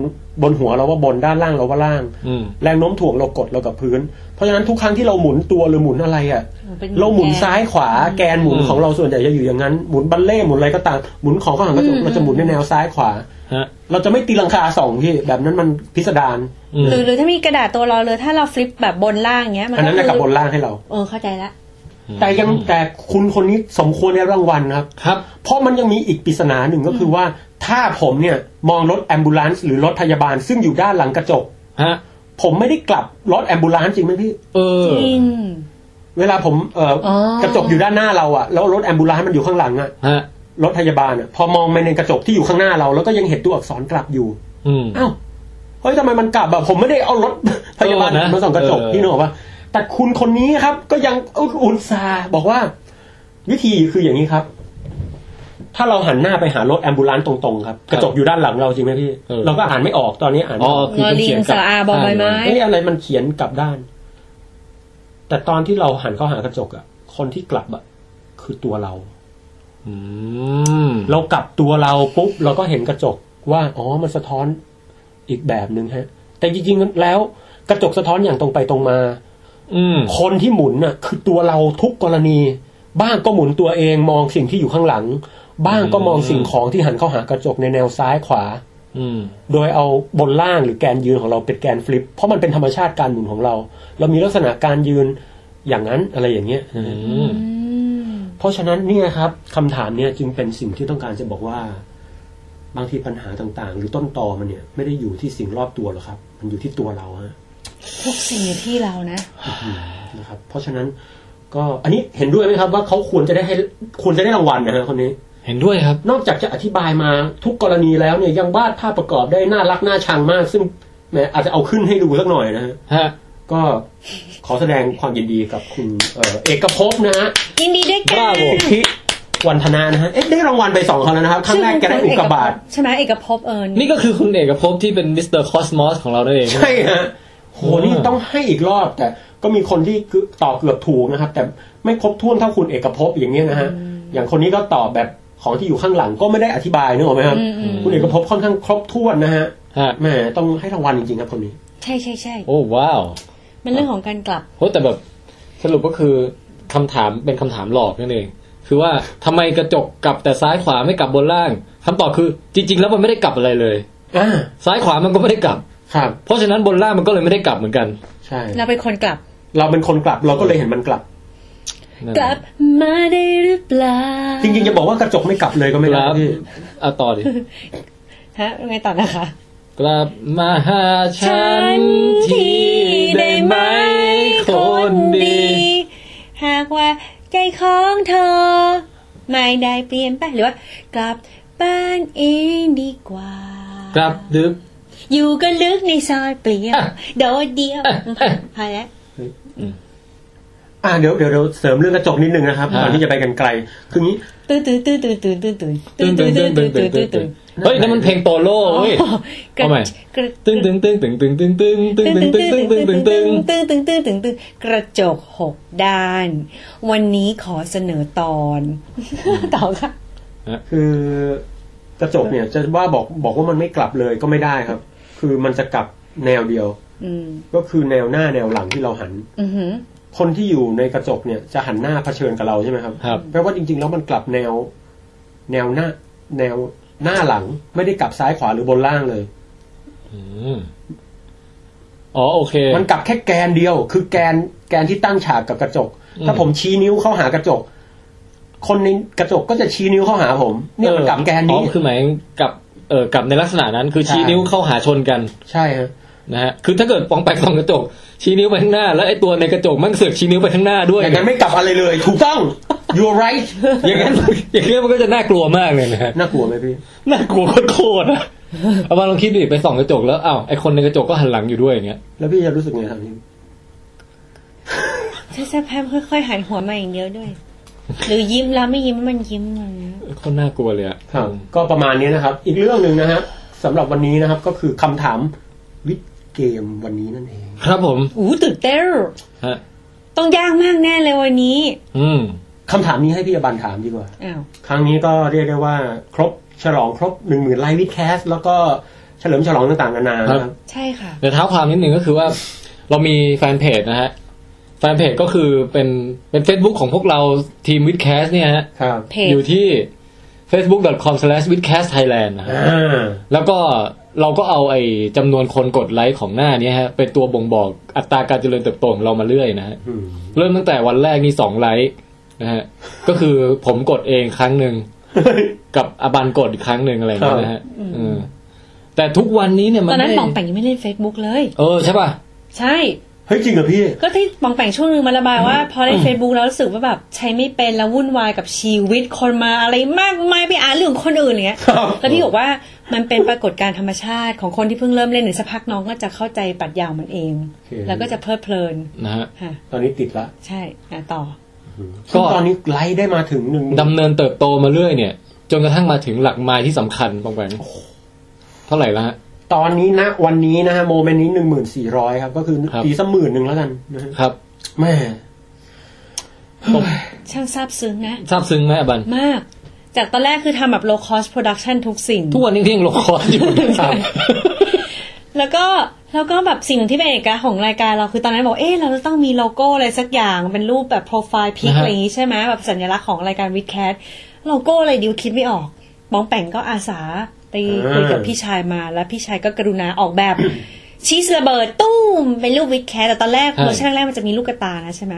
Speaker 3: บนหัวเราว่าบนด้านล่างเราว่าล่าง
Speaker 5: อืม
Speaker 3: แรงโน้มถ่วงเรากดเรากับพื้น เพราะฉะนั้นทุกครั้งที่เราหมุนตัวหรือหมุนอะไรอ่ะ
Speaker 1: ป็
Speaker 3: เราหมุน
Speaker 1: แก
Speaker 3: ซ้ายขวาแกนหมุน
Speaker 5: อืม
Speaker 3: ของเราส่วนใหญ่จะอยู่อย่างนั้น หมุนบัลเล่ต์หมุนอะไรก็ตามหมุนของข้างหลังกระจก
Speaker 1: อืม
Speaker 3: เราจะหมุนในแนวซ้ายขวา
Speaker 5: ฮะ
Speaker 3: เราจะไม่ตีลังคาสองพี่แบบนั้นมันพิสดาร
Speaker 5: อืม
Speaker 1: หรือหรือถ้ามีกระดาษตัวรอเรือถ้าเราฟลิปแบบบนล่างเงี้ย มัน
Speaker 3: อันนั้น
Speaker 1: ก็
Speaker 3: นะกลับ
Speaker 1: คื
Speaker 3: บนล่างให้เรา
Speaker 1: เออเข้าใจละ
Speaker 3: แต่ยังแต่คุณคนนี้สมควรได้รางวัลครับ
Speaker 5: ครับ
Speaker 3: เพราะมันยังมีอีกปริศนาหนึ่งก็คือว่าถ้าผมเนี่ยมองรถแอมบูลานซ์หรือรถพยาบาลซึ่งอยู่ด้านหลังกระจก
Speaker 5: ฮะ
Speaker 3: ผมไม่ได้กลับรถแอมบูลานซ์จริงไหมพี่
Speaker 5: เออ
Speaker 1: จริง
Speaker 3: เวลาผมเอ่ออ
Speaker 1: อ
Speaker 3: กระจกอยู่ด้านหน้าเราอะแล้วรถแอมบูลานซ์มันอยู่ข้างหลังอะ
Speaker 5: ฮะ
Speaker 3: รถพยาบาลอะพอมองไปในกระจกที่อยู่ข้างหน้าเราแล้วก็ยังเห็นตัวอักษรกลับอยู่
Speaker 5: อืม
Speaker 3: อ้าวเฮ้ยทำไมมันกลับแบบผมไม่ได้เอารถ พยาบาล
Speaker 5: เออนะ
Speaker 3: มาส่องกระจก
Speaker 5: เออ
Speaker 3: พี่นึกออกปะแต่คุณคนนี้ครับ ก็ยังอุตสาห์บอกว่า วิธีคืออย่างนี้ครับ ถ้าเราหันหน้าไปหารถแอมบูลานซ์ตรงๆครับกระจกอยู่ด้านหลังเราจริงไหมพี่เราก็อ่านไม่ออกตอนนี้อ่านไม่
Speaker 5: อ๋อ
Speaker 3: ออก
Speaker 5: คือต้องเขียนกลับ
Speaker 1: งอลิงสระอาบอใบไม้
Speaker 3: เอ้ยอะไรมันเขียนกลับด้าน แต่ตอนที่เราหันเข้าหากระจกอะคนที่กลับอะคือตัวเรา
Speaker 5: อืม
Speaker 3: เรากลับตัวเราปุ๊บเราก็เห็นกระจกว่าอ๋อมันสะท้อนอีกแบบหนึ่งฮะ แต่จริงๆแล้วกระจกสะท้อนอย่างตรงไปตรงมา
Speaker 5: อืม
Speaker 3: คนที่หมุนน่ะ คือตัวเราทุกกรณี บ้างก็หมุนตัวเองมองสิ่งที่อยู่ข้างหลัง บ้างก็มองสิ่งของที่หันเข้าหากระจกในแนวซ้ายขวา
Speaker 5: อืม
Speaker 3: โดยเอาบนล่างหรือแกนยืนของเราเป็นแกนฟลิป เพราะมันเป็นธรรมชาติการหมุนของเรา เรามีลักษณะการยืนอย่างนั้นอะไรอย่างเงี้ยนะฮะ
Speaker 5: อืม
Speaker 1: อืม
Speaker 3: เพราะฉะนั้นเนี่ยครับคำถามเนี่ยจึงเป็นสิ่งที่ต้องการจะบอกว่า บางทีปัญหาต่างๆ หรือต้นตอมันเนี่ย ไม่ได้อยู่ที่สิ่งรอบตัวหรอกครับ มันอยู่ที่ตัวเราฮะ
Speaker 1: ทุกสิ่งอยู่ที่เรานะ
Speaker 3: นะครับ เพราะฉะนั้นก็อันนี้เห็นด้วยไหมครับว่าเขาควรจะได้ให้ควรจะได้รางวัลนะฮะคนนี้
Speaker 5: เห็นด้วยครับ
Speaker 3: นอกจากจะอธิบายมาทุกกรณีแล้วเนี่ยยังวาดภาพประกอบได้น่ารักน่าชังมาก ซึ่งแหมอาจจะเอาขึ้นให้ดูสักหน่อยนะฮะ
Speaker 5: ฮะ
Speaker 3: ก็ขอแสดงความยินดีกับคุณเอ่อเอกภพนะฮะ
Speaker 1: ยินดีด้วยกัน
Speaker 3: บ้าโวสิทธิวันธนานะฮะ เอ๊ะ ได้รางวัลไปสองครั้งแล้วนะครับ ครั้งแรกแกได้อุกกาบาต
Speaker 1: ใช่ไหมเอกภพเอิญ
Speaker 5: นี่ก็คือคุณเอกภพที่เป็นมิสเตอร์คอสมอสของเรานั่นเอง
Speaker 3: ใช่ฮะ โห นี่ต้องให้อีกรอบ แต่ก็มีคนที่คือตอบเกือบถูกนะครับ แต่ไม่ครบถ้วนเท่าคุณเอกภพอย่างเงี้ยนะฮะ อย่างคนนี้ก็ตอบแบบของที่อยู่ข้างหลังก็ไม่ได้อธิบายนึกออกไหมครับ คุณเอกภพค่อนข้างครบถ้วนนะฮะ
Speaker 5: ฮะ
Speaker 3: แหม ต้องให้รางวัลจริงๆครับคนนี้
Speaker 1: ใช่ใช่ใช่
Speaker 5: โอ้ว้าว
Speaker 1: มันเรื่องของการกลับ
Speaker 5: โหแต่แบบสรุปก็คือคำถามเป็นคำถามหลอกนั่นเอง คือว่าทำไมกระจกกลับแต่ซ้ายขวาไม่กลับบนล่างคำตอบคือจริง ๆ แล้วมันไม่ได้กลับอะไรเลย
Speaker 3: อ่า
Speaker 5: ซ้ายขวามันก็ไม่ได้กลับ
Speaker 3: ครับ
Speaker 5: เพราะฉะนั้นบนล่างมันก็เลยไม่ได้กลับเหมือนกัน
Speaker 3: ใช่
Speaker 1: เราเป็นคนกลับ
Speaker 3: เราเป็นคนกลับเราก็เลยเห็นมันกลับ
Speaker 5: นั่น
Speaker 1: กลับมาได้หรือเปล่า
Speaker 3: จริงๆจะบอกว่ากระจกไม่กลับเลยก็ไม่
Speaker 5: ก
Speaker 3: ได้
Speaker 5: ลับ
Speaker 3: พี่
Speaker 5: อ่ะต่อดิ
Speaker 1: ฮะไงต่อนะคะ
Speaker 5: กลับมาหาฉันทีได้ไหมคนดี
Speaker 1: หากว่าใจของเธอ ไม่ได้เปลี่ยนไปหรือว่า กลับบ้านเองดีกว่าก
Speaker 5: ลับดึก
Speaker 1: อยู่ก็ลึกในซอยเปลี่ยว โดดเดียว
Speaker 5: อ่ะอ่ะ
Speaker 1: พอแล้ว
Speaker 3: อ่าเดี๋ยวเดี๋ยวเดี๋ยวเสริมเรื่องกระจกนิดนึงนะครับ
Speaker 2: อ่า
Speaker 3: ก่อนที่จะไปกันไกล คืองี้
Speaker 1: ตื่นตื่นตื่นตื่นตื่นตื่นตื่น
Speaker 2: ตึ้
Speaker 1: ตื่
Speaker 2: ง
Speaker 1: น
Speaker 2: ตึ้
Speaker 1: ตื่น
Speaker 2: งตึ้
Speaker 1: ตื่
Speaker 2: ง
Speaker 1: น
Speaker 2: ตึ้
Speaker 1: ตื่นตื่น
Speaker 2: งตึ้ง
Speaker 1: ตื่นตื่
Speaker 2: ตึ้งตึ้ง
Speaker 1: น
Speaker 2: เฮ้ยนั่นมันเพลงโปโลเว้ย
Speaker 1: กระ
Speaker 2: เอาใหม่
Speaker 1: กระ
Speaker 2: ตึ้งตึ้งตึ้งตึ้งตึ้งตึ้งตึ้งตึ้งตึ้งตึ้งตึ้งตึ้งตึ้ง
Speaker 1: ตึ้งตึ้งตึ้งตึ้งตึ้งกระจกหกด้าน วันนี้ขอเสนอตอนต่อค่ะ
Speaker 3: คือกระจกเนี่ยจะว่าบอกบอกว่ามันไม่กลับเลยก็ไม่ได้ครับ คือมันจะกลับแนวเดียว
Speaker 1: อืม
Speaker 3: ก็คือแนวหน้าแนวหลังที่เราหัน
Speaker 1: อือหือ
Speaker 3: คนที่อยู่ในกระจกเนี่ยจะหันหน้าเผชิญกับเราใช่ไหมครับ
Speaker 2: ครับ
Speaker 3: แปลว่าจริงๆแล้วมันกลับแนว แนวหน้า แนวหน้าหลังไม่ได้กลับซ้ายขวาหรือบนล่างเลย
Speaker 2: อืมอ๋อโอเค
Speaker 3: มันกลับแค่แกนเดียว คือแกนแกนที่ตั้งฉากกับกระจก
Speaker 2: อืม
Speaker 3: ถ้าผมชี้นิ้วเข้าหากระจก คนในกระจกก็จะชี้นิ้วเข้าหาผม เนี่ยมันกลับแกน
Speaker 2: อ๋อ
Speaker 3: นี้
Speaker 2: คือหมายกลับเออกลับในลักษณะนั้น คือ
Speaker 3: ใช่
Speaker 2: ชี้นิ้วเข้าหาชนกัน
Speaker 3: ใช่ฮะ
Speaker 2: นะฮะคือถ้าเกิดปองแปงส่องกระจก ชี้นิ้วไปข้างหน้า แล้วไอ้ตัวในกระจกมันเสือกชี้นิ้วไปข้างหน้าด้วย
Speaker 3: อย่างนั้นไม่กลับอะไรเลย ถูกต้อง you're right
Speaker 2: อย่างนั้นอย่างนั้นมันก็จะน่ากลัวมากเลยนะฮะ
Speaker 3: น่ากลัวไหมพี่
Speaker 2: น่ากลัวโคตรๆอะเอามาลองคิดดิไปส่องกระจกแล้วอ้าวไอ้คนในกระจกก็หันหลังอยู่ด้วยอย่างเงี้ย
Speaker 3: แล้วพี่จะรู้สึกไงทางนี้
Speaker 1: ใช่ใช่แพมค่อยๆหันหัวมาอย่างเดียวด้วย หรือยิ้มแล้วไม่ยิ้มมันยิ้มมา
Speaker 2: โคตรน่ากลัวเลยอะ
Speaker 3: ครับก็ประมาณนี้นะครับ อีกเรื่องหนึ่งนะฮะสำหรับวันนี้นะครับก็คือคำถามวิดเกมวันนี้นั่นเอง
Speaker 2: ครับผม
Speaker 1: อู้ตื่นเต้น
Speaker 2: ฮะ
Speaker 1: ต้องยากมากแน่เลยวันนี้
Speaker 2: อืม
Speaker 3: คำถามนี้ให้พี่อบันถามดีกว่า
Speaker 1: อ้าว
Speaker 3: ครั้งนี้ก็เรียกได้ว่า ครบฉลองครบหนึ่งหมื่นไลฟ์วิดแคสแล้วก็เฉลิมฉลองต่างๆนานานะค
Speaker 2: ครั
Speaker 3: รับ บ
Speaker 1: ใช่ค่ะ
Speaker 2: เดี๋ยวเท้าความนิดหนึ่งก็คือว่า เรามีแฟนเพจนะฮะ แฟนเพจก็คือเป็นเป็น Facebook ของพวกเราทีมวิดแคสเนี่ยฮะ
Speaker 3: ครับ
Speaker 1: เพจ
Speaker 2: อยู่ที่ facebook.com/withcastthailand นะฮะ
Speaker 3: อ่า
Speaker 2: แล้วก็เราก็เอาไอ้จำนวนคนกดไลค์ของหน้าเนี้ยฮะ เป็นตัวบ่งบอกอัตราการเจริญเติบโตของเรามาเรื่อยนะฮะ
Speaker 3: อืม
Speaker 2: เริ่มตั้งแต่วันแรกนี่สองไลค์นะฮะ ก็คือผมกดเองครั้งหนึ่ง กับอบันกดอีกครั้งหนึ่งอะไรอย่างเงี้ยนะฮะเออแต่ทุกวันนี้เนี่ยมั
Speaker 1: ต
Speaker 2: น
Speaker 1: อนนั้น
Speaker 2: ไม่
Speaker 1: ปองแปงยังไม่เล่น Facebook เลย
Speaker 2: เออใช่ป่ะ
Speaker 1: ใช่
Speaker 3: เฮ้ยจริงเหรอพี่
Speaker 1: ก็ที่ปองแปงช่วงนึงมาระบายว่า พอเล่น Facebook แล้วรู้สึกว่าแบบใช้ไม่เป็นแล้ววุ่นวายกับชีวิตคนมาอะไรมากมายไปอ่านเรื่องคนอื่นอย่างเงี้ย
Speaker 3: ครับ
Speaker 1: แล้วพี่บอกว่ามันเป็นปรากฏการณ์ธรรมชาติของคนที่เพิ่งเริ่มเล่นหรือสักพักน้องก็จะเข้าใจปรัชญาของมันเอง แล้วก็จะเพลิดเพลิน
Speaker 2: นะฮะ
Speaker 1: ค่ะ
Speaker 3: ตอนนี้ติดละ
Speaker 1: ใช่อ่ะต่อ
Speaker 2: ก็
Speaker 3: ก็ตอนนี้ไลฟ์ได้มาถึงหนึ่ง
Speaker 2: ดำเนินเติบโตมาเรื่อยเนี่ย จนกระทั่งมาถึงหลักไม้ที่สำคัญปองแปงเท่าไหร่ละฮะ
Speaker 3: ตอนนี้นะ วันนี้นะฮะโมเมนต์นี้หนึ่งหมื่นสี่ร้อยครับ ก็คือ
Speaker 2: ครับ
Speaker 3: ตีสักหมื่นหนึ่งแล้วกันนะฮะ
Speaker 2: ครับ
Speaker 3: แม่
Speaker 1: ช่างซาบซึ้งนะ
Speaker 2: ซาบซึ้งไหมอะบัน
Speaker 1: มาก จากตอนแรกคือทำแบบ low cost production ทุกสิ่ง
Speaker 2: ทุกวันนี้ที่ยังลงคอร์สอยู่นะครับ
Speaker 1: แล้วก็แล้วก็แบบสิ่งที่เป็นเอกลักษณ์ของรายการเราคือตอนนั้นบอกเอ๊ะเราจะต้องมีโลโก้อะไรสักอย่างเป็นรูปแบบโปรไฟล์พิก
Speaker 2: นะฮะ
Speaker 1: อะไรอย่างงี้ใช่ไหมแบบสัญลักษณ์ของรายการวิดแคสโลโก้อะไรดิวคิดไม่ออกบองแป่งก็อาสาไป
Speaker 3: อ่า
Speaker 1: คุยกับพี่ชายมาแล้วพี่ชายก็กรุณาออกแบบ ชีสระเบิดตุ้มเป็นรูปวิดแคสแต่ตอนแรกเวอร์ชันแรกมันจะมีลูกกระตานะใช่ไหม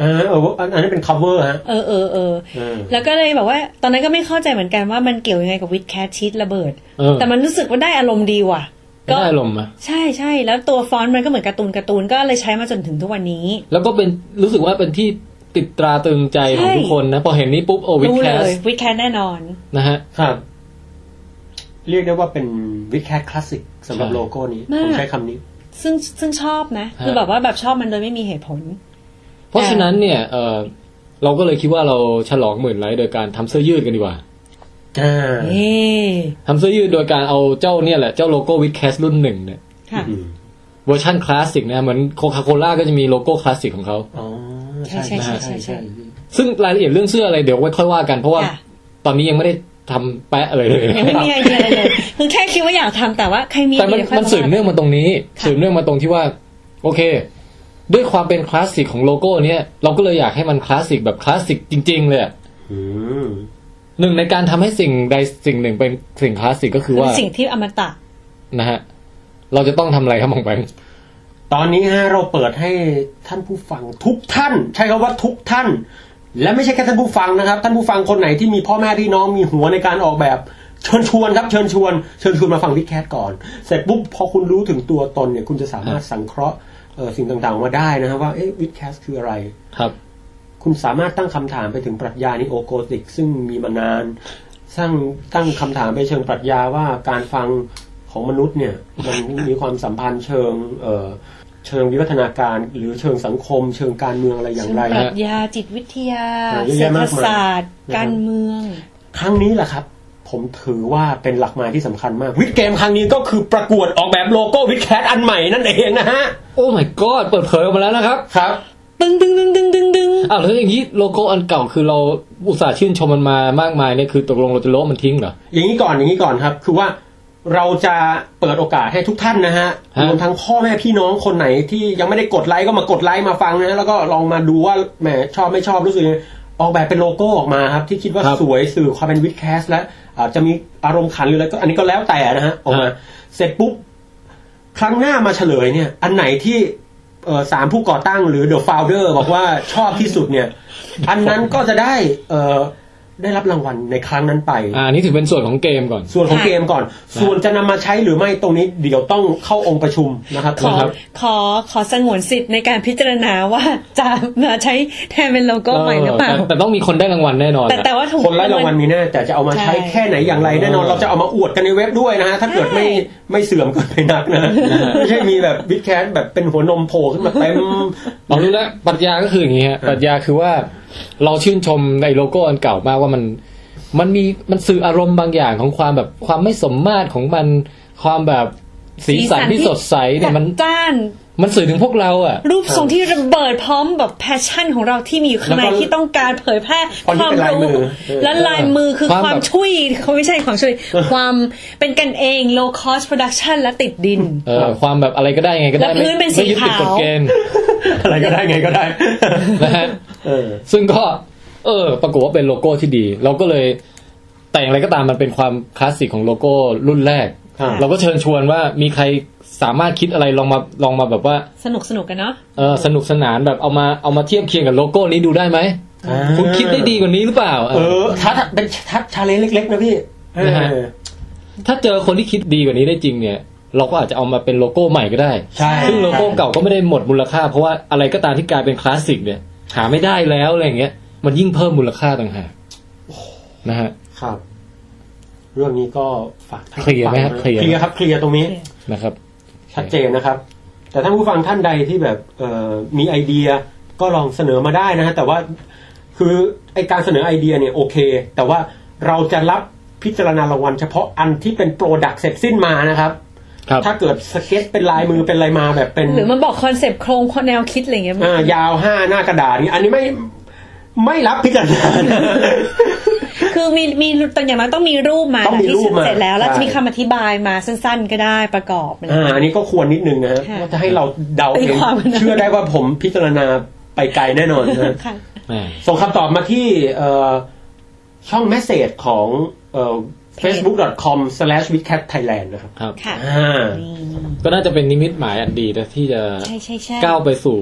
Speaker 3: อ่าเอออันอันนั้นเป็น cover ฮะ
Speaker 1: เออเออเออ
Speaker 3: เออ
Speaker 1: แล้วก็เลยแบบว่า ตอนนั้นก็ไม่เข้าใจเหมือนกันว่ามันเกี่ยวยังไงกับวิดแคสชีสระเบิด
Speaker 2: เออ
Speaker 1: แต่มันรู้สึกว่าได้อารมณ์ดีว่ะ
Speaker 2: ได้อารมณ์อะ
Speaker 1: ใช่ใช่แล้วตัวฟอนต์มันก็เหมือนการ์ตูนการ์ตูนก็เลยใช้มาจนถึงทุกวันนี้
Speaker 2: แล้วก็เป็นรู้สึกว่าเป็นที่ติดตราตรึงใจของทุกคนนะ พอเห็นนี้ปุ๊บโอวิด
Speaker 1: รู้
Speaker 2: แค
Speaker 1: เล
Speaker 2: ส
Speaker 1: ยวิดแคสแน่นอน
Speaker 2: นะฮะ
Speaker 3: ครับ เรียกได้ว่าเป็นวิดแคทคลาสสิกสำหรับ
Speaker 2: ใช่
Speaker 3: โลโก้นี้
Speaker 1: มาก
Speaker 3: ผมใช้คำนี้
Speaker 1: ซึ่งซึ่งชอบนะ
Speaker 2: ฮะ
Speaker 1: คือแบบว่าแบบชอบมันโดยไม่มีเหตุผล
Speaker 2: เพราะฉะนั้นเนี่ยเออเราก็เลยคิดว่าเราฉลองหมื่นไลค์โดยการทำเสื้อยืดกันดีกว่า
Speaker 3: อ่า
Speaker 1: เอ๊ะ
Speaker 2: ทำเสื้อยืดโดยการเอาเจ้าเนี่ยแหละเจ้าโลโก้วิดแคสรุ่นหนึ่งเนี่ย
Speaker 1: ค่ะ
Speaker 3: อืม
Speaker 2: เวอร์ชันคลาสสิกนะเหมือนโคคาโคล่าก็จะมีโลโก้คลาสสิกของเขา
Speaker 3: อ๋อ
Speaker 1: ใช่ใช่ใช่ใช่
Speaker 2: ซึ่งรายละเอียดเรื่องเสื้ออะไรเดี๋ยวไว้ค่อยว่ากันเพราะว่า
Speaker 1: ค่ะ
Speaker 2: ตอนนี้ยังไม่ได้ทำแปะอะไรเลย
Speaker 1: ยังไม่มีไอเดียอะไรเลยคือแค่คิดว่าอยากทำแต่ว่าใครมี
Speaker 2: แต่มัน
Speaker 1: ไอเดียค่ย
Speaker 2: มันสืบเนื่องมาตรงนี้
Speaker 1: ะ
Speaker 2: สืบเนื่องมาตรงที่ว่า โอเค ด้วยความเป็นคลาสสิกของโลโก้เนี้ยเราก็เลยอยากให้มันคลาสสิกแบบคลาสสิกจริง ๆ เลยอะ
Speaker 3: อืม
Speaker 2: หนึ่งในการทำให้สิ่งใดสิ่งหนึ่งเป็นสิ่งคลาสสิกก็คือ
Speaker 1: เป็
Speaker 2: ว่าน
Speaker 1: สิ่งที่อมตะ
Speaker 2: นะฮะเราจะต้องทำอะไรครับมองไป
Speaker 3: ตอนนี้ฮะเราเปิดให้ท่านผู้ฟังทุกท่าน ใช้คำว่าทุกท่าน และไม่ใช่แค่ท่านผู้ฟังนะครับ ท่านผู้ฟังคนไหนที่มีพ่อแม่พี่น้องมีหัวในการออกแบบ เชิญชวนครับเชิญชวน เชิญชวนมาฟังวิดแคทก่อน เสร็จปุ๊บพอคุณรู้ถึงตัวตนเนี่ย คุณจะสามารถสังเคราะห์เอ่อสิ่งต่างๆออกมาได้นะครับว่าเอ๊ะวิดแคสคืออะไร
Speaker 2: ครับ
Speaker 3: คุณสามารถตั้งคำถามไปถึงปรัชญานิโอโกติก ซึ่งมีมานานสร้างตั้งคำถามไปเชิงปรัชญาว่าการฟังของมนุษย์เนี่ย มันมีความสัมพันธ์เชิง เอ่อ เชิงวิวัฒนาการ หรือเชิงสังคม เชิงการเมืองอะไรอย่างไร
Speaker 1: ปรัชญาจิตวิทยา
Speaker 3: เออเยอะ
Speaker 1: เศรษฐ
Speaker 3: แยะมากมาย
Speaker 1: ศาสตร์
Speaker 3: นะครับ
Speaker 1: การเมือง
Speaker 3: ครั้งนี้แหละครับ ผมถือว่าเป็นหลักหมายที่สำคัญมาก วิดเกมครั้งนี้ก็คือประกวดออกแบบโลโก้วิดแคทอันใหม่นั่นเองนะฮะ
Speaker 2: โอ้ my god เปิดเผยออกมาแล้วนะครับ
Speaker 3: ครับ
Speaker 1: ตึงตึงตึงตึงตึงตึง
Speaker 2: อ้าวแล้วอย่างนี้โลโก้อันเก่าคือเราอุตส่าห์ชื่นชมมันมามากมายเนี่ยคือตกลงเราจะลบมันทิ้งเหรอ
Speaker 3: อย่างนี้ก่อนอย่างนี้ก่อนครับ คือว่าเราจะเปิดโอกาสให้ทุกท่านนะฮะ
Speaker 2: ฮะ
Speaker 3: รวมทั้งพ่อแม่พี่น้องคนไหนที่ยังไม่ได้กดไลค์ก็มากดไลค์มาฟังนะฮะแล้วก็ลองมาดูว่าแหมชอบไม่ชอบรู้สึกยังไงออกแบบเป็นโลโก้ออกมาครับ ที่คิดว่า
Speaker 2: ครับ
Speaker 3: สวยสื่อความเป็นวิดแคสและอาจจะมีอารมณ์ขันหรืออะไรก็อันนี้ก็แล้วแต่นะฮะออกมา
Speaker 2: ฮะ
Speaker 3: เสร็จปุ๊บ ครั้งหน้ามาเฉลยเนี่ย อันไหนที่เอ่อสามผู้ก่อตั้งหรือ The Founder บอกว่าชอบที่สุดเนี่ย อันนั้นก็จะได้เอ่อได้รับรางวัลในครั้งนั้นไป
Speaker 2: อ่านี่ถือเป็นส่วนของเกมก่อน
Speaker 3: ส่วนของเกมก่อน ส่วนจะนำมาใช้หรือไม่ตรงนี้เดี๋ยวต้องเข้าองค์ประชุมนะครับ
Speaker 1: ขอ
Speaker 3: นะครับ
Speaker 1: ขอขอสงวนสิทธิ์ในการพิจารณาว่าจะมาใช้แทนเป็นโลโก้ใหม่หรือเปล่า
Speaker 2: แต่แต่ต้องมีคนได้รางวัลแน่นอน
Speaker 1: แต่แต่ว่าถูก
Speaker 3: คนไล่รางวัลมีแน่แต่จะเอามาใช้
Speaker 1: ใช่
Speaker 3: แค่ไหนอย่างไรแน่นอนเราจะเอามาอวดกันในเว็บด้วยนะฮะถ้าเกิดไม่ไม่เสื่อมเกินไปนักนะไม่ใช่มีแบบวิดแคสแบบเป็นหัวนมโผล่ขึ้นมาเต็ม
Speaker 2: เรารู้แล้วปรัชญาก็คืออย่างนี้ฮะปรัชญาคือว่าเราชื่นชมในโลโก้อันเก่ามากว่ามัน มันมีมันสื่ออารมณ์บางอย่างของความแบบความไม่สมมาตรของมันความแบบสีสันที่สดใสเนี่ยมัน
Speaker 1: จ้าน
Speaker 2: มันสื่อถึงพวกเราอ่ะ
Speaker 1: รูปทรงที่ระเบิดพร้อมแบบแพชชั่นของเราที่มีอยู่ข้างใน
Speaker 3: แล้วก็
Speaker 1: ที่ต้องการเผยแพร่
Speaker 3: ตอนนี้
Speaker 1: ความ
Speaker 3: เป็นลายมื
Speaker 1: รู้
Speaker 3: อเออ
Speaker 1: และลายมือคือ
Speaker 2: ควา
Speaker 1: ควา
Speaker 2: มแบ
Speaker 1: ม
Speaker 2: บ
Speaker 1: ช่วยเขาไม่ใช่ของช่วย ความเป็นกันเอง low cost production และติดดิน
Speaker 2: เออความแบบอะไรก็ได้ยังไงก็ได้
Speaker 1: แล้ว
Speaker 2: ไม่
Speaker 1: พื้นเป็นสี
Speaker 2: ไม่ยึดติด
Speaker 1: ขาว
Speaker 2: กฎเกณฑ์
Speaker 3: อะไรก็ได้ไงก็ได้
Speaker 2: นะฮะ
Speaker 3: เออ
Speaker 2: ซึ่งก็ เออ ปรากฏว่าเป็นโลโก้ที่ดี เราก็เลย แต่อย่างไรก็ตามมันเป็นความคลาสสิกของโลโก้รุ่นแรก
Speaker 3: ครับ
Speaker 2: เราก็เชิญชวนว่ามีใครสามารถคิดอะไรลองมาลองมาแบบว่า
Speaker 1: สนุกสนุกกันเนาะ
Speaker 2: เออสนุกสนานแบบเอามาเอามาเทียบเคียงกับโลโก้นี้ดูได้ไหมคุณคิดได้ดีกว่านี้หรือเปล่า
Speaker 3: เออทัดเป็นทัดชาเลนจ์เล็ก ๆ นะพี่เออ
Speaker 2: ถ้าเจอคนที่คิดดีกว่านี้ได้จริงเนี่ย เราก็อาจจะเอามาเป็นโลโก้ใหม่ก็ได้
Speaker 3: ใช่
Speaker 2: ซึ่งโลโก้เก่าก็ไม่ได้หมดมูลค่า เพราะว่าอะไรก็ตามที่กลายเป็นคลาสสิกเนี่ย หาไม่ได้แล้วอะไรอย่างเงี้ย มันยิ่งเพิ่มมูลค่าต่างหากนะฮะ
Speaker 3: ครับ เรื่องนี้ก็ฝากท่าน
Speaker 2: เคลียร์ไหมฮะ
Speaker 3: ฟังนะ
Speaker 2: เคลียร์
Speaker 3: เคลียร์ครับเคลียร์ตรงนี้
Speaker 2: นะครับ
Speaker 3: ชัดเจนนะครับ แต่ท่านผู้ฟังท่านใดที่แบบเอ่อมีไอเดียก็ลองเสนอมาได้นะฮะแต่ว่าคือไอการเสนอไอเดียเนี่ยโอเค แต่ว่าเราจะรับพิจารณารางวัลเฉพาะอันที่เป็นโปรดักต์เสร็จสิ้นมานะครับ
Speaker 2: ครับ
Speaker 3: ถ้าเกิดสเก็ตเป็นลายมือเป็นอะไรมาแบบเป็น
Speaker 1: หรือมันบอกคอนเซปต์โครงแนวคิดอะไรอย่างเงี้ย
Speaker 3: อ่ายาวห้าหน้ากระดาษนี่อันนี้ไม่ไม่รับพิจารณานะ
Speaker 1: คือมีมีตัวอย่างน้อยต้องมีรูปมา
Speaker 3: ต้องมี
Speaker 1: ที่
Speaker 3: รูปมา
Speaker 1: เสร็จแล้วแล้ว
Speaker 3: ใช่
Speaker 1: จะมีคำอธิบายมาสั้นๆ ก็ได้ประกอบอะไรอย่าง
Speaker 3: อ่า
Speaker 1: เงี้ย
Speaker 3: อันนี้ก็ควรนิดนึงนะฮะ
Speaker 1: ค่ะ
Speaker 3: ว่าจะให้เราเดาเอ
Speaker 1: ตี
Speaker 3: ง
Speaker 1: ความกันนะ
Speaker 3: เชื่อได้ว่าผมพิจารณาไปไกลแน่นอนนะฮะ
Speaker 1: ค่ะ
Speaker 2: แหม่
Speaker 3: ส่งคำตอบมาที่เอ่อช่องแมสเซจของเอ่อ facebook.com/withcathailand นะครับ
Speaker 2: ครับ
Speaker 1: ค่ะ
Speaker 3: อ่า
Speaker 2: ก็น่าจะเป็นนิมิตหมายอันดีนะที่จะ
Speaker 1: ใช่ใช่ใช่
Speaker 2: ก้าวไปสู่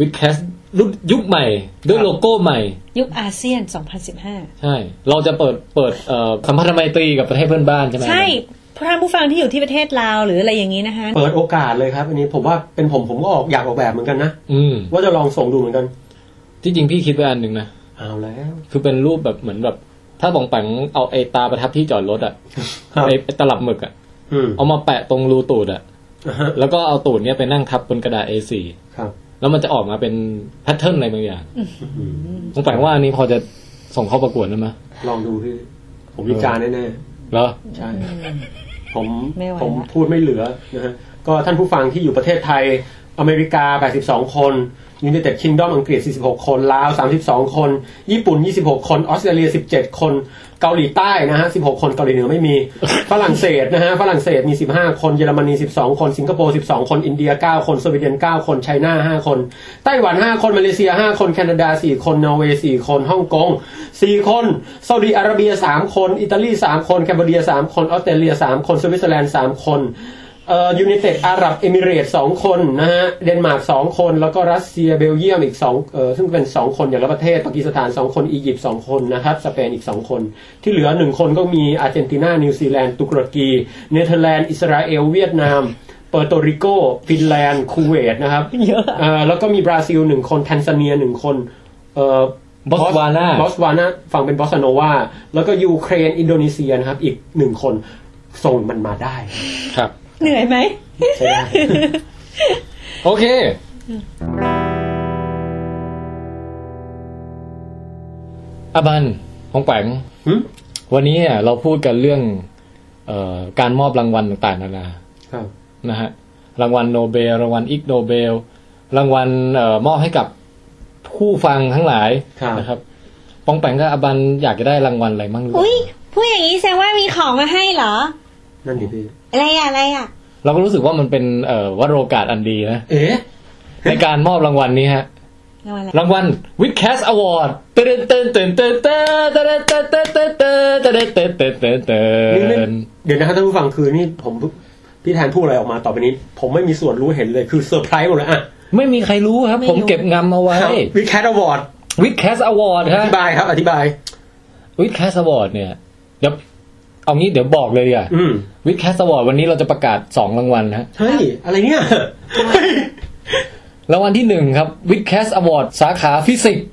Speaker 2: วิดแคสรุ่นยุคใหม่ ด้วยโลโก้ใหม่
Speaker 1: ยุคอาเซียน 2015
Speaker 2: ใช่ เราจะเปิดเปิดเอ่อคำพันธไมตรีกับประเทศเพื่อนบ้านใช่ไหม
Speaker 1: ใช่พระผู้ฟังที่อยู่ที่ประเทศลาวหรืออะไรอย่างนี้นะคะ
Speaker 3: เปิดโอกาสเลยครับอันนี้ผมว่าเป็นผมผมก็ออกอยากออกแบบเหมือนกันนะ
Speaker 2: อืม
Speaker 3: ว่าจะลองส่งดูเหมือนกัน
Speaker 2: ที่จริงพี่คิดไว้อันหนึ่งนะ
Speaker 3: เอาแล้ว
Speaker 2: คือเป็นรูปแบบเหมือนแบบ ถ้าบองแปงเอาไอ้ตาประทับที่จอดรถอะ
Speaker 3: ครับ
Speaker 2: ไอ้ไอ้ตลับหมึกอะ
Speaker 3: อืม
Speaker 2: เอามาแปะตรงรูตูดอะ
Speaker 3: อ่าฮะ
Speaker 2: แล้วก็เอาตูดเนี้ยไปนั่งทับบนกระดาษ A4
Speaker 3: ครับ
Speaker 2: แล้วมันจะออกมาเป็นแพทเทิร์นอะไรบางอย่างบองแปงว่าอันนี้พอจะส่งเข้าประกวดได้ไหม
Speaker 3: ลองดูพี่ผมวิจารณ์แน่
Speaker 2: เหรอ
Speaker 3: ๆใช่ผม
Speaker 1: ไม่ไหวละ
Speaker 3: ผมพูดไม่เหลือนะฮะก็ท่านผู้ฟังที่อยู่ประเทศไทยอเมริกา 82 คนยูเนเต็ดคิงดอมอังกฤษ 46 คนลาว 32 คน ญี่ปุ่น 26 คนออสเตรเลีย 17 คน เกาหลีใต้นะฮะ 16 คนเกาหลีเหนือไม่ มี ฝรั่งเศสนะฮะฝรั่งเศสมี 15 คนเยอรมนี 12 คนสิงคโปร์ 12 คนอินเดีย 9 คนสวีเดน 9 คนไชน่า 5 คน ไต้หวัน 5 คนมาเลเซีย 5 คนแคนาดา 4 คนนอร์เวย์ 4 คนฮ่องกง 4 คนซาอุดีอาระเบีย 3 คน อิตาลี 3 คนแคนเบอร์เรีย 3 คนออสเตรเลีย 3 คนสวิตเซอร์แลนด์ 3 คนเอ่อยูเนเต็ดอาหรับเอมิเรตสองคนนะฮะเดนมาร์กสองคน แล้วก็รัสเซียเบลเยียมอีกสองเอ่อซึ่งเป็นสองคนอย่างละประเทศปากีสถานสองคนอียิปต์สองคนนะครับสเปนอีกสองคน ที่เหลือหนึ่งคนก็มีอาร์เจนตินา นิวซีแลนด์ ตุรกี เนเธอร์แลนด์ อิสราเอล เวียดนาม เปอร์โตริโก ฟินแลนด์ คูเวตนะครับ
Speaker 1: เยอะ
Speaker 3: เอ่อแล้วก็มีบราซิลหนึ่งคนแทนซาเนียหนึ่งคนเอ่อ
Speaker 2: Botswana
Speaker 3: บอสวานาฟังเป็นบอสซาโนวาแล้วก็ยูเครน อินโดนีเซียนะครับ อีกหนึ่งคนส่งมันมาได้
Speaker 2: ครับ
Speaker 1: เหนื่อยไหม
Speaker 3: ใช่ได้
Speaker 2: โอเค อบันของแปง
Speaker 3: หึ
Speaker 2: วันนี้อ่ะเราพูดกันเรื่อง เอ่อการมอบรางวัลต่างๆนานา
Speaker 3: ครับ
Speaker 2: นะฮะรางวัลโนเบล รางวัลอิกโนเบล รางวัลเอ่อมอบให้กับผู้ฟังทั้งหลาย
Speaker 3: ครับ
Speaker 2: นะครับปองแปงกับอบันอยากจะได้รางวัลอะไรมั่งหรือเป
Speaker 1: อุ้ย
Speaker 2: ล่า
Speaker 1: พูดอย่างนี้แสดงว่ามีของมาให้เหรอ
Speaker 3: นั่นดิพี่
Speaker 1: อะไรอะอะไรอะ
Speaker 2: เราก็รู้สึกว่ามันเป็นเอ่อวโรกาสอันดีนะ
Speaker 3: เอ๊ะ
Speaker 2: ในการมอบรางวัลนี้ฮะ
Speaker 1: เอาอะไร
Speaker 2: รางวัลวิดแคสอวอร์ดเต้นเต้นเต้นเต้นเต้นเต้นเต้นเต้นเต้นเต้นเต้นเต้นเต้นเต้นเต้
Speaker 3: นี่ไม่
Speaker 2: น
Speaker 3: เดี๋ยวนะครับท่านผู้ฟังคือนี่ผมพี่แทนพูดอะไรออกมาต่อไปนี้ ผมไม่มีส่วนรู้เห็นเลยคือเซอร์ไพรส์หมดเลยอ่ะ
Speaker 2: ไม่มีใครรู้ครับ ผมเก็บงำเอาไว้
Speaker 3: วิแคทอวอร์ด
Speaker 2: วิดแคสอวอร์ด
Speaker 3: อ
Speaker 2: ฮะ
Speaker 3: ธิบายครับ อธิบาย
Speaker 2: วิดแคสอวอร์ดเนี่ยเดี๋ยวเอางี้เดี๋ยวบอกเลยดีกว่า
Speaker 3: อืม
Speaker 2: วิดแคสอวอร์ดวันนี้เราจะประกาศ 2 รางวัลนะ
Speaker 3: เฮ้ยอะไรเนี่ยเฮ้ย
Speaker 2: รางวัลที่ 1 ครับวิดแคสอวอร์ดสาขาฟิสิกส์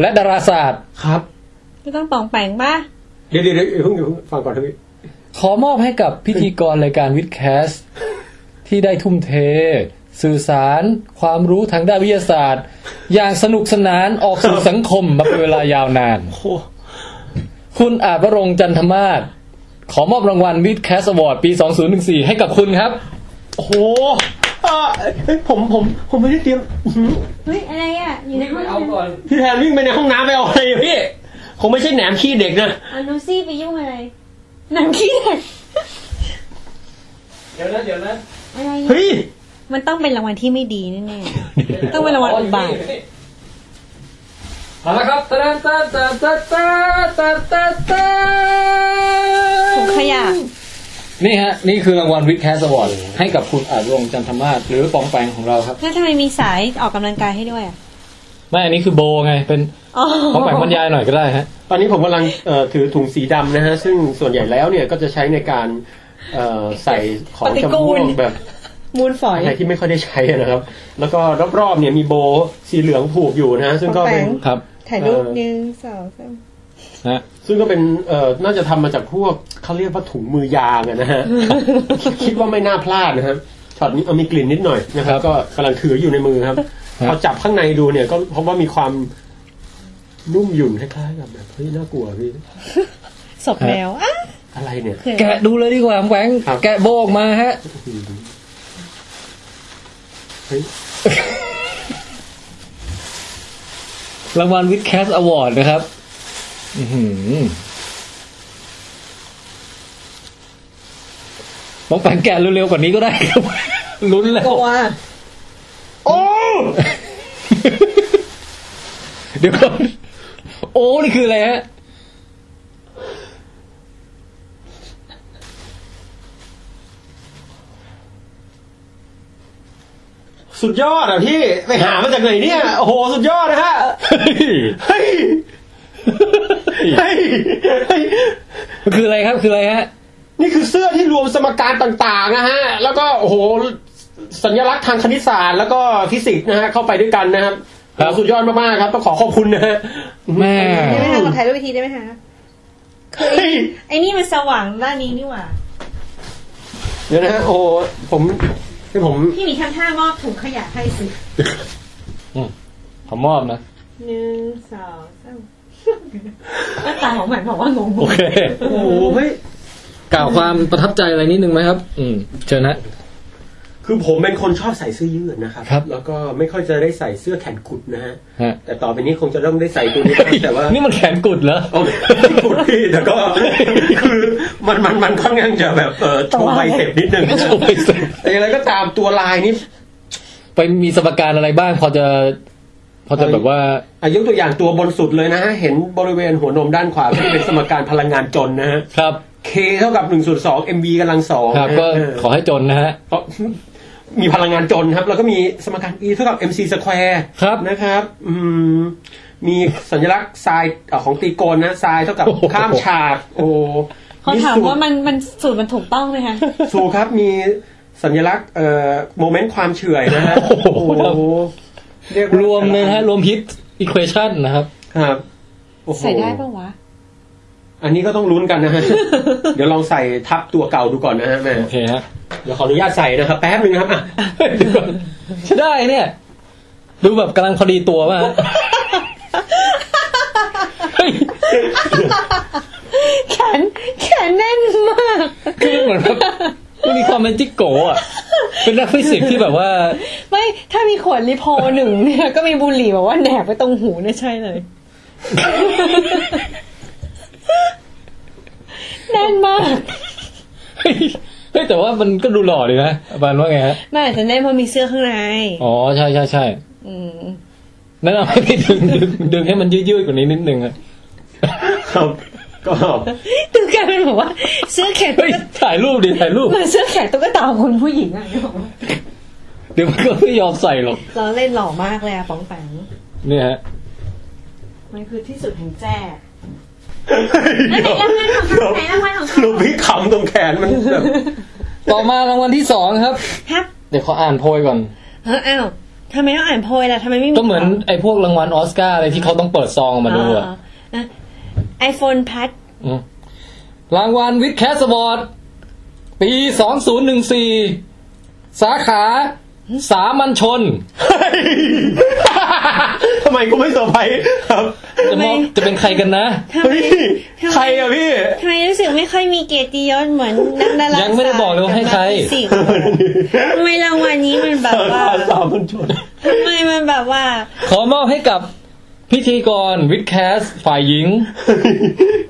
Speaker 2: และดาราศาสตร์
Speaker 3: ครับ
Speaker 1: ไม่ต้องปองแปงป่ะ
Speaker 3: เดี๋ยวเดี๋ยวเดี๋ยวเพิ่งเดี๋ยวเพิ่งฟังก่อนครับพี่
Speaker 2: ขอมอบให้กับพิธีกรรายการวิดแคสที่ได้ทุ่มเท สื่อสาร ความรู้ทางด้านวิทยาศาสตร์ อย่างสนุกสนานออกสู่สังคมมาเป็นเวลายาวนาน
Speaker 3: โอ้โห
Speaker 2: คุณอาจวรงค์จันทมาศขอมอบรางวัลวิดแคสอวอร์ดปี 2014 ให้กับคุณครับ
Speaker 3: โอ้โหอ่ะเฮ้ยผมผมผมไม่ได้เตรียมอื้อหือ
Speaker 1: เฮ้ยอะไรอะอยู่ในห้อง
Speaker 3: พี่แทนวิ่งไปในห้องน้ำไปเอาอะไรอ่ะพี่คงไม่ใช่แหนมขี้เด็กนะ
Speaker 1: เอานูซี่ไปยุ่งอะไรหนังขี้เด็ก
Speaker 6: เดี๋ยวนะเดี๋ยวนะ
Speaker 1: อะไร
Speaker 3: เฮ้ย
Speaker 1: มันต้องเป็นรางวัลที่ไม่ดีแน่ๆต้องเป็นรางวัลอุบาท
Speaker 2: เอาละครับตะตะตะตะตะตะตะตะ
Speaker 1: ถุงขยะ
Speaker 2: นี่ฮะ นี่คือรางวัลวิดแคสอวอร์ดให้กับคุณอาจวรงค์จันทมาศหรือปองแปงของเราครับ
Speaker 1: แล้วทำไมมีสายออกกำลังกายให้ด้วยอะ
Speaker 2: ไม่อันนี้คือโบไง เป็น
Speaker 1: อ๋อ
Speaker 2: ปองแปงบรรยายหน่อยก็ได้ฮะ
Speaker 3: ตอนนี้ผมกำลังเอ่อถือถุงสีดำนะฮะ ซึ่งส่วนใหญ่แล้วเนี่ยก็จะใช้ในการเอ่อใส่ของจำพวกแบบ
Speaker 1: มูลฝอย
Speaker 3: อะไรที่ไม่ค่อยได้ใช้นะครับ แล้วก็รอบๆเนี่ยมีโบสีเหลืองผูกอยู่นะฮะซึ่งก็เป็น
Speaker 1: ของแปลง
Speaker 2: ครับ
Speaker 1: ถ่ายรูป
Speaker 3: เออ
Speaker 1: หนึ่งสองสาม
Speaker 2: ฮะ
Speaker 3: ซึ่งก็เป็นเอ่อน่าจะทำมาจากพวกเขาเรียกว่าถุงมือยางอะนะฮ ะ คิดว่าไม่น่าพลาดนะครับช็อตนี้เอามีกลิ่นนิดหน่อยนะครับ ก็กำลังถืออยู่ในมือครับพอจับข้างในดูเนี่ย ก็พบว่ามีความนุ่มหยุ่นคล้ายๆกับแบบเฮ้ยน่ากลัวพี่
Speaker 1: ศพแมวอ่ะ
Speaker 3: อะไรเนี่ย
Speaker 2: แกะดูเลยดีกว่าปองแปง
Speaker 3: ครับ
Speaker 2: แกะโบออกมาฮะ
Speaker 3: เฮ้ย
Speaker 2: รางวัลวิดแคสอวอร์ดนะครับ อื้อหือปองแปงแกะเร็วๆกว่านี้ก็ได้ครับลุ้นแล้ว
Speaker 1: ว่า
Speaker 2: เดี๋ยวก่อนโอ้ นี่คืออะไรฮะ
Speaker 3: สุดยอดอ่ะพี่ไปหามาจากไหนเนี่ยโอ้โหสุดยอดนะฮะเฮ้ยเฮ้ยเฮ้ย
Speaker 2: มันคืออะไรครับ คืออะไรฮะ
Speaker 3: นี่คือเสื้อที่รวมสมการต่างๆนะฮะ แล้วก็โอ้โหสัญลักษณ์ทางคณิตศาสตร์แล้วก็ฟิสิกส์นะฮะเข้าไปด้วยกันนะครับ
Speaker 2: ครับ
Speaker 3: โอ้โหสุดยอดมากๆครับต้องขอขอบคุณนะฮะ
Speaker 2: แม่
Speaker 1: ได้ไหมคะขอถ่ายรูปอีกทีได้ไหมคะ
Speaker 3: เฮ้ย
Speaker 1: ไอ้นี่มันสว่างด้านนี้นี่หว่า
Speaker 3: เดี๋ยวนะฮะโอ้โหผมให้ผม
Speaker 1: พี่หมีทำท่ามอบถุงขยะให้สิ
Speaker 2: ผมมอบนะ
Speaker 1: หนึ่งสองสามหน้าตาของหมันบอกว่างง
Speaker 2: โอเค
Speaker 3: โอ้โหเฮ้ย
Speaker 2: กล่าวความประทับใจอะไรนิดนึงไหมครับ อืม เชิญนะ
Speaker 3: คือผมเป็นคนชอบใส่เสื้อยืดนะครับ
Speaker 2: ครับ
Speaker 3: แล้วก็ไม่ค่อยจะได้ใส่เสื้อแขนกุดนะฮะ
Speaker 2: ฮะ
Speaker 3: แต่ต่อไปนี้คงจะต้องได้ใส่ตัวนี้บ้างแต่ว่า
Speaker 2: นี่มันแขนกุดเหรอ
Speaker 3: เอา ไม่กุดพี่แต่ก็คือมันมันมันค่อนข้างจะแบบเออโชว์ใบเสพนิดนึงนะฮะ
Speaker 2: โชว์ไบเซ็ป
Speaker 3: แต่อย่างไรก็ตามตัวลายนี่
Speaker 2: ไปมีสมการอะไรบ้าง พอจะ พอจะแบบว่า
Speaker 3: อะยกตัวอย่างตัวบนสุดเลยนะฮะ เห็นบริเวณหัวนมด้านขวา ที่เป็นสมการพลังงานจนนะฮะ
Speaker 2: ครับ
Speaker 3: k เท่ากับหนึ่งส่วนสอง mv กำลังสอง
Speaker 2: ครับ ก็ขอให้จนนะฮะ
Speaker 3: เพราะมีพลังงานจนครับ แล้วก็มีสมการ e เท่ากับ mc สแควร์
Speaker 2: ครับ
Speaker 3: นะครับ อืม มีสัญลักษณ์ทรายเอ่อของตรีโกณนะทรายเท่ากับข้ามฉากโอ้
Speaker 1: เขาถามว่ามันมันสูตรมันถูกต้องไหมคะ
Speaker 3: สูตรครับมีสัญลักษณ์เอ่อโมเมนต์ความเฉื่อยนะฮะ
Speaker 2: โอ้โห
Speaker 3: เยการ
Speaker 2: วมเลยนะฮะ รวมฮิตอีควอชันนะครับ
Speaker 3: ครับโอ้โห
Speaker 1: ใส่ได้ปะวะ
Speaker 3: อันนี้ก็ต้องลุ้นกันนะ ฮะ เดี๋ยวลองใส่ทับตัวเก่าดูก่อนนะฮะแม่
Speaker 2: โอเคฮะ
Speaker 3: เดี๋ยวขออนุญาตใส่นะครับแป๊บนึงนะครับอ่ะ
Speaker 2: เดี๋ยวก่อนใช่ได้เนี่ย ดูแบบกำลังพอดีตัวมากเฮ้ย
Speaker 1: แขนแขนแน่นมาก
Speaker 2: คือมันเหมือนแบบมันมีความเป็นจิกโกะอะเป็นนักฟิสิกส์ที่แบบว่า
Speaker 1: ไม่ถ้ามีขวดลิโพหนึ่งเนี่ย ก็มีบุหรี่แบบว่าแหนบไว้ตรงหูเนี่ยใช่เลย แน่นมาก
Speaker 2: เฮ้ยเฮ้ยแต่ว่ามันก็ดูหล่อดีนะบานว่าไงฮะ
Speaker 1: ไม่อาจจะแน่นเพราะมีเสื้อข้างใน
Speaker 2: อ๋อใช่ใช่ใช่
Speaker 1: อืม
Speaker 2: นั่นเอาให้ดึงดึงดึงให้มันยืดๆกว่านี้นิดนึงอะ
Speaker 3: ครับก็
Speaker 1: ตื่นกลายเป็นแบบว่า เสื้อแขน
Speaker 2: เฮ้ยถ่ายรูปดิถ่ายรูป
Speaker 1: เหมือนเสื้อแขนตุ๊กตาของคุณผู้หญิงอะนึกออกปะ
Speaker 2: เดี๋ยวมันก็ไม่ยอมใส่หรอก
Speaker 1: เราเล่นหล่อมากเลยอะป๋องแปง
Speaker 2: เนี่ยฮะ
Speaker 1: มันคือที่สุดแห่งแจ้
Speaker 3: เดี๋ยว
Speaker 7: ไหนรางวัลของ
Speaker 3: หลูพี่ขำตรงแขนมันแบบ
Speaker 2: ต่อมารางวัลที่สองครับ
Speaker 1: ครับ
Speaker 2: เดี๋ยวขออ่านโพยก่อน
Speaker 1: เฮ้ยอ้าวทำไมต้องอ่านโพยล่ะทำไมไม่มี
Speaker 2: ก็เหมือนไอ้พวกรางวัลออสการ์อะไรที่เขาต้องเปิดซองออกมาดูอะ
Speaker 1: ไอโฟนพัด
Speaker 2: มรางวัลวิดแคสบอร์ดปีสองศูนย์หนึ่งสี่สาขา สามัญชน
Speaker 3: ทำไมกูไม่เซอร์ไพรส์ครับ
Speaker 2: จะมอบจะเป็นใครกันนะ
Speaker 1: ทำไม
Speaker 3: เฮ้ยใครอะพี่
Speaker 1: ทำไมรู้สึกไม่ค่อยมีเกียรติยศเหมือนนักดาราศาสตร์
Speaker 2: ยังไม่ได้บอกเลยว่าให้ใคร
Speaker 1: กับนักฟิสิกส์ ทำไมรางวัลนี้มันแบบว่า
Speaker 3: สามัญชน
Speaker 1: ทำไมมันแบบว่า
Speaker 2: ขอมอบให้กับพิธีกรวิดแคสฝ่ายหญิง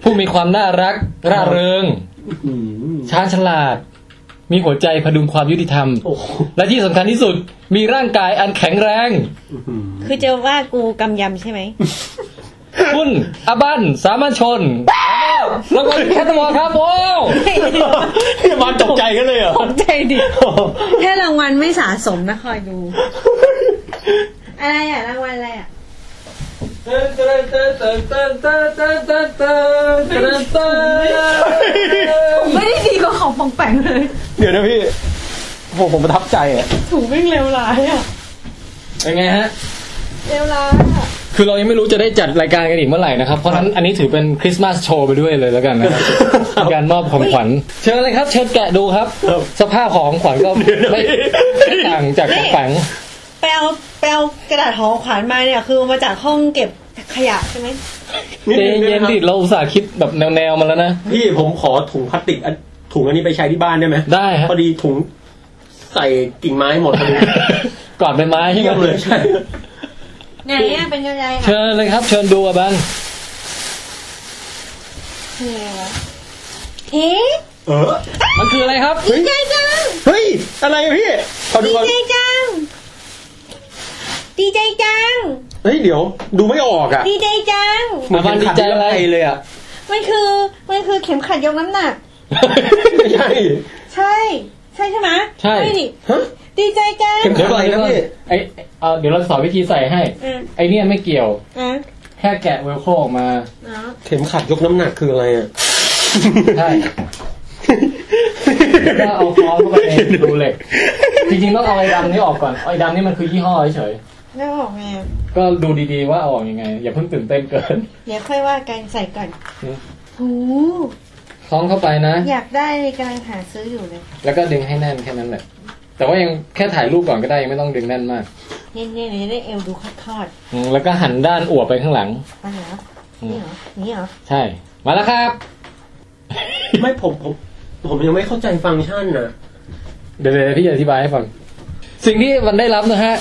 Speaker 2: ผู้มีความน่ารัก ร่าเริง ช้างฉลาด มีหัวใจพดุงความยุติธรรม
Speaker 3: โอ้โห
Speaker 2: และที่สำคัญที่สุดมีร่างกายอันแข็งแรง
Speaker 1: คือจะว่ากูกำยำใช่ไหม
Speaker 2: คุณอาบันสามัญช นแล้วก็แคทมอร์ครับโอ้
Speaker 3: มันตกใจกันเลยเหรอ
Speaker 1: ใจดิ แค่รางวัลไม่สะสมนะคอยดู อะไรอ่ะรางวัลอะไรอ่ะไม่ได้ดีกว่าของปองแปงเลย
Speaker 3: เดี๋ยวนะพี่ผมผมประทับใจอะ
Speaker 1: ถูกวิ่งเร็วร้ายอ่ะ
Speaker 2: เป็นไงฮะ
Speaker 1: เร็วร้ายอ่ะ
Speaker 2: คือเรายังไม่รู้จะได้จัดรายการกันอีกเมื่อไหร่นะครับ เพราะฉะนั้นอันนี้ถือเป็นคริสต์มาสโชว์ไปด้วยเลยแล้วกันนะครับเป็นการมอบของขวัญ เชิญเลยครับ เชิญแกะดูครับ สภาพของของขวัญก็ไม่ไม่ต่างจากของฝัง
Speaker 1: ไปเอาไปเอากระดาษห่อขวานมาเนี่ยคือมาจากห้องเก็บขยะใช่ไหม
Speaker 2: เย็นเย็นๆดิเราอุตส่าห์คิดแบบแนวแนวๆมาแล้วนะ
Speaker 3: พี่ผมขอถุงพลาสติกอันถุงอันนี้ไปใช้ที่บ้านได้ไหม
Speaker 2: ได้ฮะ
Speaker 3: พอดีถุงใส่กิ่งไม้หมดพอดี
Speaker 2: กอดใบไม้ใช่ไห
Speaker 3: เยี่ยม
Speaker 2: ม
Speaker 3: เลยใช่
Speaker 1: ไหนอ่ะเป็นยังไงอ่ะ
Speaker 2: เชิญเลยครับ เชิญดูอ่ะบัน
Speaker 1: เอ๊ะ
Speaker 3: เออ
Speaker 2: มันคืออะไรครับ
Speaker 1: ดีใจจัง
Speaker 3: เฮ้ยอะไรอะพี่ขอดู
Speaker 1: ดี
Speaker 3: ก่อน
Speaker 1: ใจจังดีใจจัง
Speaker 3: เฮ้ยเดี๋ยว ดูไม่ออกอะ
Speaker 1: ดีใจจัง
Speaker 3: เหมือนเข็มขัดนิรภัยเลยอะ
Speaker 1: มันคือมันคือเข็มขัดยกน้ำหนัก
Speaker 3: ไม่ใช่
Speaker 1: ใช่ ใช่ใช่ไหม
Speaker 2: ใช่
Speaker 1: นี่
Speaker 3: ฮะ
Speaker 1: ดีใจจัง
Speaker 3: เข็มขัดอะไรนะพี่
Speaker 2: ไอเอ่อเดี๋ยวเราสอนวิธีใส่ให้
Speaker 1: อ่ะ
Speaker 2: ไอเนี่ยไม่เกี่ยว
Speaker 1: อ่ะ
Speaker 2: แค่แกะเวลโคออกมา
Speaker 1: เนาะ
Speaker 3: เข็มขัดยกน้ำหนักคืออะไรอะ
Speaker 2: ใช่ ก็เอาค้อนเข้าไปในรูเหล็ก จริงๆต้องเอาไอ้ดำนี่ออกก่อน ไอ้ดำนี่มันคือยี่ห้อเฉย
Speaker 1: แล้วออกไงอ่ะ
Speaker 2: ๆก็ดูดีๆว่าเอาออกยังไง อย่าเพิ่งตื่นเต้นเกิน
Speaker 1: เดี๋ยวค่อยว่ากันใส่ก่อน
Speaker 2: อืม
Speaker 1: หู
Speaker 2: คล้องเข้าไปนะ
Speaker 1: อยากได้เลยกำลังหาซื้ออยู่เลย
Speaker 2: แล้วก็ดึงให้แน่นแค่นั้นแหละ แต่ว่ายังแค่ถ่ายรูปก่อนก็ได้ยังไม่ต้องดึงแน่นมาก
Speaker 1: เย็นๆเดี๋ยวจะได้เอวดูคอด
Speaker 2: อืมแล้วก็หันด้านอวบไปข้างหลัง
Speaker 1: ๆอันเหรอนี่เหรอนี่เหรอ
Speaker 2: ใช่ มาแล้วครับ
Speaker 3: ไม่ผมผมผมยังไม่เข้าใจฟังก์ชันนะ
Speaker 2: เดี๋ยวๆพี่จะอธิบายให้ฟัง สิ่งที่มันได้รับนะฮะ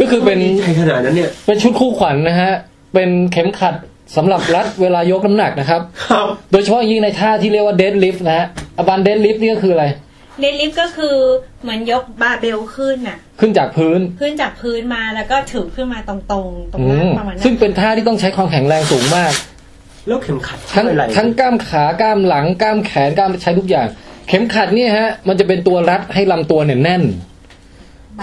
Speaker 2: ก็คือเป็น
Speaker 3: ดีใจขนาดนั้นเนี่ย
Speaker 2: เป็นชุดคู่ขวัญนะฮะ เป็นเข็มขัดสำหรับรัดเวลายกน้ำหนักนะครับ
Speaker 3: ครับ
Speaker 2: โดยเฉพาะอย่างยิ่งในท่าที่เรียกว่าเดดลิฟต์นะฮะอบันเดดลิฟต์นี่ก็คืออะไร
Speaker 1: เดดลิฟก็คือเหมือนยกบาร์เบลขึ้นน่ะ
Speaker 2: ขึ้นจากพื้น
Speaker 1: ขึ้นจากพื้นมาแล้วก็ถือขึ้นมาตรงๆ ตรง
Speaker 2: อื
Speaker 1: หน้าม ประมาณนั้
Speaker 2: ซึ่ง
Speaker 1: น
Speaker 2: เป็นท่าที่ต้องใช้ความแข็งแรงสูงมาก
Speaker 3: แล้วเข็มขัด
Speaker 2: ทั้ง
Speaker 3: อะไร
Speaker 2: ทั้งกล้ามขากล้ามหลังกล้ามแขนกล้ามใช้ทุกอย่าง เข็มขัดเนี่ยฮะ มันจะเป็นตัวรัดให้ลำตัวเนี่ยแน่น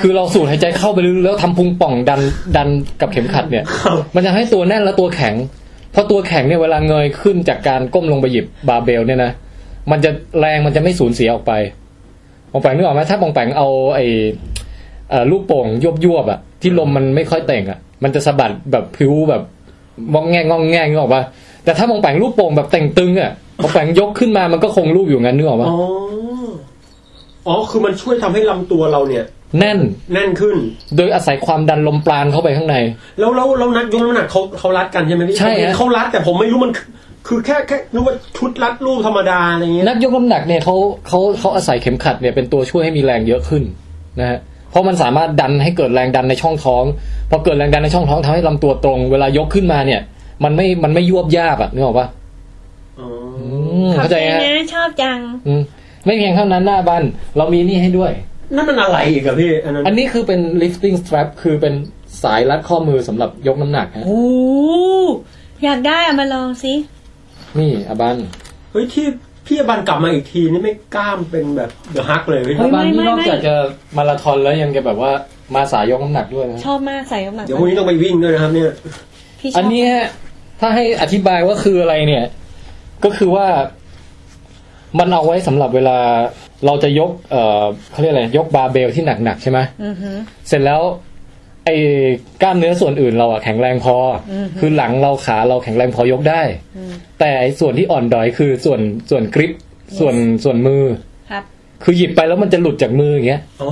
Speaker 2: คือเราสูดหายใจเข้าไปลึกๆแล้วทำพุงป่องดันดันกับเข็มขัดเนี่ย
Speaker 3: ครับ
Speaker 2: มันจะให้ตัวแน่นและตัวแข็ง พอตัวแข็งเนี่ยเวลาเงยขึ้นจากการก้มลงไปหยิบบาร์เบลเนี่ยนะ มันจะแรงมันจะไม่สูญเสียออกไปปองแปงนึกออกไหมถ้าปองแปงเอาไอ้เอ่อลูกโป่งยวบยวบๆอะที่ลมมันไม่ค่อยเต่งอะมันจะสะบัดแบบพิ้วแบบงองแงงงองแงงนึกออกปะ แต่ถ้ามองแปงรูปโป่งแบบแต่งตึงอ่ะพอแปงยกขึ้นมามันก็คงรูปอยู่งั้นนึกออก
Speaker 3: อ๋
Speaker 2: ปะ
Speaker 3: ออ๋อคือมันช่วยทำให้ลำตัวเราเนี่ย
Speaker 2: แน่น
Speaker 3: แน่นขึ้น
Speaker 2: โดยอาศัยความดันลมปราณเข้าไปข้างใน
Speaker 3: แล้วแล้วแล้วนักยกน้ำหนักเขาเขารัดกันใช่ไหมพี่
Speaker 2: ใช่ฮะ
Speaker 3: ผมเห็นเขารัดแต่ผมไม่รู้มันคือคือแค่แค่รู้ว่าชุดรัดรูปธรรมดาอะไรเงี้ย
Speaker 2: นักยกน้ำหนักเนี่ยเขาเขาเขาอาศัยเข็มขัดเนี่ยเป็นตัวช่วยให้มีแรงเยอะขึ้นนะฮะเพราะมันสามารถดันให้เกิดแรงดันในช่องท้องพอเกิดแรงดันในช่องท้องทำให้ลำตัวตรง เวลายกขึ้นมาเนี่ย มันไม่มันไม่ยวบยากอะนึกออกปะ
Speaker 3: อ๋อ
Speaker 2: อืมเข้าใจ
Speaker 8: ขอบ
Speaker 2: ฮะ
Speaker 8: คุณนะชอบจัง
Speaker 2: อืมไม่เพียงเท่านั้นหน้าบันเรามีนี่ให้ด้วย
Speaker 3: นั่นมันอะไรอีกอะพี่อันนั้น
Speaker 2: อันนี้คือเป็น lifting strap คือเป็นสายรัดข้อมือสำหรับยกน้ำหนักฮะ
Speaker 8: โอ้อยากได้อะมาลองสิ
Speaker 2: นี่อาบัน
Speaker 3: เฮ้ยที่พี่อบันกลับมาอีกทีนี่ไม่กล้ามเป็นแบบเดอะฮักเลยพี่
Speaker 2: อาบันนี่นอกจากจะมาราธอนแล้วยังจะแบบว่ามาสายยกน้ำหนักด้วยนะ
Speaker 1: ชอบมากใส่ยกน้ำหนัก
Speaker 3: เดี๋ยวพรุ่งนี้ต้องไปวิ่งด้วยนะครับ เนี่ย
Speaker 1: พี่ช
Speaker 2: อั
Speaker 1: อน บ
Speaker 2: นี้ฮะถ้าให้อธิบายว่าคืออะไรเนี่ย ก็คือว่ามันเอาไว้สำหรับเวลาเราจะยก เอ่อเขาเรียกอะไรยกบาร์เบลที่หนักๆใช่ไหม
Speaker 1: อือฮึ
Speaker 2: เสร็จแล้ว ไอ้กล้ามเนื้อส่วนอื่นเราอะแข็งแรงพออคือหลังเราขาเราแข็งแรงพอยกได้ แต่ไอ้ส่วนที่อ่อนดอยคือส่วนส่วนกริปส่วนส่วนมือ
Speaker 1: ครับ
Speaker 2: คือหยิบไปแล้วมันจะหลุดจากมืออย่างเงี้ย
Speaker 3: อ๋อ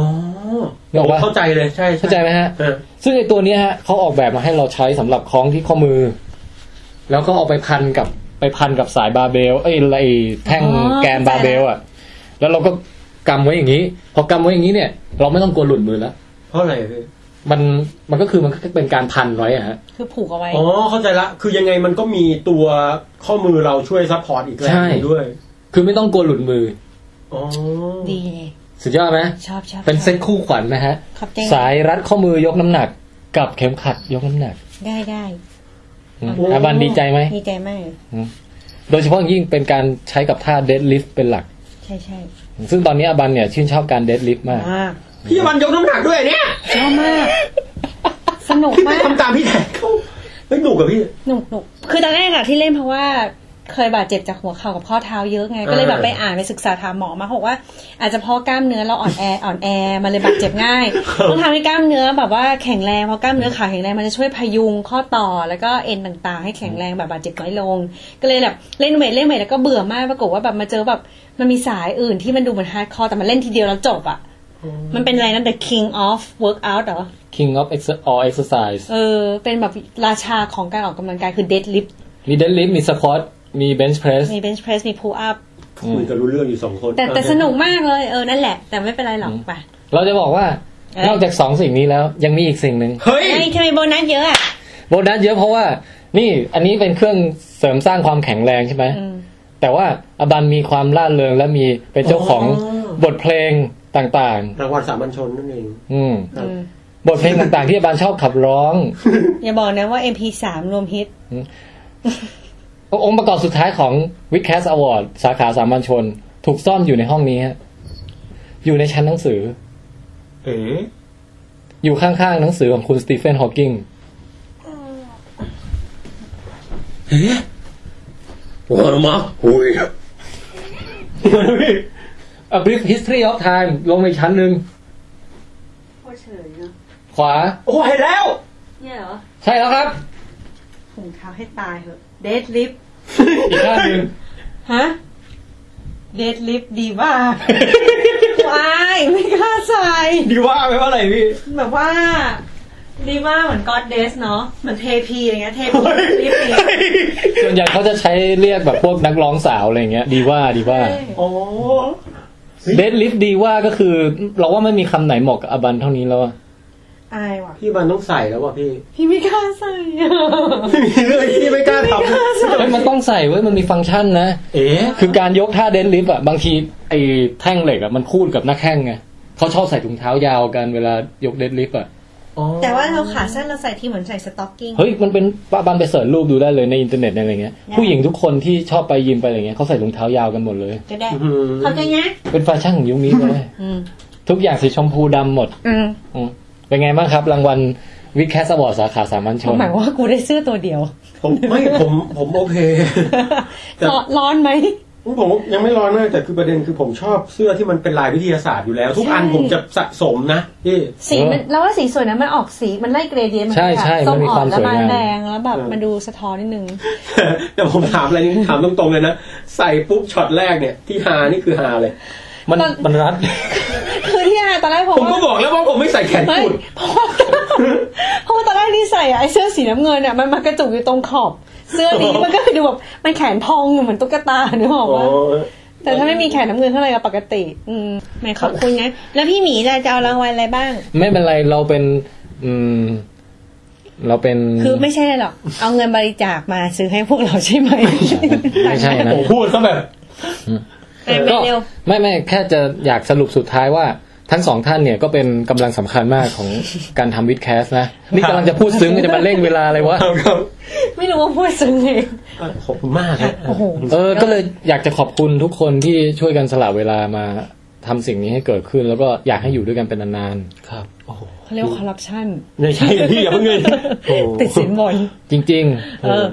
Speaker 2: นึกออกปะ
Speaker 3: เข้าใจเลยใช่
Speaker 2: เข้าใจไหมฮะ
Speaker 3: เออ
Speaker 2: ซึ่งไอตัวเนี้ยฮะเขาออกแบบมาให้เราใช้สำหรับคล้องที่ข้อมือ แล้วก็เอาไปพันกับไปพันกับสายบาร์เบล เอ้ยไรแท่งแกนบาร์เบลอ่ะ แล้วเราก็กำไว้อย่างนี้ พอกำไว้อย่างนี้เนี่ย เราไม่ต้องกลัวหลุดมือแล้ว
Speaker 3: เพราะอะไรพี่
Speaker 2: มันมันก็คือมันก็เป็นการพันไว้อะฮะ
Speaker 1: คือผูกเอาไว้
Speaker 3: อ๋อเข้าใจละคือยังไงมันก็มีตัวข้อมือเราช่วยซัพพอร์ตอีกแรงหนึ่งด้วย
Speaker 2: คือไม่ต้องกลัวหลุดมือ
Speaker 3: อ๋อ
Speaker 1: ดี
Speaker 2: สุดยอดไหม
Speaker 1: ชอบชอบ
Speaker 2: เป็น
Speaker 1: ชอบ
Speaker 2: เซ็ตคู่ขวัญนะฮะ
Speaker 1: ขอบใจ
Speaker 2: สายรัดข้อมือยกน้ำหนัก กับเข็มขัดยกน้ำหนัก
Speaker 1: ได้ได้
Speaker 2: อืมอาบันดีใจไหม
Speaker 1: ดีใจมาก
Speaker 2: โดยเฉพาะอย่างยิ่งเป็นการใช้กับท่าเดดลิฟต์เป็นหลัก
Speaker 1: ใช่ใช่
Speaker 2: ซึ่งตอนนี้อาบันเนี่ยชื่นชอบการเดดลิฟต์มาก
Speaker 1: มาก
Speaker 3: พี่อบันยกน้ำหนักด้วยเนี่ย
Speaker 1: ชอบมาก สนุก
Speaker 3: พี่ไป
Speaker 1: มาก
Speaker 3: ทำตามพี่แทนเขาเฮ้ยหนุกกับพี่
Speaker 1: หนุกหนุกคือตอนแรกอะที่เล่นเพราะว่าเคยบาดเจ็บจากหัวเข่ากับข้อเท้าเยอะไง ก็เลยแบบไปอ่านไปศึกษาถามหมอมาเขาบอกว่า อาจจะเพราะกล้ามเนื้อเราอ่อนแออ่อนแอมันเลยบาดเจ็บง่ ายต้องทำให้กล้ามเนื้อแบบว่าแข็งแรงเพราะกล้ามเนื้อขาแข็งแรงมันจะช่วยพยุงข้อต่อแล้วก็เอ็นต่างๆ ให้แข็งแรงแบบบาดเจ็บน้อยลง ก็เลยแบบเล่นเวทเล่นเวทแล้วก็เบื่อมากปรากฏว่าแบบมาเจอแบบมันมีสายอื่นที่มันดูเหมือนฮาร์ดคอร์แต่มันเล่นทีเดียวแล้วจบอะมันเป็นอะไรนะ The King of Workout เหรอ
Speaker 2: King of Ex- All Exercise
Speaker 1: เออเป็นแบบราชาของการออกกำลังกายคือ deadlift
Speaker 2: มี deadlift มี squat มี bench press
Speaker 1: มี bench press มี pull up
Speaker 3: คุยกันรู้เรื่องอยู่สองคน
Speaker 1: แต่แต่สนุกมากเลยเออ นั่นแหละ แต่ไม่เป็นไรหรอกไป
Speaker 2: เราจะบอกว่า
Speaker 1: เอ้ย
Speaker 2: นอกจากสองสิ่งนี้แล้วยังมีอีกสิ่งหนึ่ง
Speaker 3: เฮ้ย
Speaker 1: ไอ้ยทำไมโบนัสเยอะอะ
Speaker 2: โบนัสเยอะเพราะว่า นี่อันนี้เป็นเครื่องเสริมสร้างความแข็งแรงใช่ไหม แต่ว่าอบันมีความล่าเริงและมีเป็นเจ้าของ
Speaker 3: อ๋อ
Speaker 2: บทเพลงต่าง
Speaker 3: รางวัลสามัญชนนั่นเอง
Speaker 2: ๆ อืม
Speaker 3: ครับ
Speaker 2: บทเพลงต่างๆ ที่อบันชอบขับร้อง
Speaker 1: อย่าบอกนะว่า MP3 รวมฮิต
Speaker 2: องค์ประกอบสุดท้ายของ w i c a s Award สาขาสามัญชน ถูกซ่อนอยู่ในห้องนี้ฮะอยู่ในชั้นหนังสือ
Speaker 3: เอ๋
Speaker 2: อยู่ข้างๆหนังสือของคุณสตีเฟนฮอว์กิง
Speaker 3: หัวมาหุยครับ
Speaker 2: อ brief history of time ลงไปชั้นหนึ่ง
Speaker 9: โคตรเฉยเนาะ
Speaker 2: ขวา
Speaker 3: โอ้ยแล้ว
Speaker 9: เนี่ยเหรอ
Speaker 2: ใช่แล้วครับ
Speaker 9: ถุงเท้าให้ตายเหอะเดดลิฟ
Speaker 2: อีกข้าง หนึ่ง
Speaker 9: ฮะเดดลิฟดีว่ากูอายไม่กล้าใส่
Speaker 3: ดีว่าไหมว่าอะไรพี่
Speaker 9: แบบว่า ดีว่าเหมือนก็อดเดสเนาะเหมือนเทพีอย่างเงี้ยเทพีลิฟต์อย่างเงี้ย
Speaker 2: ส่วนใหญ่เขาจะใช้เรียกแบบพวกนักร้องสาวอะไรเงี้ย ดีว่าดีว่า
Speaker 3: โอ้
Speaker 2: เดดลิฟดีว่าก็คือ เราว่าไม่มีคำไหนเหมาะกับอบันเท่านี้แล้วอะ
Speaker 9: อายว่ะ
Speaker 3: พี่บันต้องใส่แล้วว่ะพี่
Speaker 9: พี่ไม่กล้าใส่
Speaker 3: ไม่มีเรื่องที่ไม่กล้าท
Speaker 2: เฮ้ยมันต้องใส่เว้ยมันมีฟังก์ชันนะ
Speaker 3: ำเอ๋
Speaker 2: คือการยกท่าเดนลิฟต์อ่ะบางทีไอ้แท่งเหล็กอ่ะมันคูดกับหน้าแข้งไงเขาชอบใส่ถุงเท้ายาวกันเวลายกเดนลิฟต์อ่ะ
Speaker 9: แต่ว่าเราขาสั้นเราใส่ที่เหมือนใส่สต็อกกิ้ง
Speaker 2: เฮ้ยมันเป็นปะบันไปเสิร์ชรูปดูได้เลยในอินเทอร์เน็ตในอะไรเงี้ยผู้หญิงทุกคนที่ชอบไปยิมไปอะไรเงี้ยเขาใส่ถุงเท้ายาวกันหมดเลย
Speaker 1: จะได้
Speaker 9: เขาใจนะ
Speaker 2: เป็นแฟชั่นของยุคนี้เลย
Speaker 1: อืม
Speaker 2: ทุกอย่างสีชมพูดำหมด
Speaker 1: อืม
Speaker 2: อืมเป็นไงบ้างครับรางวัลวิกแคสบอร์ดสาขาสามัญชน
Speaker 1: หมายว่ากูได้เสื้อตัวเดียว
Speaker 3: ผมไม่ผมผมโอเค แต่
Speaker 1: ร้อนร้อนไหม
Speaker 3: ผมยังไม่ร้อนมากแต่คือประเด็นคือผมชอบเสื้อที่มันเป็นลายวิทยาศาสตร์อยู่แล้ว ทุกอันผมจะสะสมนะพี่
Speaker 1: สีมันเราว่าสีสวยนะมันออกสีมันไล่เกรเดียนต์มัน
Speaker 2: ใช่ใช่
Speaker 1: แบบส้ม
Speaker 2: มันมี
Speaker 1: อ่
Speaker 2: ค
Speaker 1: อ
Speaker 2: วาม
Speaker 1: นแล้ว
Speaker 2: สวย
Speaker 1: มั
Speaker 2: งาม
Speaker 1: นแดงแล้วแบบ
Speaker 3: เออ
Speaker 1: มันดูสะท้อนนิดนึง
Speaker 3: แต่ผมถามอะไรนี่ถามตรงๆเลยนะใส่ปุ๊บช็อตแรกเนี่ยที่ฮานี่คือฮาเลย
Speaker 2: มัน
Speaker 1: ตอน
Speaker 2: มันรัด
Speaker 1: คือที่อาตอนแรกผม
Speaker 3: ผมก็
Speaker 1: ว่า
Speaker 3: บอกแล้วว่าผมไม่ใส่แขน
Speaker 1: ไม่
Speaker 3: กุด
Speaker 1: เพราะว่าเพราะว่าตอนแรกที่ใส่อะไอเสื้อสีน้ำเงินเนี่ยมันมากระจุกอยู่ตรงขอบ เสื้อนี้มันก็เลยดูแบบมันแขนพองอยู่เหมือนตุ๊กตาเนี่ยบอกว่า แต่ถ้าไม่มีแขนน้ำเงินเท่าไหร่ก็ปกติ อืม
Speaker 10: แหมขอบคุณนะ แล้วพี่หมีล่ะจะเอารางวัลอะไรบ้าง
Speaker 2: ไม่เป็นไรเราเป็น อืม เราเป็น
Speaker 1: คือไม่ใช่อะไรหรอก เอาเงินบริจาคมาซื้อให้พวกเราใช่ไหม
Speaker 2: ไม่ใช่ นะ
Speaker 3: ผมพูดก็แบบ
Speaker 10: ไปเร็ว
Speaker 2: ไม่ไม่แค่จะอยากสรุปสุดท้ายว่าทั้งสองท่านเนี่ยก็เป็นกำลังสำคัญมากของ การทำวิดแคสนะ นี่กำลังจะพูดซึ้งจะมาเร่งเวลาอะไร วะ
Speaker 3: ครับครับ
Speaker 1: ไม่รู้ว่าพูดซึ้งเอง
Speaker 3: ขอบคุณมากครับ
Speaker 1: โอ้โห
Speaker 2: เออก็เลยอยากจะขอบคุณทุกคนที่ช่วยกันสละเวลามาทำสิ่งนี้ให้เกิดขึ้น แล้วก็อยากให้อยู่ด้วยกันเป็นนาน
Speaker 3: ครับโอ้โห
Speaker 1: เขาเรียกว่าคอร์รัปชั น
Speaker 3: ไม่ใช่พี่อย่าเพิ่งเงิน
Speaker 1: ติดสินบน
Speaker 2: ๆจริง
Speaker 1: เออ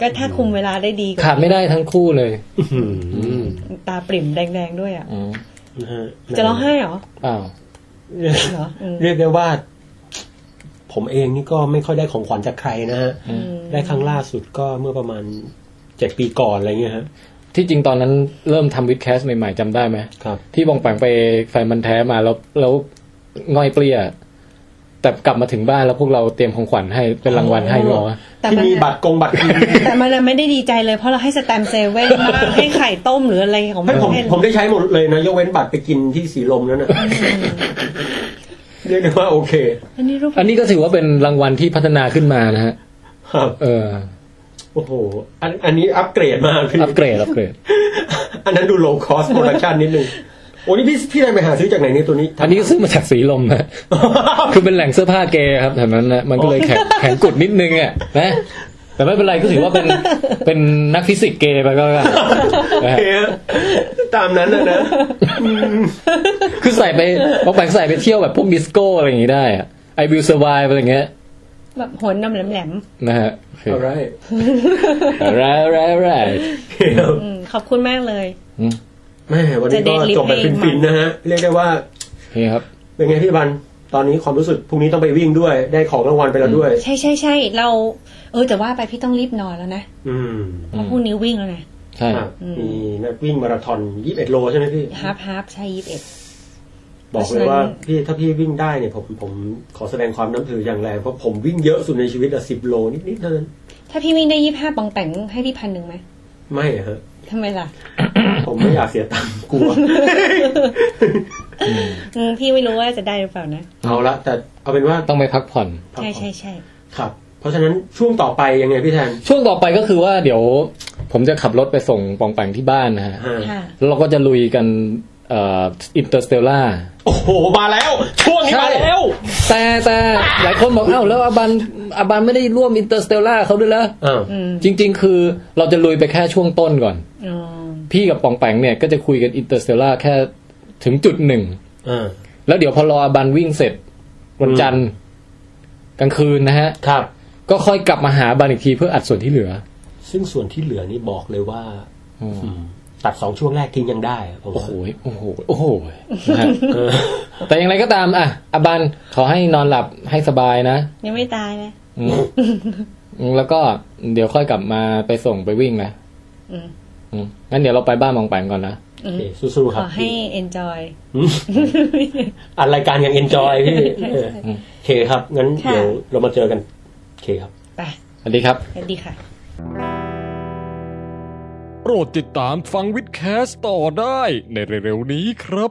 Speaker 1: ก็ถ้าคุมเวลาได้ดี
Speaker 2: ๆ
Speaker 1: ก็
Speaker 2: ขาดไม่ได้ทั้งคู่เลย
Speaker 1: ตาปริ่มแดงๆด้วยอ่ะ
Speaker 2: อืม
Speaker 1: จะร้องไห้เหรอ
Speaker 2: อ้าว
Speaker 1: เหรออืม
Speaker 3: เรียกได้ว่า ผมเองนี่ก็ไม่ค่อยได้ของขวัญจากใครนะฮะ ได้ครั้งล่าสุดก็เมื่อประมาณเจ็ดปีก่อนอะไรเงี้ยฮะ
Speaker 2: ที่จริงตอนนั้นเริ่มทำวิดแคสใหม่ๆจำได้ไหม
Speaker 3: ครับ
Speaker 2: ที่บองแปงไปแฟนมันธุ์แท้มาแล้วแล้วง่อยเปรี้ย แต่กลับมาถึงบ้านแล้วพวกเราเตรียมของขวัญให้เป็นรางวัลให้หรอวะ
Speaker 1: แต่
Speaker 3: ที่
Speaker 1: มัน
Speaker 3: มี
Speaker 1: อะ
Speaker 3: บัตรกงบัตรคืน
Speaker 1: แต่มันอะไม่ได้ดีใจเลยเพราะเราให้สแตมป์เซเว่น มากให้ไข่ต้มหรืออะไรของมั
Speaker 3: ไม่
Speaker 1: น
Speaker 3: ผม
Speaker 1: เล่น
Speaker 3: ผมได้ใช้หมดเลยนะ ยกเว้นบัตรไปกินที่สีลมนั่นน่ะเรียกได้ว่าโอเค
Speaker 1: อันนี้รูป
Speaker 2: อันนี้ก็ถือว่าเป็นรางวัลที่พัฒนาขึ้นมานะฮะ
Speaker 3: ครับ
Speaker 2: เออ
Speaker 3: โอ้โห อันอันนี้อัปเกรดมากพี่
Speaker 2: อัปเกรดอัปเกรด
Speaker 3: อันนั้นดูโลคอสโปรดักชันนิดนึง โอ้นี่พี่พี่ได้ไปหาซื้อจากไหนเนี่ยตัวนี้
Speaker 2: อันนี้ก็ซื้อมาจากสีลมนะ คือเป็นแหล่งเสื้อผ้าเกย์ครับแถวนั้นนะมันก็เลยแข็งแข็งกุดนิดนึงอ่ะนะแต่ไม่เป็นไรก็ถือว่าเป็นเป็นนักฟิสิกส์เกย์ไปก็แล้วกัน
Speaker 3: โอ
Speaker 2: นะฮะ
Speaker 3: เคตามนั้นนะนะ
Speaker 2: คือใส่ไปบองแปงใส่ไปเที่ยวแบบพวกดิสโก้อะไรอย่างงี้ได้อะไอวิวสวายอะไรอย่างเงี้ย
Speaker 1: แบบหัวนมแหลม
Speaker 2: นะฮะโอเค
Speaker 3: alright
Speaker 2: อะไรอะไรอะไร
Speaker 1: ๆอืมขอบคุณมากเลย
Speaker 3: แม่วันนี้ก็
Speaker 1: จะ deadlift
Speaker 3: จบแบบฟินๆนะฮะ เรียกได้ว่า
Speaker 2: นี่ครับ
Speaker 3: เป็นไงพี่บัน ตอนนี้ความรู้สึกพรุ่งนี้ต้องไปวิ่งด้วย ได้ของรางวัลไปแล้วด้วย
Speaker 1: ใช่ใช่ใช่เรา เออแต่ว่าไปพี่ต้องรีบนอนแล้วนะ
Speaker 3: อืม
Speaker 1: เพราะพรุ่งนี้วิ่งแล้วนะ
Speaker 2: ใช่
Speaker 3: ครับมีนักวิ่งมาราธอน21 โลใช่ไหมพี่
Speaker 1: ฮาร์ฟฮาร์ฟใช่ยี่สิบเอ็ด
Speaker 3: บอกเลยว่าพี่ถ้าพี่วิ่งได้เนี่ยผมผมขอแสดงความนับถืออย่างแรงเพราะผมวิ่งเยอะสุดในชีวิตอะ10 โลนิดๆเท่านั้น
Speaker 1: ถ้าพี่วิ่งได้ยี่ห้าปองแปงให้พี่พันหนึ่งไหม
Speaker 3: ไม่อะ ฮะ
Speaker 1: ทำไมล่ะ
Speaker 3: ผมไม่อยากเสียตังค์ กลัว
Speaker 1: อืมพี่ไม่รู้ว่าจะได้หรือเปล่านะ
Speaker 3: เอาละแต่เอาเป็นว่า
Speaker 2: ต้องไปพักผ่อน
Speaker 1: ใช่ใช่ใช่
Speaker 3: ครับ เพราะฉะนั้นช่วงต่อไปยังไงพี่แทน
Speaker 2: ช่วงต่อไปก็คือว่าเดี๋ยวผมจะขับรถไปส่งปองแปงที่บ้านนะฮะ
Speaker 1: ค่ะ
Speaker 2: แล้วเราก็จะลุยกันเอ่ออินเตอร์สเตลล่า
Speaker 3: โอ้โห มาแล้ว ช่วงนี้มาแล้ว
Speaker 2: แต่แต่หลายคนบอก เอ้าแล้วอาบันอาบันไม่ได้ร่วมอินเตอร์สเตลล่าเขาด้วยเหรอ
Speaker 3: อ้าว
Speaker 1: อืม
Speaker 2: จริง ๆ คือเราจะลุยไปแค่ช่วงต้นก่อน
Speaker 1: อ๋อ
Speaker 2: พี่กับปองแปงเนี่ยก็จะคุยกันอินเตอร์สเตลล่าแค่ถึงจุดหนึ่ง
Speaker 3: อ่า
Speaker 2: แล้วเดี๋ยวพอรออาบันวิ่งเสร็จวันจันทร์กลางคืนนะฮะ
Speaker 3: ครับ
Speaker 2: ก็ค่อยกลับมาหาอาบันอีกทีเพื่ออัดส่วนที่เหลือ
Speaker 3: ซึ่งส่วนที่เหลือนี่บอกเลยว่า ตัดสองช่วงแรกทิ้งยังได้อะผม
Speaker 2: โอ้
Speaker 3: ว่า
Speaker 2: โห โอ้โห โอ้โหนะฮะแต่อย่างไรก็ตาม อ่ะอาบันขอให้นอนหลับให้สบายนะ
Speaker 1: ยังไม่ตายนะ
Speaker 2: อืมแล้วก็เดี๋ยวค่อยกลับมาไปส่งไปวิ่งนะ
Speaker 1: อืม
Speaker 2: อืมงั้นเดี๋ยวเราไปบ้านมองแปงก่อนนะ
Speaker 3: โอเคสู้
Speaker 1: ข
Speaker 3: ๆครับ
Speaker 1: อให้ enjoy
Speaker 3: อืมอันรายการยังเอนจอย พี่เออโอเคครับ งั้น
Speaker 1: ค่ะ
Speaker 3: เดี๋ยวเรามาเจอกันโอเคครับ
Speaker 1: ไป
Speaker 2: สวัสดีครับ
Speaker 1: สวัสดีค่ะ
Speaker 11: โปรดติดตามฟังวิดแคสต์ต่อได้ในเร็วๆนี้ครับ